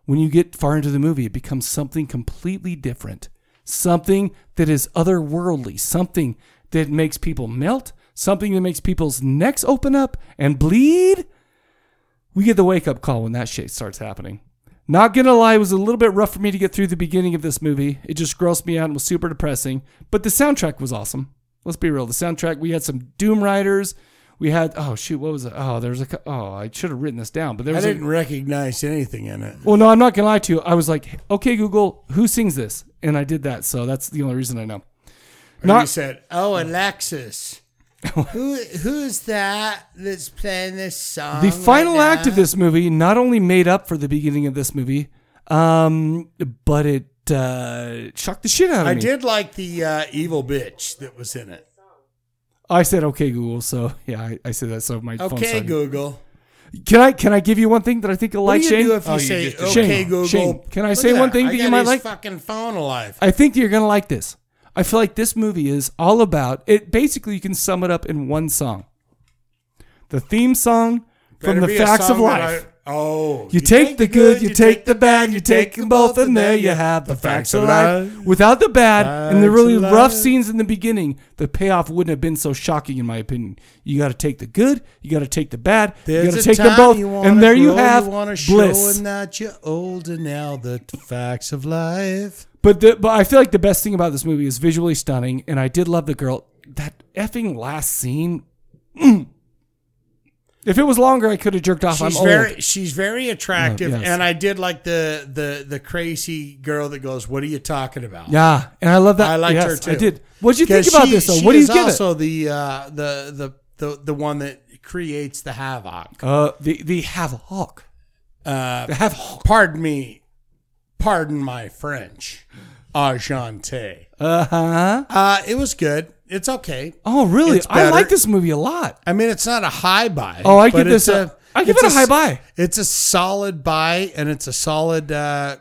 S1: when you get far into the movie, it becomes something completely different. Something that is otherworldly, something that makes people melt, something that makes people's necks open up and bleed. We get the wake up call when that shit starts happening. Not gonna lie, it was a little bit rough for me to get through the beginning of this movie. It just grossed me out and was super depressing. But the soundtrack was awesome. Let's be real. The soundtrack, we had some Doom Riders. We had, oh shoot, what was it? Oh, there was a, cou- oh, I should have written this down, but there
S2: I
S1: was a-
S2: didn't recognize anything in it.
S1: well, no, I'm not gonna lie to you. I was like, okay, Google, who sings this? And I did that, so that's the only reason I know.
S2: Not,
S1: Not
S2: said, "Oh, Alexis, who who's that that's playing this song?"
S1: the final
S2: right
S1: act of this movie not only made up for the beginning of this movie, um, but it uh, shocked the shit out
S2: now?"
S1: of
S2: I
S1: me.
S2: did like the uh, evil bitch that was in it.
S1: I said okay, Google. So yeah, I, I said that. So my phone
S2: Okay,
S1: started-
S2: Google.
S1: Can I can I give you one thing that I think you'll
S2: What
S1: like,
S2: do you
S1: Shane?
S2: do if you
S1: Oh,
S2: say
S1: just did.
S2: "Okay,
S1: Shane,
S2: Google"?
S1: Shane, can I
S2: Look
S1: say
S2: at
S1: one
S2: that.
S1: thing
S2: I
S1: that you
S2: got
S1: might
S2: his
S1: like?
S2: Fucking phone alive.
S1: I think you're gonna like this. I feel like this movie is all about it. Basically, you can sum it up in one song. The theme song from
S2: Better
S1: the
S2: be a
S1: Facts of
S2: song that
S1: Life.
S2: I- oh,
S1: You take the good, you take the bad, you take them both, and there you have the facts of life. Without the bad and the
S2: Facts
S1: really
S2: of
S1: rough
S2: life.
S1: scenes in the beginning, the payoff wouldn't have been so shocking, in my opinion. You got to take the good, you got to take the bad, you got to
S2: There's a
S1: take them
S2: time
S1: both,
S2: you wanna
S1: and there you
S2: grow,
S1: have
S2: wanna show
S1: bliss.
S2: 'em that you're older now. The facts of life.
S1: But the, but I feel like the best thing about this movie is visually stunning, and I did love the girl. That effing last scene. Mm. If it was longer, I could have jerked off.
S2: She's
S1: I'm
S2: very,
S1: old.
S2: she's very attractive,
S1: yes.
S2: and I did like the the the crazy girl that goes, "What are you talking about?"
S1: Yeah, and I love that.
S2: I liked
S1: yes,
S2: her too.
S1: I did. What'd you think
S2: 'Cause
S1: about
S2: she-
S1: this though?
S2: she
S1: What do you
S2: is
S1: give it?
S2: also the uh, the the the the one that creates the havoc.
S1: Uh, the the Havoc.
S2: Uh,
S1: the havoc.
S2: Pardon me, pardon my French. Agente.
S1: Uh-huh.
S2: Uh It was good. It's okay.
S1: Oh, really?
S2: It's
S1: I
S2: better.
S1: like this movie a lot.
S2: I mean, it's not a high buy.
S1: Oh, I
S2: but
S1: give this
S2: it's
S1: a- I give
S2: it's
S1: it a high
S2: s-
S1: buy.
S2: It's a solid buy, and it's a solid. uh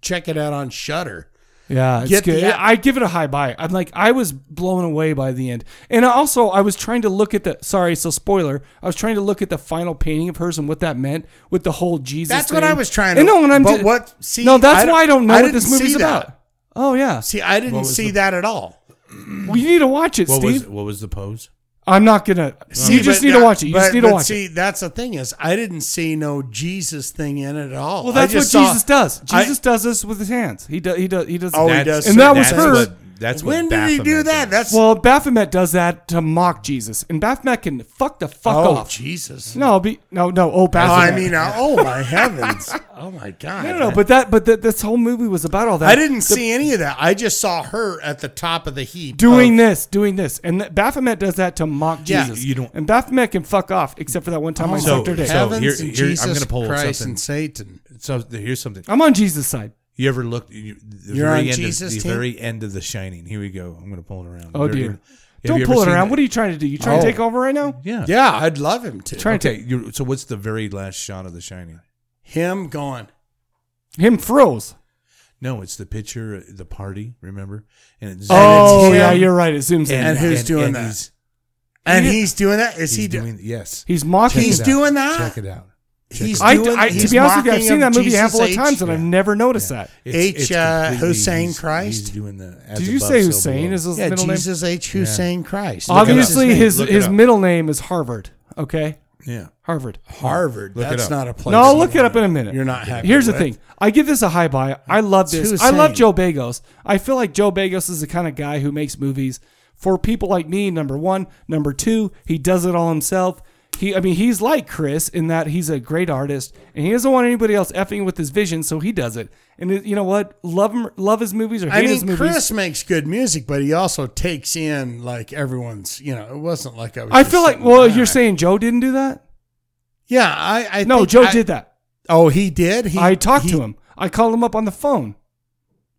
S2: Check it out on Shutter.
S1: Yeah, it's
S2: Get
S1: good.
S2: the-
S1: Yeah, I give it a high buy. I'm like, I was blown away by the end, and also I was trying to look at the. Sorry, so spoiler. I was trying to look at the final painting of hers and what that meant with the whole Jesus.
S2: That's what
S1: thing.
S2: I was trying to-
S1: And no, and I'm
S2: but
S1: ju-
S2: what- see,
S1: no, that's
S2: I don't-
S1: why I don't know
S2: I
S1: what this
S2: didn't see
S1: movie's
S2: that.
S1: about. Oh yeah.
S2: See, I didn't see that at all.
S1: Well, you need to watch it,
S4: What
S1: Steve.
S4: was what was the pose?
S1: I'm not gonna.
S2: See,
S1: you just
S2: but
S1: need
S2: that-
S1: to watch it. You just
S2: but-
S1: need to
S2: but
S1: watch
S2: see, that's the thing is, I didn't see no Jesus thing in it at all.
S1: Well,
S2: I
S1: that's what
S2: just saw-
S1: Jesus does.
S2: I-
S1: Jesus does this with his hands. He does. He does. He does.
S2: Oh, he That's- does.
S1: And that was
S2: that's
S1: hers.
S2: what- that's what When did he do Baphomet that? does. That's-
S1: well, Baphomet does that to mock Jesus, and Baphomet can fuck the fuck
S2: Oh,
S1: off.
S2: Jesus.
S1: No, be no, no. Oh,
S2: Oh, I
S1: Baphomet.
S2: mean, uh, oh my heavens! Oh my God!
S1: no, no, no. But that, but that, this whole movie was about all that.
S2: I didn't
S1: The-
S2: see any of that. I just saw her at the top of the heap
S1: doing
S2: of-
S1: this, doing this, and that Baphomet does that to mock
S2: Yeah, Oh,
S1: Jesus.
S4: you don't-
S1: And Baphomet can fuck off, except for that one time I
S4: so,
S1: sucked her dick.
S4: so here,
S2: Heavens and
S4: here- I'm
S2: Jesus
S4: going to pull
S2: Christ
S4: something.
S2: and Satan.
S4: So th- here's something.
S1: I'm on Jesus' side.
S4: You ever looked? You, the
S2: You're
S4: very
S2: on
S4: end
S2: Jesus'
S4: of, the
S2: team?
S4: very end of The Shining. Here we go. I'm going to pull it around.
S1: Oh
S4: Very
S1: dear.
S4: end. Have
S1: Don't
S4: you ever
S1: pull it
S4: seen
S1: around.
S4: that?
S1: What are you trying to do? You trying to
S4: Oh.
S1: take over right now?
S4: Yeah.
S2: Yeah, I'd love him to.
S1: Trying
S4: okay. you so what's the very last shot of The Shining?
S2: Him going.
S1: Him froze.
S4: No, it's the picture, uh, the party. Remember? And it zooms
S1: Oh,
S4: in.
S1: yeah, you're right. It zooms in.
S2: And, who's doing that?
S4: he's-
S2: and he's doing that. Is
S4: he's
S2: he do-
S4: doing? Yes.
S1: He's mocking.
S4: Check
S2: He's
S4: it out.
S2: doing that?
S4: Check it out.
S2: He's
S1: I,
S2: doing-
S1: I- to
S2: he's
S1: be honest with you, I've
S2: mocking
S1: seen that
S2: of
S1: movie a
S2: Jesus
S1: handful of
S2: H.
S1: times, and I've never noticed that.
S2: H. uh, Hussein Christ.
S4: doing the. as
S1: Did you
S4: above,
S1: say
S4: so
S1: Hussein
S4: below.
S1: is his
S2: Yeah,
S1: middle name?
S2: Jesus H. Hussein Christ. Look it up.
S1: Obviously,
S2: His name,
S1: his
S2: look it
S1: his
S2: up.
S1: middle name is Harvard. Okay.
S4: Yeah.
S1: Harvard.
S2: Harvard. Look it That's up. not a place
S1: No, I'll
S2: you
S1: look it up in a minute.
S2: you're not happy
S1: Here's the
S2: with.
S1: thing. I give this a high buy. I love
S2: It's
S1: this. I love
S2: Hussein.
S1: Joe Bagos. I feel like Joe Bagos is the kind of guy who makes movies for people like me. Number one, number two, he does it all himself. He, I mean, he's like Chris in that he's a great artist and he doesn't want anybody else effing with his vision, so he does it. And it- you know what? Love him, love his movies or hate
S2: I
S1: his
S2: mean,
S1: movies.
S2: Chris makes good music, but he also takes in like everyone's. You know, it wasn't like I was.
S1: I
S2: just
S1: feel like,
S2: sitting
S1: well,
S2: back.
S1: you're saying Joe didn't do that?
S2: Yeah, I. I
S1: no,
S2: think
S1: Joe
S2: I-
S1: did that.
S2: Oh, he did. He,
S1: I talked to him. I called him up on the phone.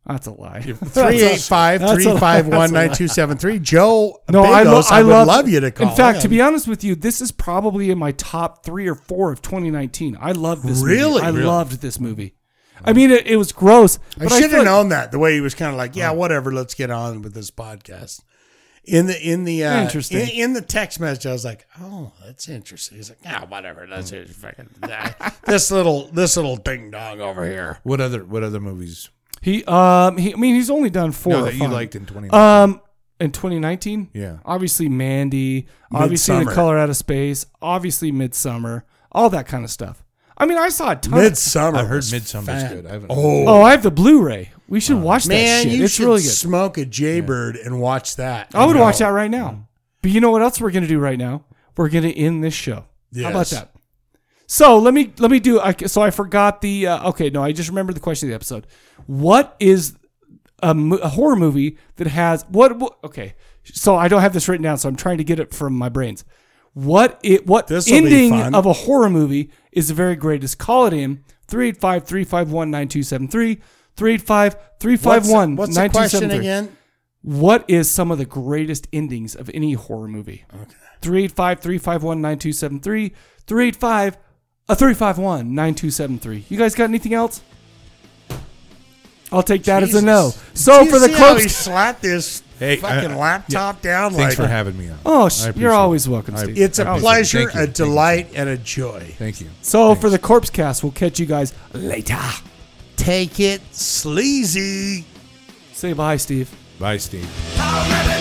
S1: That's a lie.
S2: 385 351 9273. Joe,
S1: No, I, lo-
S2: Bagos,
S1: I,
S2: would
S1: love,
S2: love you to call.
S1: In fact, to
S2: in.
S1: be honest with you, this is probably in my top three or four of 2019. I loved this. movie.
S2: Really?
S1: I
S2: Really?
S1: loved this movie. I mean, it, it was gross.
S2: I
S1: But I,
S2: should have
S1: feel like-
S2: known that the way he was kind of like, yeah, whatever, let's get on with this podcast. In the in the uh,
S1: Interesting.
S2: In, in the text message, I was like, oh, that's interesting. He's like, ah, whatever, that's it. Fucking this little this little ding dong over here.
S4: What other What other movies?
S1: He, um, he, I mean, he's only done four.
S4: No,
S1: or
S4: that you
S1: five.
S4: liked in 2019.
S1: Um, in 2019,
S4: Yeah.
S1: obviously Mandy, obviously The
S2: Midsummer.
S1: Color Out of Space, obviously Midsummer, all that kind of stuff. I mean, I saw a ton. of-
S2: Midsummer.
S4: I heard
S2: was
S4: Midsummer's
S2: fan-
S4: good. I haven't-
S2: oh,
S1: oh, I have the Blu-ray. We should watch
S2: man,
S1: that shit.
S2: you
S1: it's
S2: should
S1: really good.
S2: smoke a Jaybird and watch that.
S1: I would
S2: No.
S1: watch that right now. But you know what else we're gonna do right now? We're gonna end this show. How about
S2: Yes.
S1: that? So let me let me do. I, so I forgot the. Uh, okay, no, I just remembered the question of the episode. What is a, mo- a horror movie that has what, what? Okay, so I don't have this written down, so I'm trying to get it from my brains. What it what
S2: This'll be
S1: ending
S2: fun.
S1: of a horror movie is the very greatest? Call it in 385 351 9273. 385
S2: What's the-
S1: 351
S2: What's the question again?
S1: what is some of the greatest endings of any horror movie? Okay. 385 351 9273. 385 351 9273. You guys got anything else? I'll take that as
S2: Jesus.
S1: a no. So
S2: Did
S1: for
S2: you
S1: the
S2: see how he
S1: Cloaks.
S2: slapped this
S4: Hey,
S2: fucking
S4: I- I-
S2: laptop down.
S4: Thanks
S2: like,
S4: for having me on.
S1: Oh,
S4: I
S1: sh-
S4: appreciate
S1: you're
S4: it.
S1: always welcome, Steve.
S2: It's a
S1: Always
S2: pleasure,
S4: Thank you.
S2: a
S4: Thank you.
S2: delight, and a joy.
S4: Thank you.
S1: So for the Corpse Cast, we'll catch you guys later.
S2: Take it sleazy.
S1: Say bye, Steve.
S4: Bye, Steve.
S8: How many